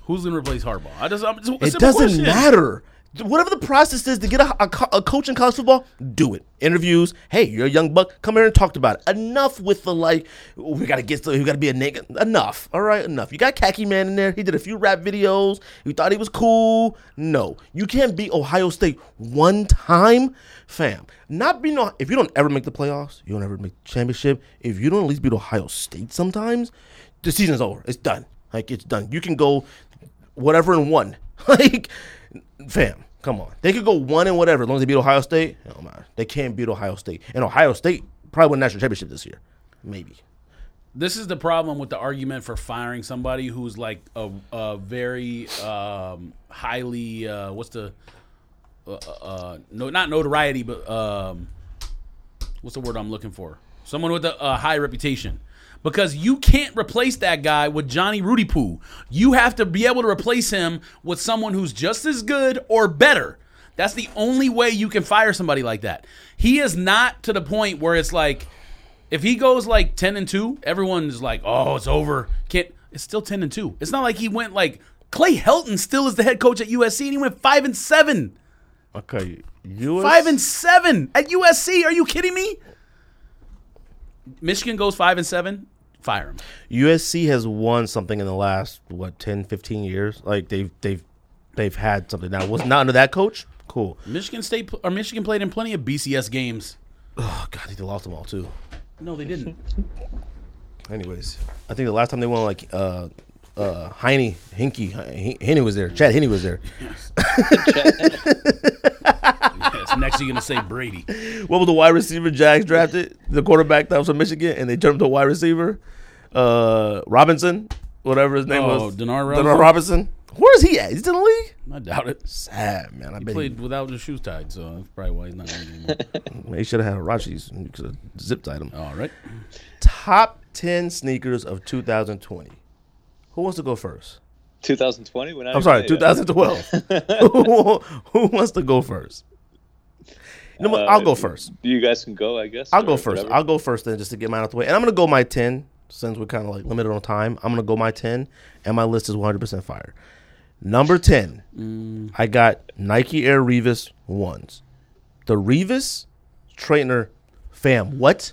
Who's going to replace Harbaugh? I just, I'm just,
It doesn't matter. whatever the process is to get a, a, co- a coach in college football, do it. Interviews. Hey, you're a young buck. Come here and talk about it. Enough with the like. We gotta get. To, we gotta be a nigga. Enough. All right. Enough. You got khaki man in there. He did a few rap videos. You thought he was cool. No, you can't beat Ohio State one time, fam. Not being no. If you don't ever make the playoffs, you don't ever make the championship. If you don't at least beat Ohio State, sometimes the season's over. It's done. Like it's done. You can go whatever and one. Like, fam, come on. They could go one and whatever as long as they beat Ohio State. Oh my, they can't beat Ohio State. And Ohio State probably won national championship this year, maybe.
This is the problem with the argument for firing somebody who's like a, a very um, highly uh, what's the uh, uh, no not notoriety but um, what's the word I'm looking for? Someone with a, a high reputation. Because you can't replace that guy with Johnny Rudy Poo. You have to be able to replace him with someone who's just as good or better. That's the only way you can fire somebody like that. He is not to the point where it's like, if he goes like 10 and 2, everyone's like, oh, it's over. Can't, it's still 10 and 2. It's not like he went like, Clay Helton still is the head coach at USC and he went 5 and 7.
Okay, US,
Five and seven at USC. Are you kidding me? Michigan goes five and seven. Fire him.
USC has won something in the last what 10, 15 years. Like they've they've they've had something. Now was not under that coach. Cool.
Michigan State pl- or Michigan played in plenty of BCS games.
Oh God, I think they lost them all too.
No, they didn't.
Anyways, I think the last time they won like uh uh Heine Hinky He- Henny was there. Chad Henny was there.
yes, next you're gonna say Brady.
What was the wide receiver Jags drafted? The quarterback that was from Michigan, and they turned him to wide receiver. Uh, Robinson, whatever his name
Oh,
was.
Denard
Denard
Robinson?
Robinson. Where is he at? He's in the league.
I doubt it.
Sad man. I bet
Played without his shoes tied, so that's probably why he's not in the game anymore.
he, he should have had Harashi's. You could have zip tied him.
All right.
Top ten sneakers of 2020. Who wants to go first?
2020. We're not
I'm
even
sorry,
there yet.
2012. who, who wants to go first? You know what? I'll go
Uh,
first.
You guys can go, I guess.
I'll
or
go first.
whatever.
I'll go first then, just to get mine out the way. And I'm gonna go my ten since we're kind of like limited on time. I'm gonna go my ten, and my list is 100 percent fire. Number ten,
Mm.
I got Nike Air Revis ones. The Revis trainer, fam. What?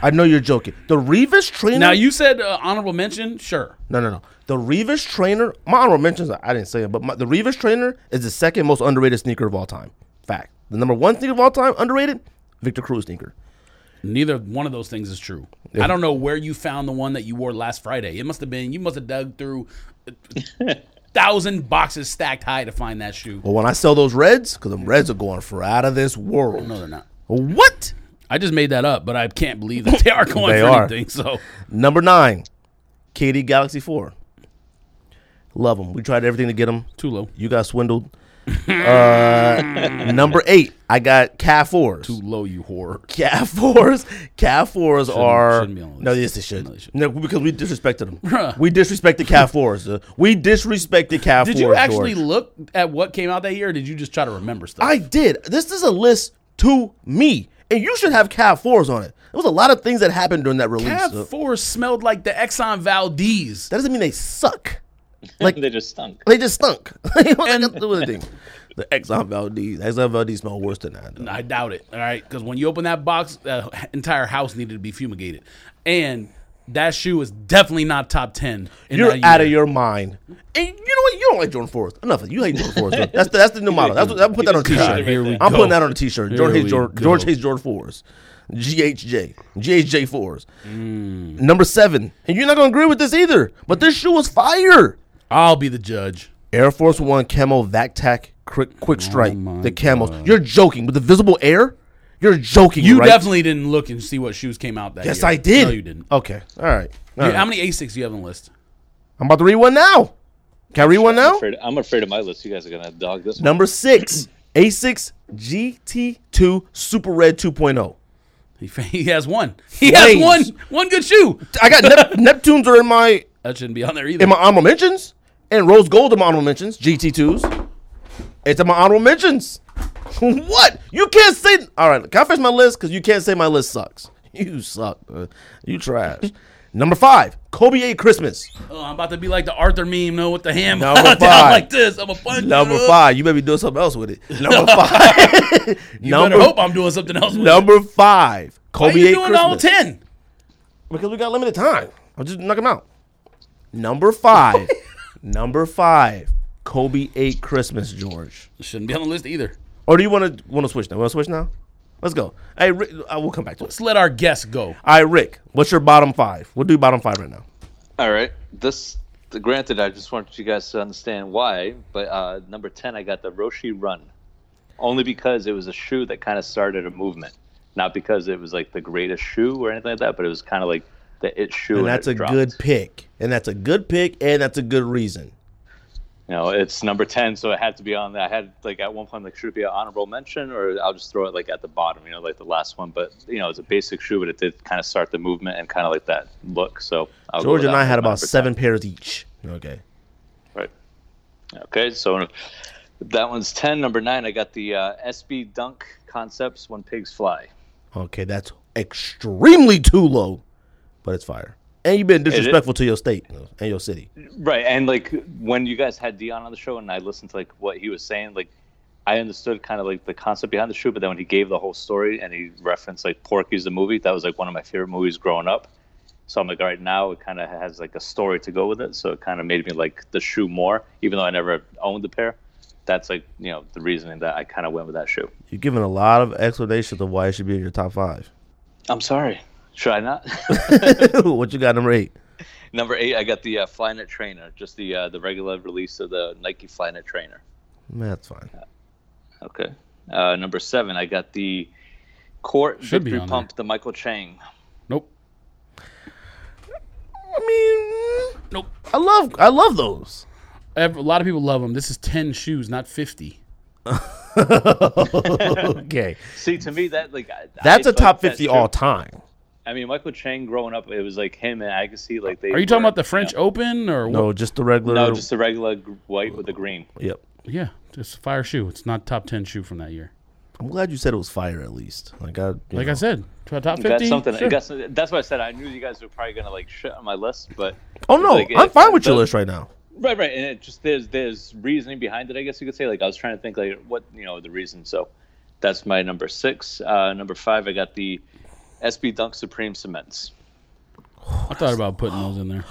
I know you're joking. The Revis trainer.
Now you said uh, honorable mention. Sure.
No, no, no. The Revis trainer, my honorable mentions, I didn't say it, but my, the Revis trainer is the second most underrated sneaker of all time. Fact. The number one sneaker of all time, underrated, Victor Cruz sneaker.
Neither one of those things is true. I don't know where you found the one that you wore last Friday. It must have been you must have dug through a thousand boxes stacked high to find that shoe.
But when I sell those reds, because them reds are going for out of this world.
No, they're not.
What?
I just made that up, but I can't believe that they are going
They
for
are.
anything. So
Number nine, KD Galaxy 4. Love them. We tried everything to get them.
too low,
You got swindled. uh, number eight, I got Cat 4s.
too low, you whore.
Cat 4s. Cat 4s are.
shouldn't be on the
no, yes,
list.
they should.
No, they shouldn't.
No, because we disrespected them.
Bruh.
We disrespected Cat 4s. uh, We disrespected Cat 4s.
Did you actually
George.
look at what came out that year? or Did you just try to remember stuff?
I did. This is a list to me, and you should have Cat fours on it. There was a lot of things that happened during that release.
Cab
though.
Four smelled like the Exxon Valdez.
that doesn't mean they suck. Like
They just stunk.
they just stunk. They don't have to do anything. The Exxon Valdez, Exxon Valdez smell worse than that. though.
I doubt it. All right, because when you open that box, the entire house needed to be fumigated, and that shoe is definitely not top ten. In
You're
that
out of
year.
your mind. And you know what? You don't like Jordan Forrest. Enough. of it. You hate Jordan Forrest. though. That's the, that's the new model. That's what, I'll put that on a
Here
t-shirt.
we go.
I'm putting that on a t-shirt. George
Here
hates
we
Jordan,
go.
George hates Jordan Forrest. GHJ. GHJ Forrest.
Mm.
Number seven. And you're not going to agree with this either, but this shoe was fire.
I'll be the judge.
Air Force One Camo VacTac Quick,
Oh
quick Strike. the camos. You're joking with the visible air. You're joking.
You
right?
definitely didn't look and see what shoes came out that
Yes,
year.
I did. Uh,
No, you didn't.
Okay. All right. All
You-
right.
How many Asics do you have on the list?
I'm about to read one now. Can I read one
I'm
now?
afraid, I'm afraid of my list. You guys are gonna dog this. one.
Number six, A6 GT2 Super Red oh. 2.0.
He, he has one. He
Flames.
has one. One good shoe.
I got Nep- Neptunes are in my
That shouldn't be on there
in
either.
my honorable mentions, and Rose Gold in my honorable mentions. GT2s. It's in my honorable mentions. what? You can't say. All right. Can I finish my list? Because you can't say my list sucks. you suck. bro. You trash. Number five, Kobe A. Christmas.
Oh, I'm about to be like the Arthur meme, no, with the ham.
Number
Down
five.
like this. I'm a punch. you
Number
up.
five, you may be doing something else with it. Number five.
Better
number
hope I'm doing something else. With it.
number five,
Why
Kobe
you
A.
doing
Christmas.
all ten?
Because we got limited time. I'll just knock him out. Number five. number five. Kobe ate Christmas, George.
Shouldn't be on the list either.
Or do you want to want to switch now? Want to switch now? Let's go. Hey, Rick, uh, we'll come back to it.
Let's let our guests go.
All right, Rick. What's your bottom five? We'll do bottom five right now.
All right. This granted, I just wanted you guys to understand why. But uh, number ten, I got the Roshi Run, only because it was a shoe that kind of started a movement, not because it was like the greatest shoe or anything like that. But it was kind of like the it shoe.
And that's
it
a
dropped.
good pick. And that's a good pick. And that's a good reason.
You know, it's number ten, so it had to be on. I had like at one point like should it be an honorable mention, or I'll just throw it like at the bottom. You know, like the last one. But you know, it's a basic shoe, but it did kind of start the movement and kind of like that look. So I'll go
George
with
and
that
I had
for my
about
number 10.
seven pairs each. Okay.
Right. Okay, so that one's 10. Number 9, I got the uh, SB Dunk Concepts When Pigs Fly.
Okay, that's extremely too low, but it's fire. And you've been disrespectful to your state and your city.
Right, and like when you guys had Dion on the show and I listened to like what he was saying, like I understood kind of like the concept behind the shoe, but then when he gave the whole story and he referenced like Porky's the movie, that was like one of my favorite movies growing up. So I'm like, all right, now it kind of has like a story to go with it. So it kind of made me like the shoe more, even though I never owned the pair. That's like, you know, the reasoning that I kind of went with that shoe.
You've given a lot of explanations of why it should be in your top five.
I'm sorry. Should I not?
what you got number eight?
Number eight, I got the uh, Flynet Trainer, just the uh, the regular release of the Nike Flynet Trainer.
Man, that's fine.
Okay. Uh, number seven, I got the Court
Should be
Victory
on
Pump, the Michael Chang.
Nope.
I mean,
Nope.
I love I love those.
Ev- A lot of people love them. This is ten shoes, not fifty.
Okay,
See, to me, that like I-
that's
I
a top
thought that
fifty
shoe-
all time.
I mean, Michael Chang growing up, it was like him and Agassi. Like they
Are you talking
were-
about the French Open or what?
No, just the regular.
No, just the regular g- white with the green.
yep.
Yeah, just fire shoe. It's not top ten shoe from that year.
I'm glad you said it was fire at least. Like I, you
Like
know.
I said, to- top
You
fifty.
got something. you
sure.
got some- that's what I said. I knew you guys were probably gonna like shit on my list, but
oh no,
like,
I'm
if-
fine with your
but-
list right now.
Right, right, and it just there's there's reasoning behind it. I guess you could say. Like I was trying to think, like what you know the reason. So that's my number six. Uh, number five, I got the SB Dunk Supreme Cements.
I thought about putting those in there.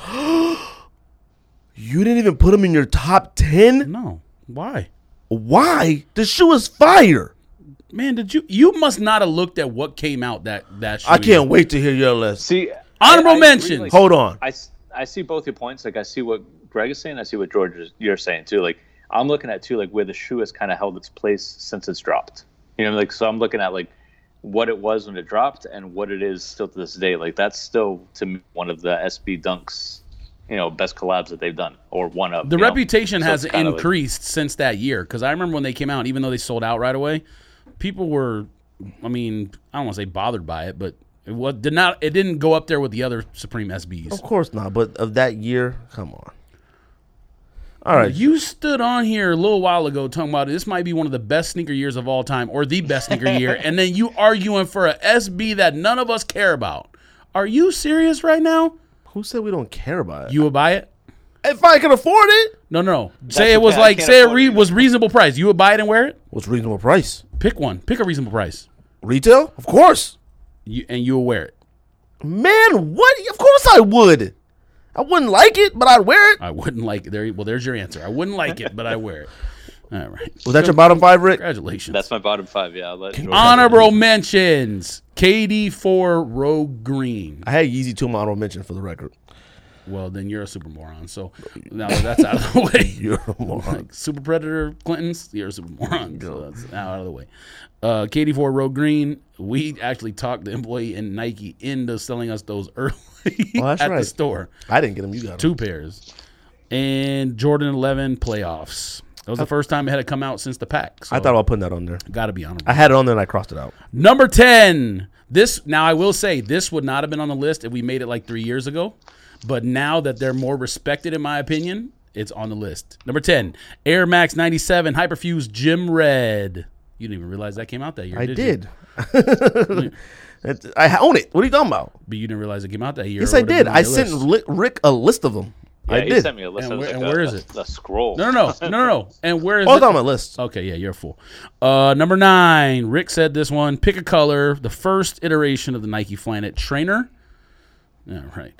You didn't even put them in your top ten.
No, why?
Why? The shoe is fire.
Man, did you? You must not have looked at what came out that that. Shoe
I can't wait to hear your list.
See,
Honorable
I- I agree,
mentions.
like,
Hold on.
I s- I see both your points. Like I see what Greg is saying. I see what George is, you're saying too. Like I'm looking at too, like where the shoe has kind of held its place since it's dropped. You know, like so I'm looking at like what it was when it dropped and what it is still to this day. Like that's still to me one of the SB Dunks, you know, best collabs that they've done or one of
The
you know?
reputation
So
has
it's kinda like-
increased since that year because I remember when they came out, even though they sold out right away, people were, I mean, I don't want to say bothered by it, but it was, did not. It didn't go up there with the other Supreme SBs.
Of course not, but of that year, come on. All right,
You stood on here a little while ago talking about this might be one of the best sneaker years of all time or the best sneaker year, and then you arguing for a SB that none of us care about. Are you serious right now?
who said we don't care about it?
You would buy it?
if I can afford it,
No, no. no. Say it was
okay, I
like
can't
say it
afford
re-
it.
was reasonable price. You would buy it and wear it?
what's reasonable price?
Pick one. Pick a reasonable price.
Retail, of course.
You, and you will wear it.
Man, what? Of course I would. I wouldn't like it, but I'd wear it.
I wouldn't like it. There, well, there's your answer. I wouldn't like it, but I wear it. All right.
Was that your bottom five, Rick?
Congratulations.
That's my bottom five. Yeah, I'll let George-
Honorable mentions. KD4 Rogue Green.
I had Yeezy two model mention for the record.
Well, then you're a super moron. So now that that's out of the way.
You're a moron.
Like super predator Clintons, you're a super moron. So that's now out of the way. Uh, KD4 Rogue Green. We actually talked the employee in Nike into selling us those early
Oh, that's
at the
right.
store.
I didn't get him. You got him.
two pairs, and Jordan Eleven playoffs. That was the first time it had come out since the pack. So
I thought about putting that on there.
gotta be honorable.
I had it on there and I crossed it out.
Number ten. This now I will say this would not have been on the list if we made it like three years ago, but now that they're more respected, in my opinion, it's on the list. Number ten, Air Max ninety seven Hyperfuse Gym Red. You didn't even realize that came out that year.
I
did. you?
did. It's- I own it. What are you talking about?
But you didn't realize it came out that year.
Yes,
or
I
would've
did.
been on
I
your
sent
list.
li- Rick a list of them.
Yeah,
I
He
did.
sent me a list.
And
it was
where-
like
and
a,
where is
a-
it?
a scroll.
No, no, no, no, no, no. And where is
Oh, it's
it?
on my list.
Okay, yeah, you're a fool. Uh, number nine, Rick said this one. Pick a color. The first iteration of the Nike Flyknit trainer. Yeah, right.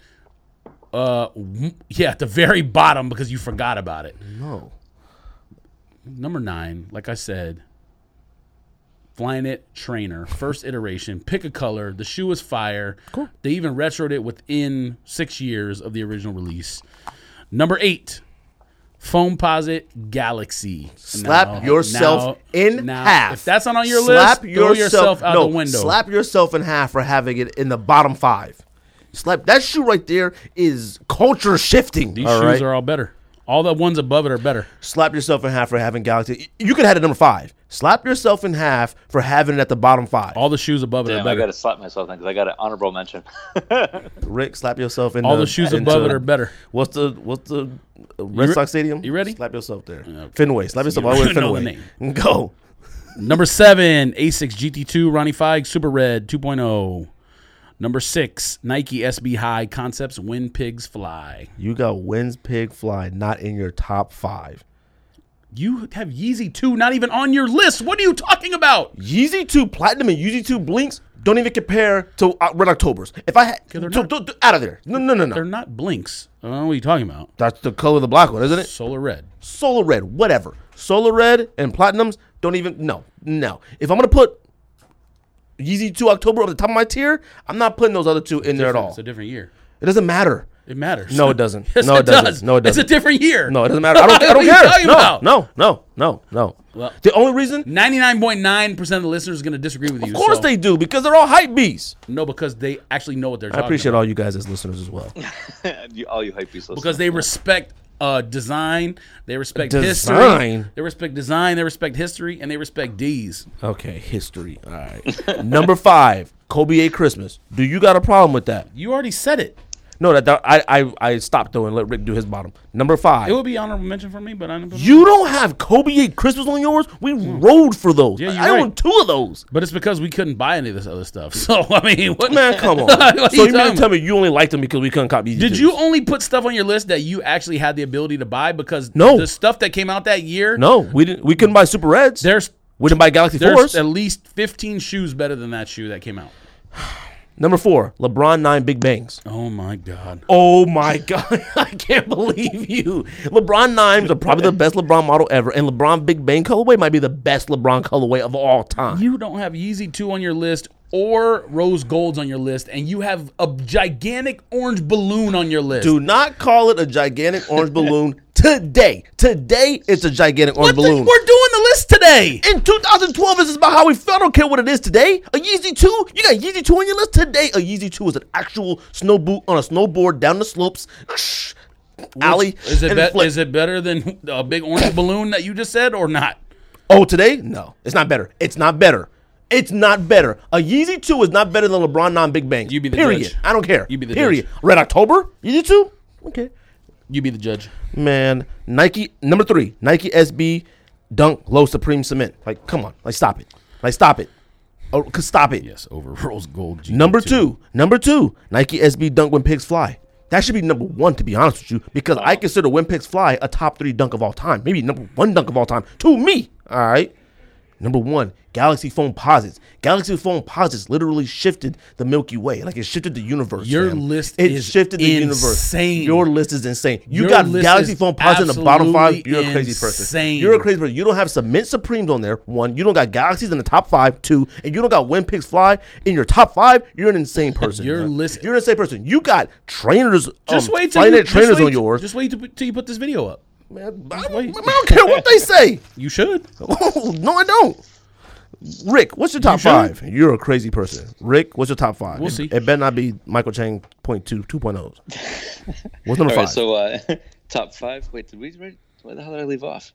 Uh, w- yeah, at the very bottom because you forgot about it.
No.
Number nine, like I said, Flyknit trainer, first iteration. Pick a color. The shoe is fire. Cool. They even retroed it within six years of the original release. Number eight, Foam Posit Galaxy.
Slap
Now-
yourself
now-
in
now,
half.
If that's not on your
slap
list, throw yourself out
no,
the window.
Slap yourself in half for having it in the bottom five. Slap that shoe right there is culture shifting.
These
all
shoes
right?
are all better. All the ones above it are better.
slap yourself in half for having Galaxy. You could have had it at number five. Slap yourself in half for having it at the bottom five.
All the shoes above it are
Damn, I
better.
gotta slap myself then because I got an honorable mention.
Rick, slap yourself in
All the shoes
into-
above it are better.
What's the what's the uh, Red
re-
Sox Stadium?
you ready?
Slap yourself there. Fenway. Slap yourself all the way to
know the
Fenway. Go.
Number seven, A6 GT2 Ronnie Fieg Super Red 2.0. Number six, Nike SB High Concepts When Pigs Fly.
You got Wins Pig Fly not in your top five.
You have Yeezy 2 not even on your list. What are you talking about?
Yeezy 2 Platinum and Yeezy 2 Blinks don't even compare to uh, Red Octobers. If I had.
they're
to-
not.
to- to- out of there. No, no, no,
They're
no.
not blinks. I don't know what you're talking about.
That's the color of the black one, isn't it?
Solar Red.
Solar Red, whatever. Solar Red and Platinums don't even. No, no. If I'm going to put Yeezy 2 October on the top of my tier, I'm not putting those other two in there at all.
It's a different year.
It doesn't matter.
It matters.
No, it doesn't.
yes,
No,
it,
it doesn't.
does.
No, it doesn't.
It's a different year.
No, it doesn't matter. I don't, I
What are
don't
you
care.
talking
No,
about?
no, no, no, no, no.
Well-
The only reason.
99.9% of the listeners are going to disagree with you.
Of course they do because they're all hype beasts.
No, because they actually know what they're
I
talking
appreciate
about.
all you guys as listeners as well.
you, all you hype beasts.
Because they respect uh, design, they respect
Design?
history, they respect design, they respect history, and they respect D's.
Okay, history. All right. Number five, Kobe A Christmas. Do you got a problem with that?
You already said it.
No, that, that- I, I I stopped though and let Rick do his bottom. Number five.
It would be honorable mention for me, but I don't.
you don't have Kobe A Christmas on yours. We rode for those.
Hmm. Yeah, you're
I own
right.
two of those.
But it's because we couldn't buy any of this other stuff. So I mean, what
Man, come on.
What are
so you
you
mean
talking
to tell me you only liked them because we couldn't copy? these
Did
dudes?
you only put stuff on your list that you actually had the ability to buy? Because
No.
the stuff that came out that year,
No, we didn't. We couldn't buy Super Reds.
there's
we didn't buy Galaxy
there's
Force.
at least 15 shoes better than that shoe that came out.
Number four, LeBron Nine Big Bangs.
Oh my god.
Oh my God. I can't believe you. LeBron Nines are probably the best LeBron model ever, and LeBron Big Bang colorway might be the best LeBron colorway of all time.
You don't have Yeezy 2 on your list or Rose Golds on your list, and you have a gigantic orange balloon on your list.
Do not call it a gigantic orange balloon today. Today, it's a gigantic
what
orange
the-
balloon.
we're doing the list today.
in 2012, this is about how we felt. I don't care what it is today. A Yeezy 2? You got Yeezy 2 on your list today? A Yeezy 2 is an actual snow boot on a snowboard down the slopes. Alley.
Is it,
and
bet-
flip.
is it better than a big orange balloon that you just said or not?
Oh, today? No, it's not better. It's not better. It's not better. A Yeezy 2 is not better than LeBron non Big Bang.
You be the
Period.
judge.
I don't care.
You be the
Period.
judge.
Red October? Yeezy 2? Okay.
You be the judge.
Man, Nike, number three, Nike SB Dunk Low Supreme Cement. Like, come on. Like, stop it. Like, stop it. Oh, 'cause stop it.
Yes, over Rose Gold. GT2.
Number two, number two, Nike SB Dunk When Pigs Fly. That should be number one, to be honest with you, because
Oh.
I consider When Pigs Fly a top three dunk of all time, maybe number one dunk of all time to me. All right. Number one, Galaxy Phone Posits. Galaxy Phone Posits literally shifted the Milky Way. Like it shifted the universe.
Your
fam.
list
it
is
shifted the
insane.
universe. Your list is insane. You
Your
got
list
Galaxy
is
Phone Posits in the bottom five.
absolutely
You're a crazy person.
insane.
You're a crazy person. You don't have Submit Supremes on there. One, you don't got Galaxies in the top five. Two, and you don't got When Pigs Fly in your top five. You're an insane person.
You're
man.
list-
You're an insane person. You got trainers.
Just
um,
wait till
Friday
you,
Night
just
trainers
wait-
on yours.
Just wait till, till you put this video up.
man, I, don't,
wait.
I don't care what they say.
You should.
Oh, no, I don't. Rick, what's your top
sure?
five? You're a crazy person. Rick, what's your top five?
We'll
it,
see.
It better not be Michael Chang point two, 2.0. What's number
All
five?
right, so uh, top five. Wait, did we? Where the hell did I leave off?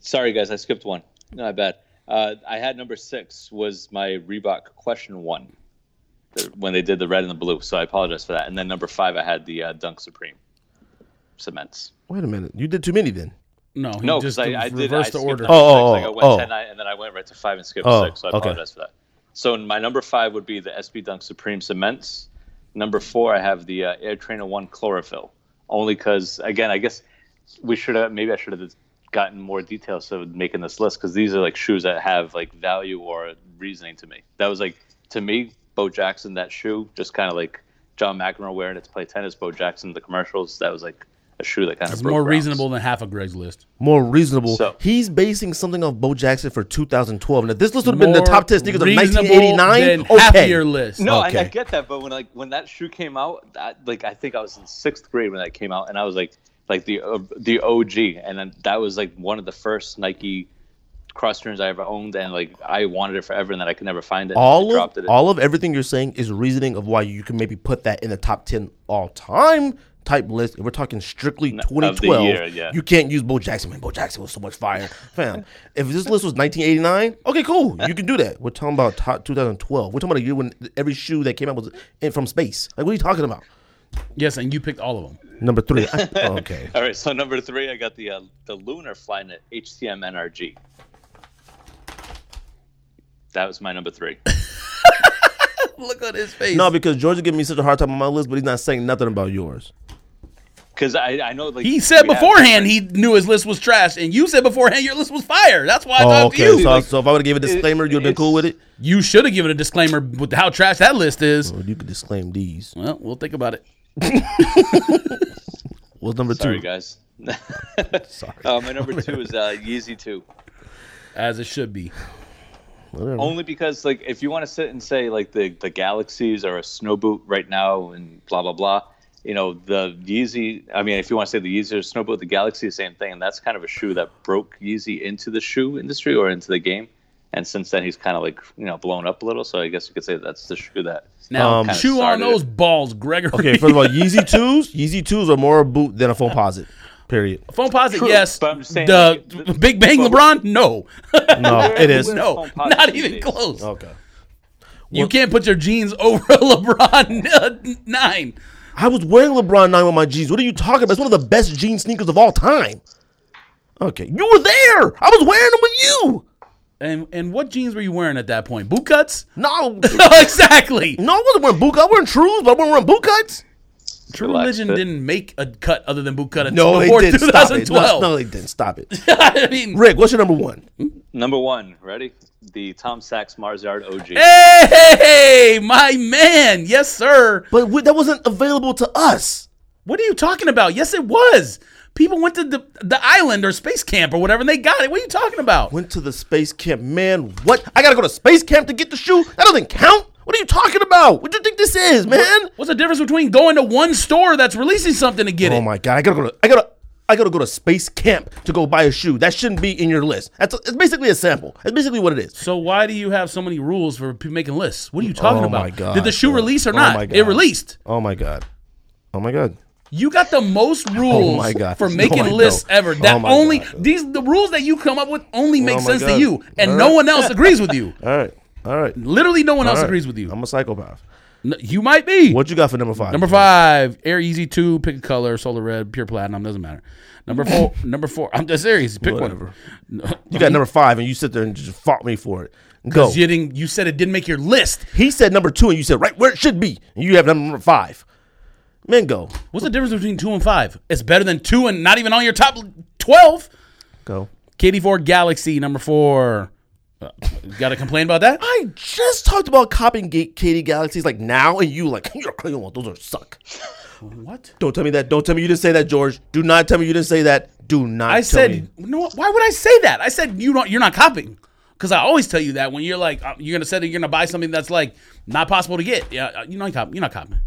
Sorry, guys, I skipped one. Not bad. Uh, I had number six was my Reebok question one the- when they did the red and the blue. So I apologize for that. And then number five, I had the uh, Dunk Supreme cements.
Wait a minute. You did too many then.
No, he
No,
just
because I, I did. I
reversed the
skipped
order.
number
Oh,
six. Like, I
oh,
went
oh.
10 I- and then I went right to five and skipped
Oh,
six. So I
okay.
apologize for that. So my number five would be the SB Dunk Supreme Cements. Number four, I have the uh, Air Trainer One Chlorophyll. Only because, again, I guess we should have. Maybe I should have gotten more details of making this list because these are like shoes that have like value or reasoning to me. That was like to me, Bo Jackson. That shoe just kind of like John McEnroe wearing it to play tennis. Bo Jackson, the commercials. That was like a shoe that kind of
It's more reasonable than half of Greg's list.
More reasonable.
So-
He's basing something off Bo Jackson for 2012. Now, if this list would have been the
More
top 10 sneakers of
reasonable
1989.
than half of
Okay.
your list.
No, I, I
Okay.
get that, but when like when that shoe came out, I, like I think I was in sixth grade when that came out, and I was like like the uh, the OG, and then that was like one of the first Nike cross trainers I ever owned, and like I wanted it forever, and then I could never find it. and I
all
dropped
of,
it.
all of everything you're saying is reasoning of why you can maybe put that in the top 10 all time type list. If we're talking strictly
of the
2012,
year, yeah.
you can't use Bo Jackson. Man, Bo Jackson was so much fire. Fam, if this list was 1989, okay, cool. You can do that. We're talking about top 2012. We're talking about a year when every shoe that came out was in, from space. Like, what are you talking about?
Yes, and you picked all of them.
Number three. I- okay.
all right, so number three, I got the uh, the Lunar Flyknit HTM NRG. That was my number three.
Look at his face.
No, because George is giving me such a hard time on my list, but he's not saying nothing about yours.
Because I, I know like
he said
we have-
beforehand he knew his list was trash, and you said beforehand your list was fire. That's why I talked to
Oh, okay.
you.
So, so if I would have given a disclaimer, you'd have been
it's-
cool with it?
you should have given a disclaimer with how trash that list is.
Or you could disclaim these.
Well, we'll think about it.
What's number
Sorry,
two?
guys.
Sorry.
uh, my number two is uh, Yeezy Two.
As it should be.
Whatever.
Mm-hmm.
Only because, like, if you want to sit and say, like, the, the galaxies are a snow boot right now and blah, blah, blah, you know, the Yeezy, I mean, if you want to say the Yeezy or snow boot, the galaxy is the same thing. And that's kind of a shoe that broke Yeezy into the shoe industry or into the game. And since then, he's kind of, like, you know, blown up a little. So I guess you could say that's the shoe that.
Now,
Um,
kinda
chew on
started it.
those balls, Gregory.
Okay, first of all, Yeezy twos, Yeezy twos are more a boot than a phone posit. Period.
Phone posit,
True,
yes.
but I'm saying
the
like, th-
Big Bang
but-
LeBron, no.
No, it is.
no,
phone posit
not
these
even
days?
close.
Okay.
You can't put your jeans over a LeBron uh, nine.
I was wearing LeBron nine with my jeans. What are you talking about? It's one of the best jean sneakers of all time. Okay, you were there. I was wearing them with you.
And and what jeans were you wearing at that point? Boot cuts?
No,
exactly.
no, I wasn't wearing boot. I was wearing trues, but I wasn't wearing boot cuts.
True
Relax,
Religion
but-
didn't make a cut other than boot cut at-
No, they
before
didn't stop it. No,
2012.
no, they didn't stop it.
I mean,
Rick, what's your number one?
Number one, ready? The Tom Sachs Mars Yard OG.
hey, my man. Yes, sir.
But we, that wasn't available to us.
What are you talking about? Yes, it was. People went to the, the island or space camp or whatever, and they got it. What are you talking about?
Went to the space camp, man. What? I gotta go to space camp to get the shoe? That doesn't count. What are you talking about? What do you think this is, man?
What's the difference between going to one store that's releasing something to get
Oh
it?
my god, I gotta go to I gotta I gotta go to space camp to go buy a shoe. That shouldn't be in your list. That's it's basically a sample. That's basically what it is.
So why do you have so many rules for pe- making lists? What are you talking
Oh
about?
my God,
Did the shoe
bro.
release or
Oh
not?
my
It
God.
released.
Oh my god. Oh my god.
You got the most rules
Oh my God.
for
No,
making
I
lists
don't.
ever.
Oh
That
my
only
God. Oh
these the rules that you come up with only make
my
sense to
God.
you, and no one else agrees with you.
All right. All right.
Literally, no one else
All right.
agrees with you.
I'm a psychopath.
N- You might be.
What you got for number five?
Number five, Air Easy Two. Pick a color: solar red, pure platinum. Doesn't matter. Number four. number four. I'm just serious. Pick
Whatever.
one.
You got number five and you sit there and just fought me for it. Go.
Mm-hmm. You didn't. You said it didn't make your list.
He said number two and you said right where it should be. And you have number five. Man, go.
What's the difference between two and five? It's better than two and not even on your top twelve.
Go.
KD4 Galaxy number four. Got to complain about that?
I just talked about copying Ga- KD Galaxies like now, and you like you're crazy. Well, Those are suck.
What?
Don't tell me that. Don't tell me you didn't say that, George. Do not tell me you didn't say that. Do not.
I
tell
said
me.
no. Why would I say that? I said you don't. You're not copying. Because I always tell you that when you're like uh, you're gonna say that you're gonna buy something that's like not possible to get. Yeah, uh, you know you're copying. You're not copying.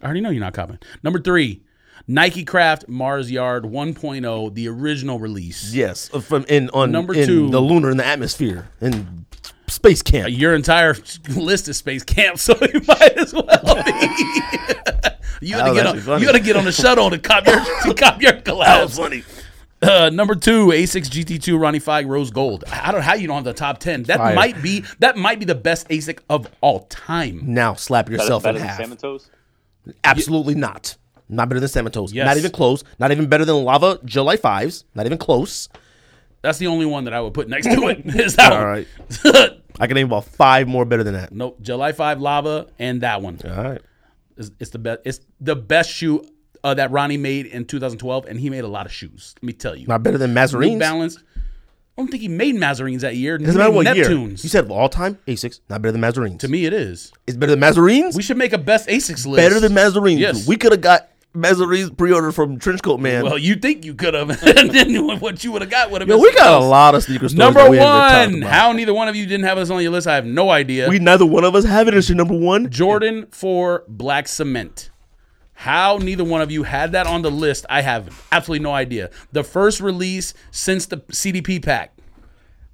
I already know you're not copying. Number three, Nike Craft Mars Yard 1.0, the original release.
Yes, uh, from in on
Number
in
two.
the lunar in the atmosphere in space camp.
Your entire list is space camp, so you might as well be.
That was
you gotta get
actually
on.
funny.
You gotta get on the shuttle to cop your to cop your collapse.
funny.
Uh, number two, A6 GT2 Ronnie Fieg Rose Gold. I don't know how you don't have the top ten. That
Fire.
might be that might be the best ASIC of all time.
Now slap
Better,
yourself
better
in
than
half.
Salmon Toes?
Absolutely not. Not better than San Matos.
Yes.
Not even close. Not even better than Lava July 5s. Not even close.
That's the only one that I would put next to it. Is that
All
one.
right. I can name about five more better than that.
Nope. July five lava and that one.
All right.
It's, it's the best. It's the best shoe uh, that Ronnie made in 2012, and he made a lot of shoes. Let me tell you.
Not better than
New
Mazarines.
Balance. I don't think he made Mazarines that year.
Doesn't matter what year. You
Neptunes.
said of all time, Asics. Not better than Mazarines.
to me, it is.
it's better than Mazarines.
We should make a best Asics list.
better than Mazarines.
Yes.
We could have got Mazarines pre-order from Trenchcoat Man.
Well, you think you could have, and then what you would have got would have
Yo,
been
we
something
got a
else.
lot of sneaker stories.
Number
that we haven't
one.
talked about.
How neither one of you didn't have this on your list, I have no idea.
we neither one of us have it as your number one.
Jordan for Black Cement. How neither one of you had that on the list, I have absolutely no idea. The first release since the CDP pack,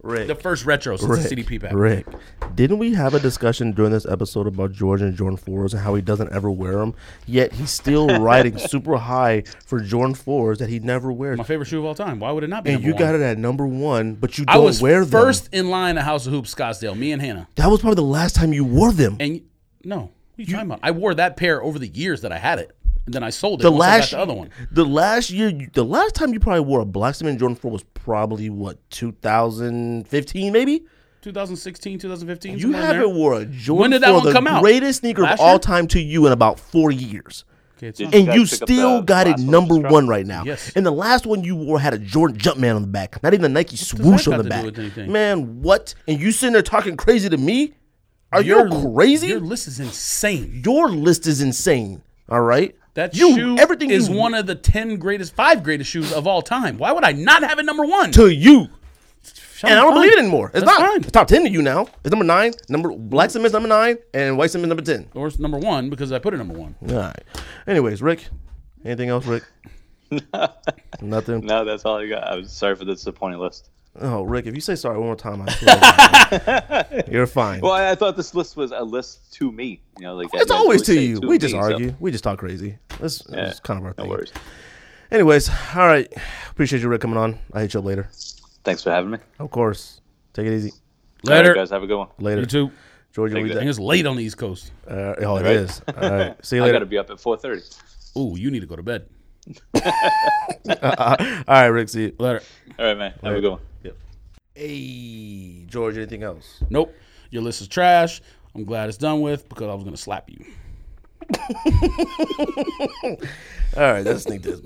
Rick,
the first retro since the CDP pack.
Rick, didn't we have a discussion during this episode about George and Jordan fours and how he doesn't ever wear them? Yet he's still riding super high for Jordan fours that he never wears.
My favorite shoe of all time. Why would it not be?
And
number
you
one?
got it at number one, but you don't
I was
wear them.
first in line at House of Hoops Scottsdale. Me and Hannah.
That was probably the last time you wore them.
And y- no, what are you, talking about? I wore that pair over the years that I had it, and then I sold it.
the
once
last
I got the other one.
The last year, you- the last time you probably wore a black cement Jordan four was probably what 2015, maybe.
2016, 2015.
You
somewhere in there.
haven't wore a Jordan
When did that
four,
one
the
come out?
greatest sneaker
Last
of all
year?
time to you in about four years.
Okay, it's
Did
not-
you
And
guys
you
pick up
still
the-
got
the
it
last one,
number
Strap?
one right now.
Yes.
And the last one you wore had a Jordan Jumpman on the back, not even a Nike swoosh
that
on the
got to do
back.
with anything?
Man, what? And you sitting there talking crazy to me? Are you
Your-
crazy?
Your
Your,
list is insane.
list is insane. All right.
That
you,
shoe
everything
is
you,
one of the ten greatest, five greatest shoes of all time. Why would I not have it number one?
to you.
Sean,
and I don't
fine.
believe it anymore. It's
That's
not.
fine.
It's top ten to you now. It's number nine. Number black cement's number nine, and white cement's number ten.
Or it's number one because I put it number one.
All right. Anyways, Rick, anything else, Rick? Nothing.
No, that's all I got. I'm sorry for the disappointing list.
Oh, Rick, if you say sorry one more time, I you're fine.
Well, I, I thought this list was a list to me. You know, like I-
it's
I
always to
say
you. We just
me, so-
argue. We just talk crazy. That's, that's kind of our
No
thing.
worries.
Anyways, all right. Appreciate you, Rick, coming on. I hit you up later.
Thanks for having me.
Of course. Take it easy.
All
Later,
right, guys. Have a good one.
Later.
you too.
George, you lead
I
that.
think it's late on the East Coast.
Uh, oh, it
Right.
is. All right. See you
I
later.
got to be up at 4:30.
Ooh, you need to go to bed.
all right, Rick. See you.
Later.
All right, man. Have a good one.
Hey, George, anything else?
Nope. Your list is trash. I'm glad it's done with because I was gonna slap you.
All right, let's sneak this.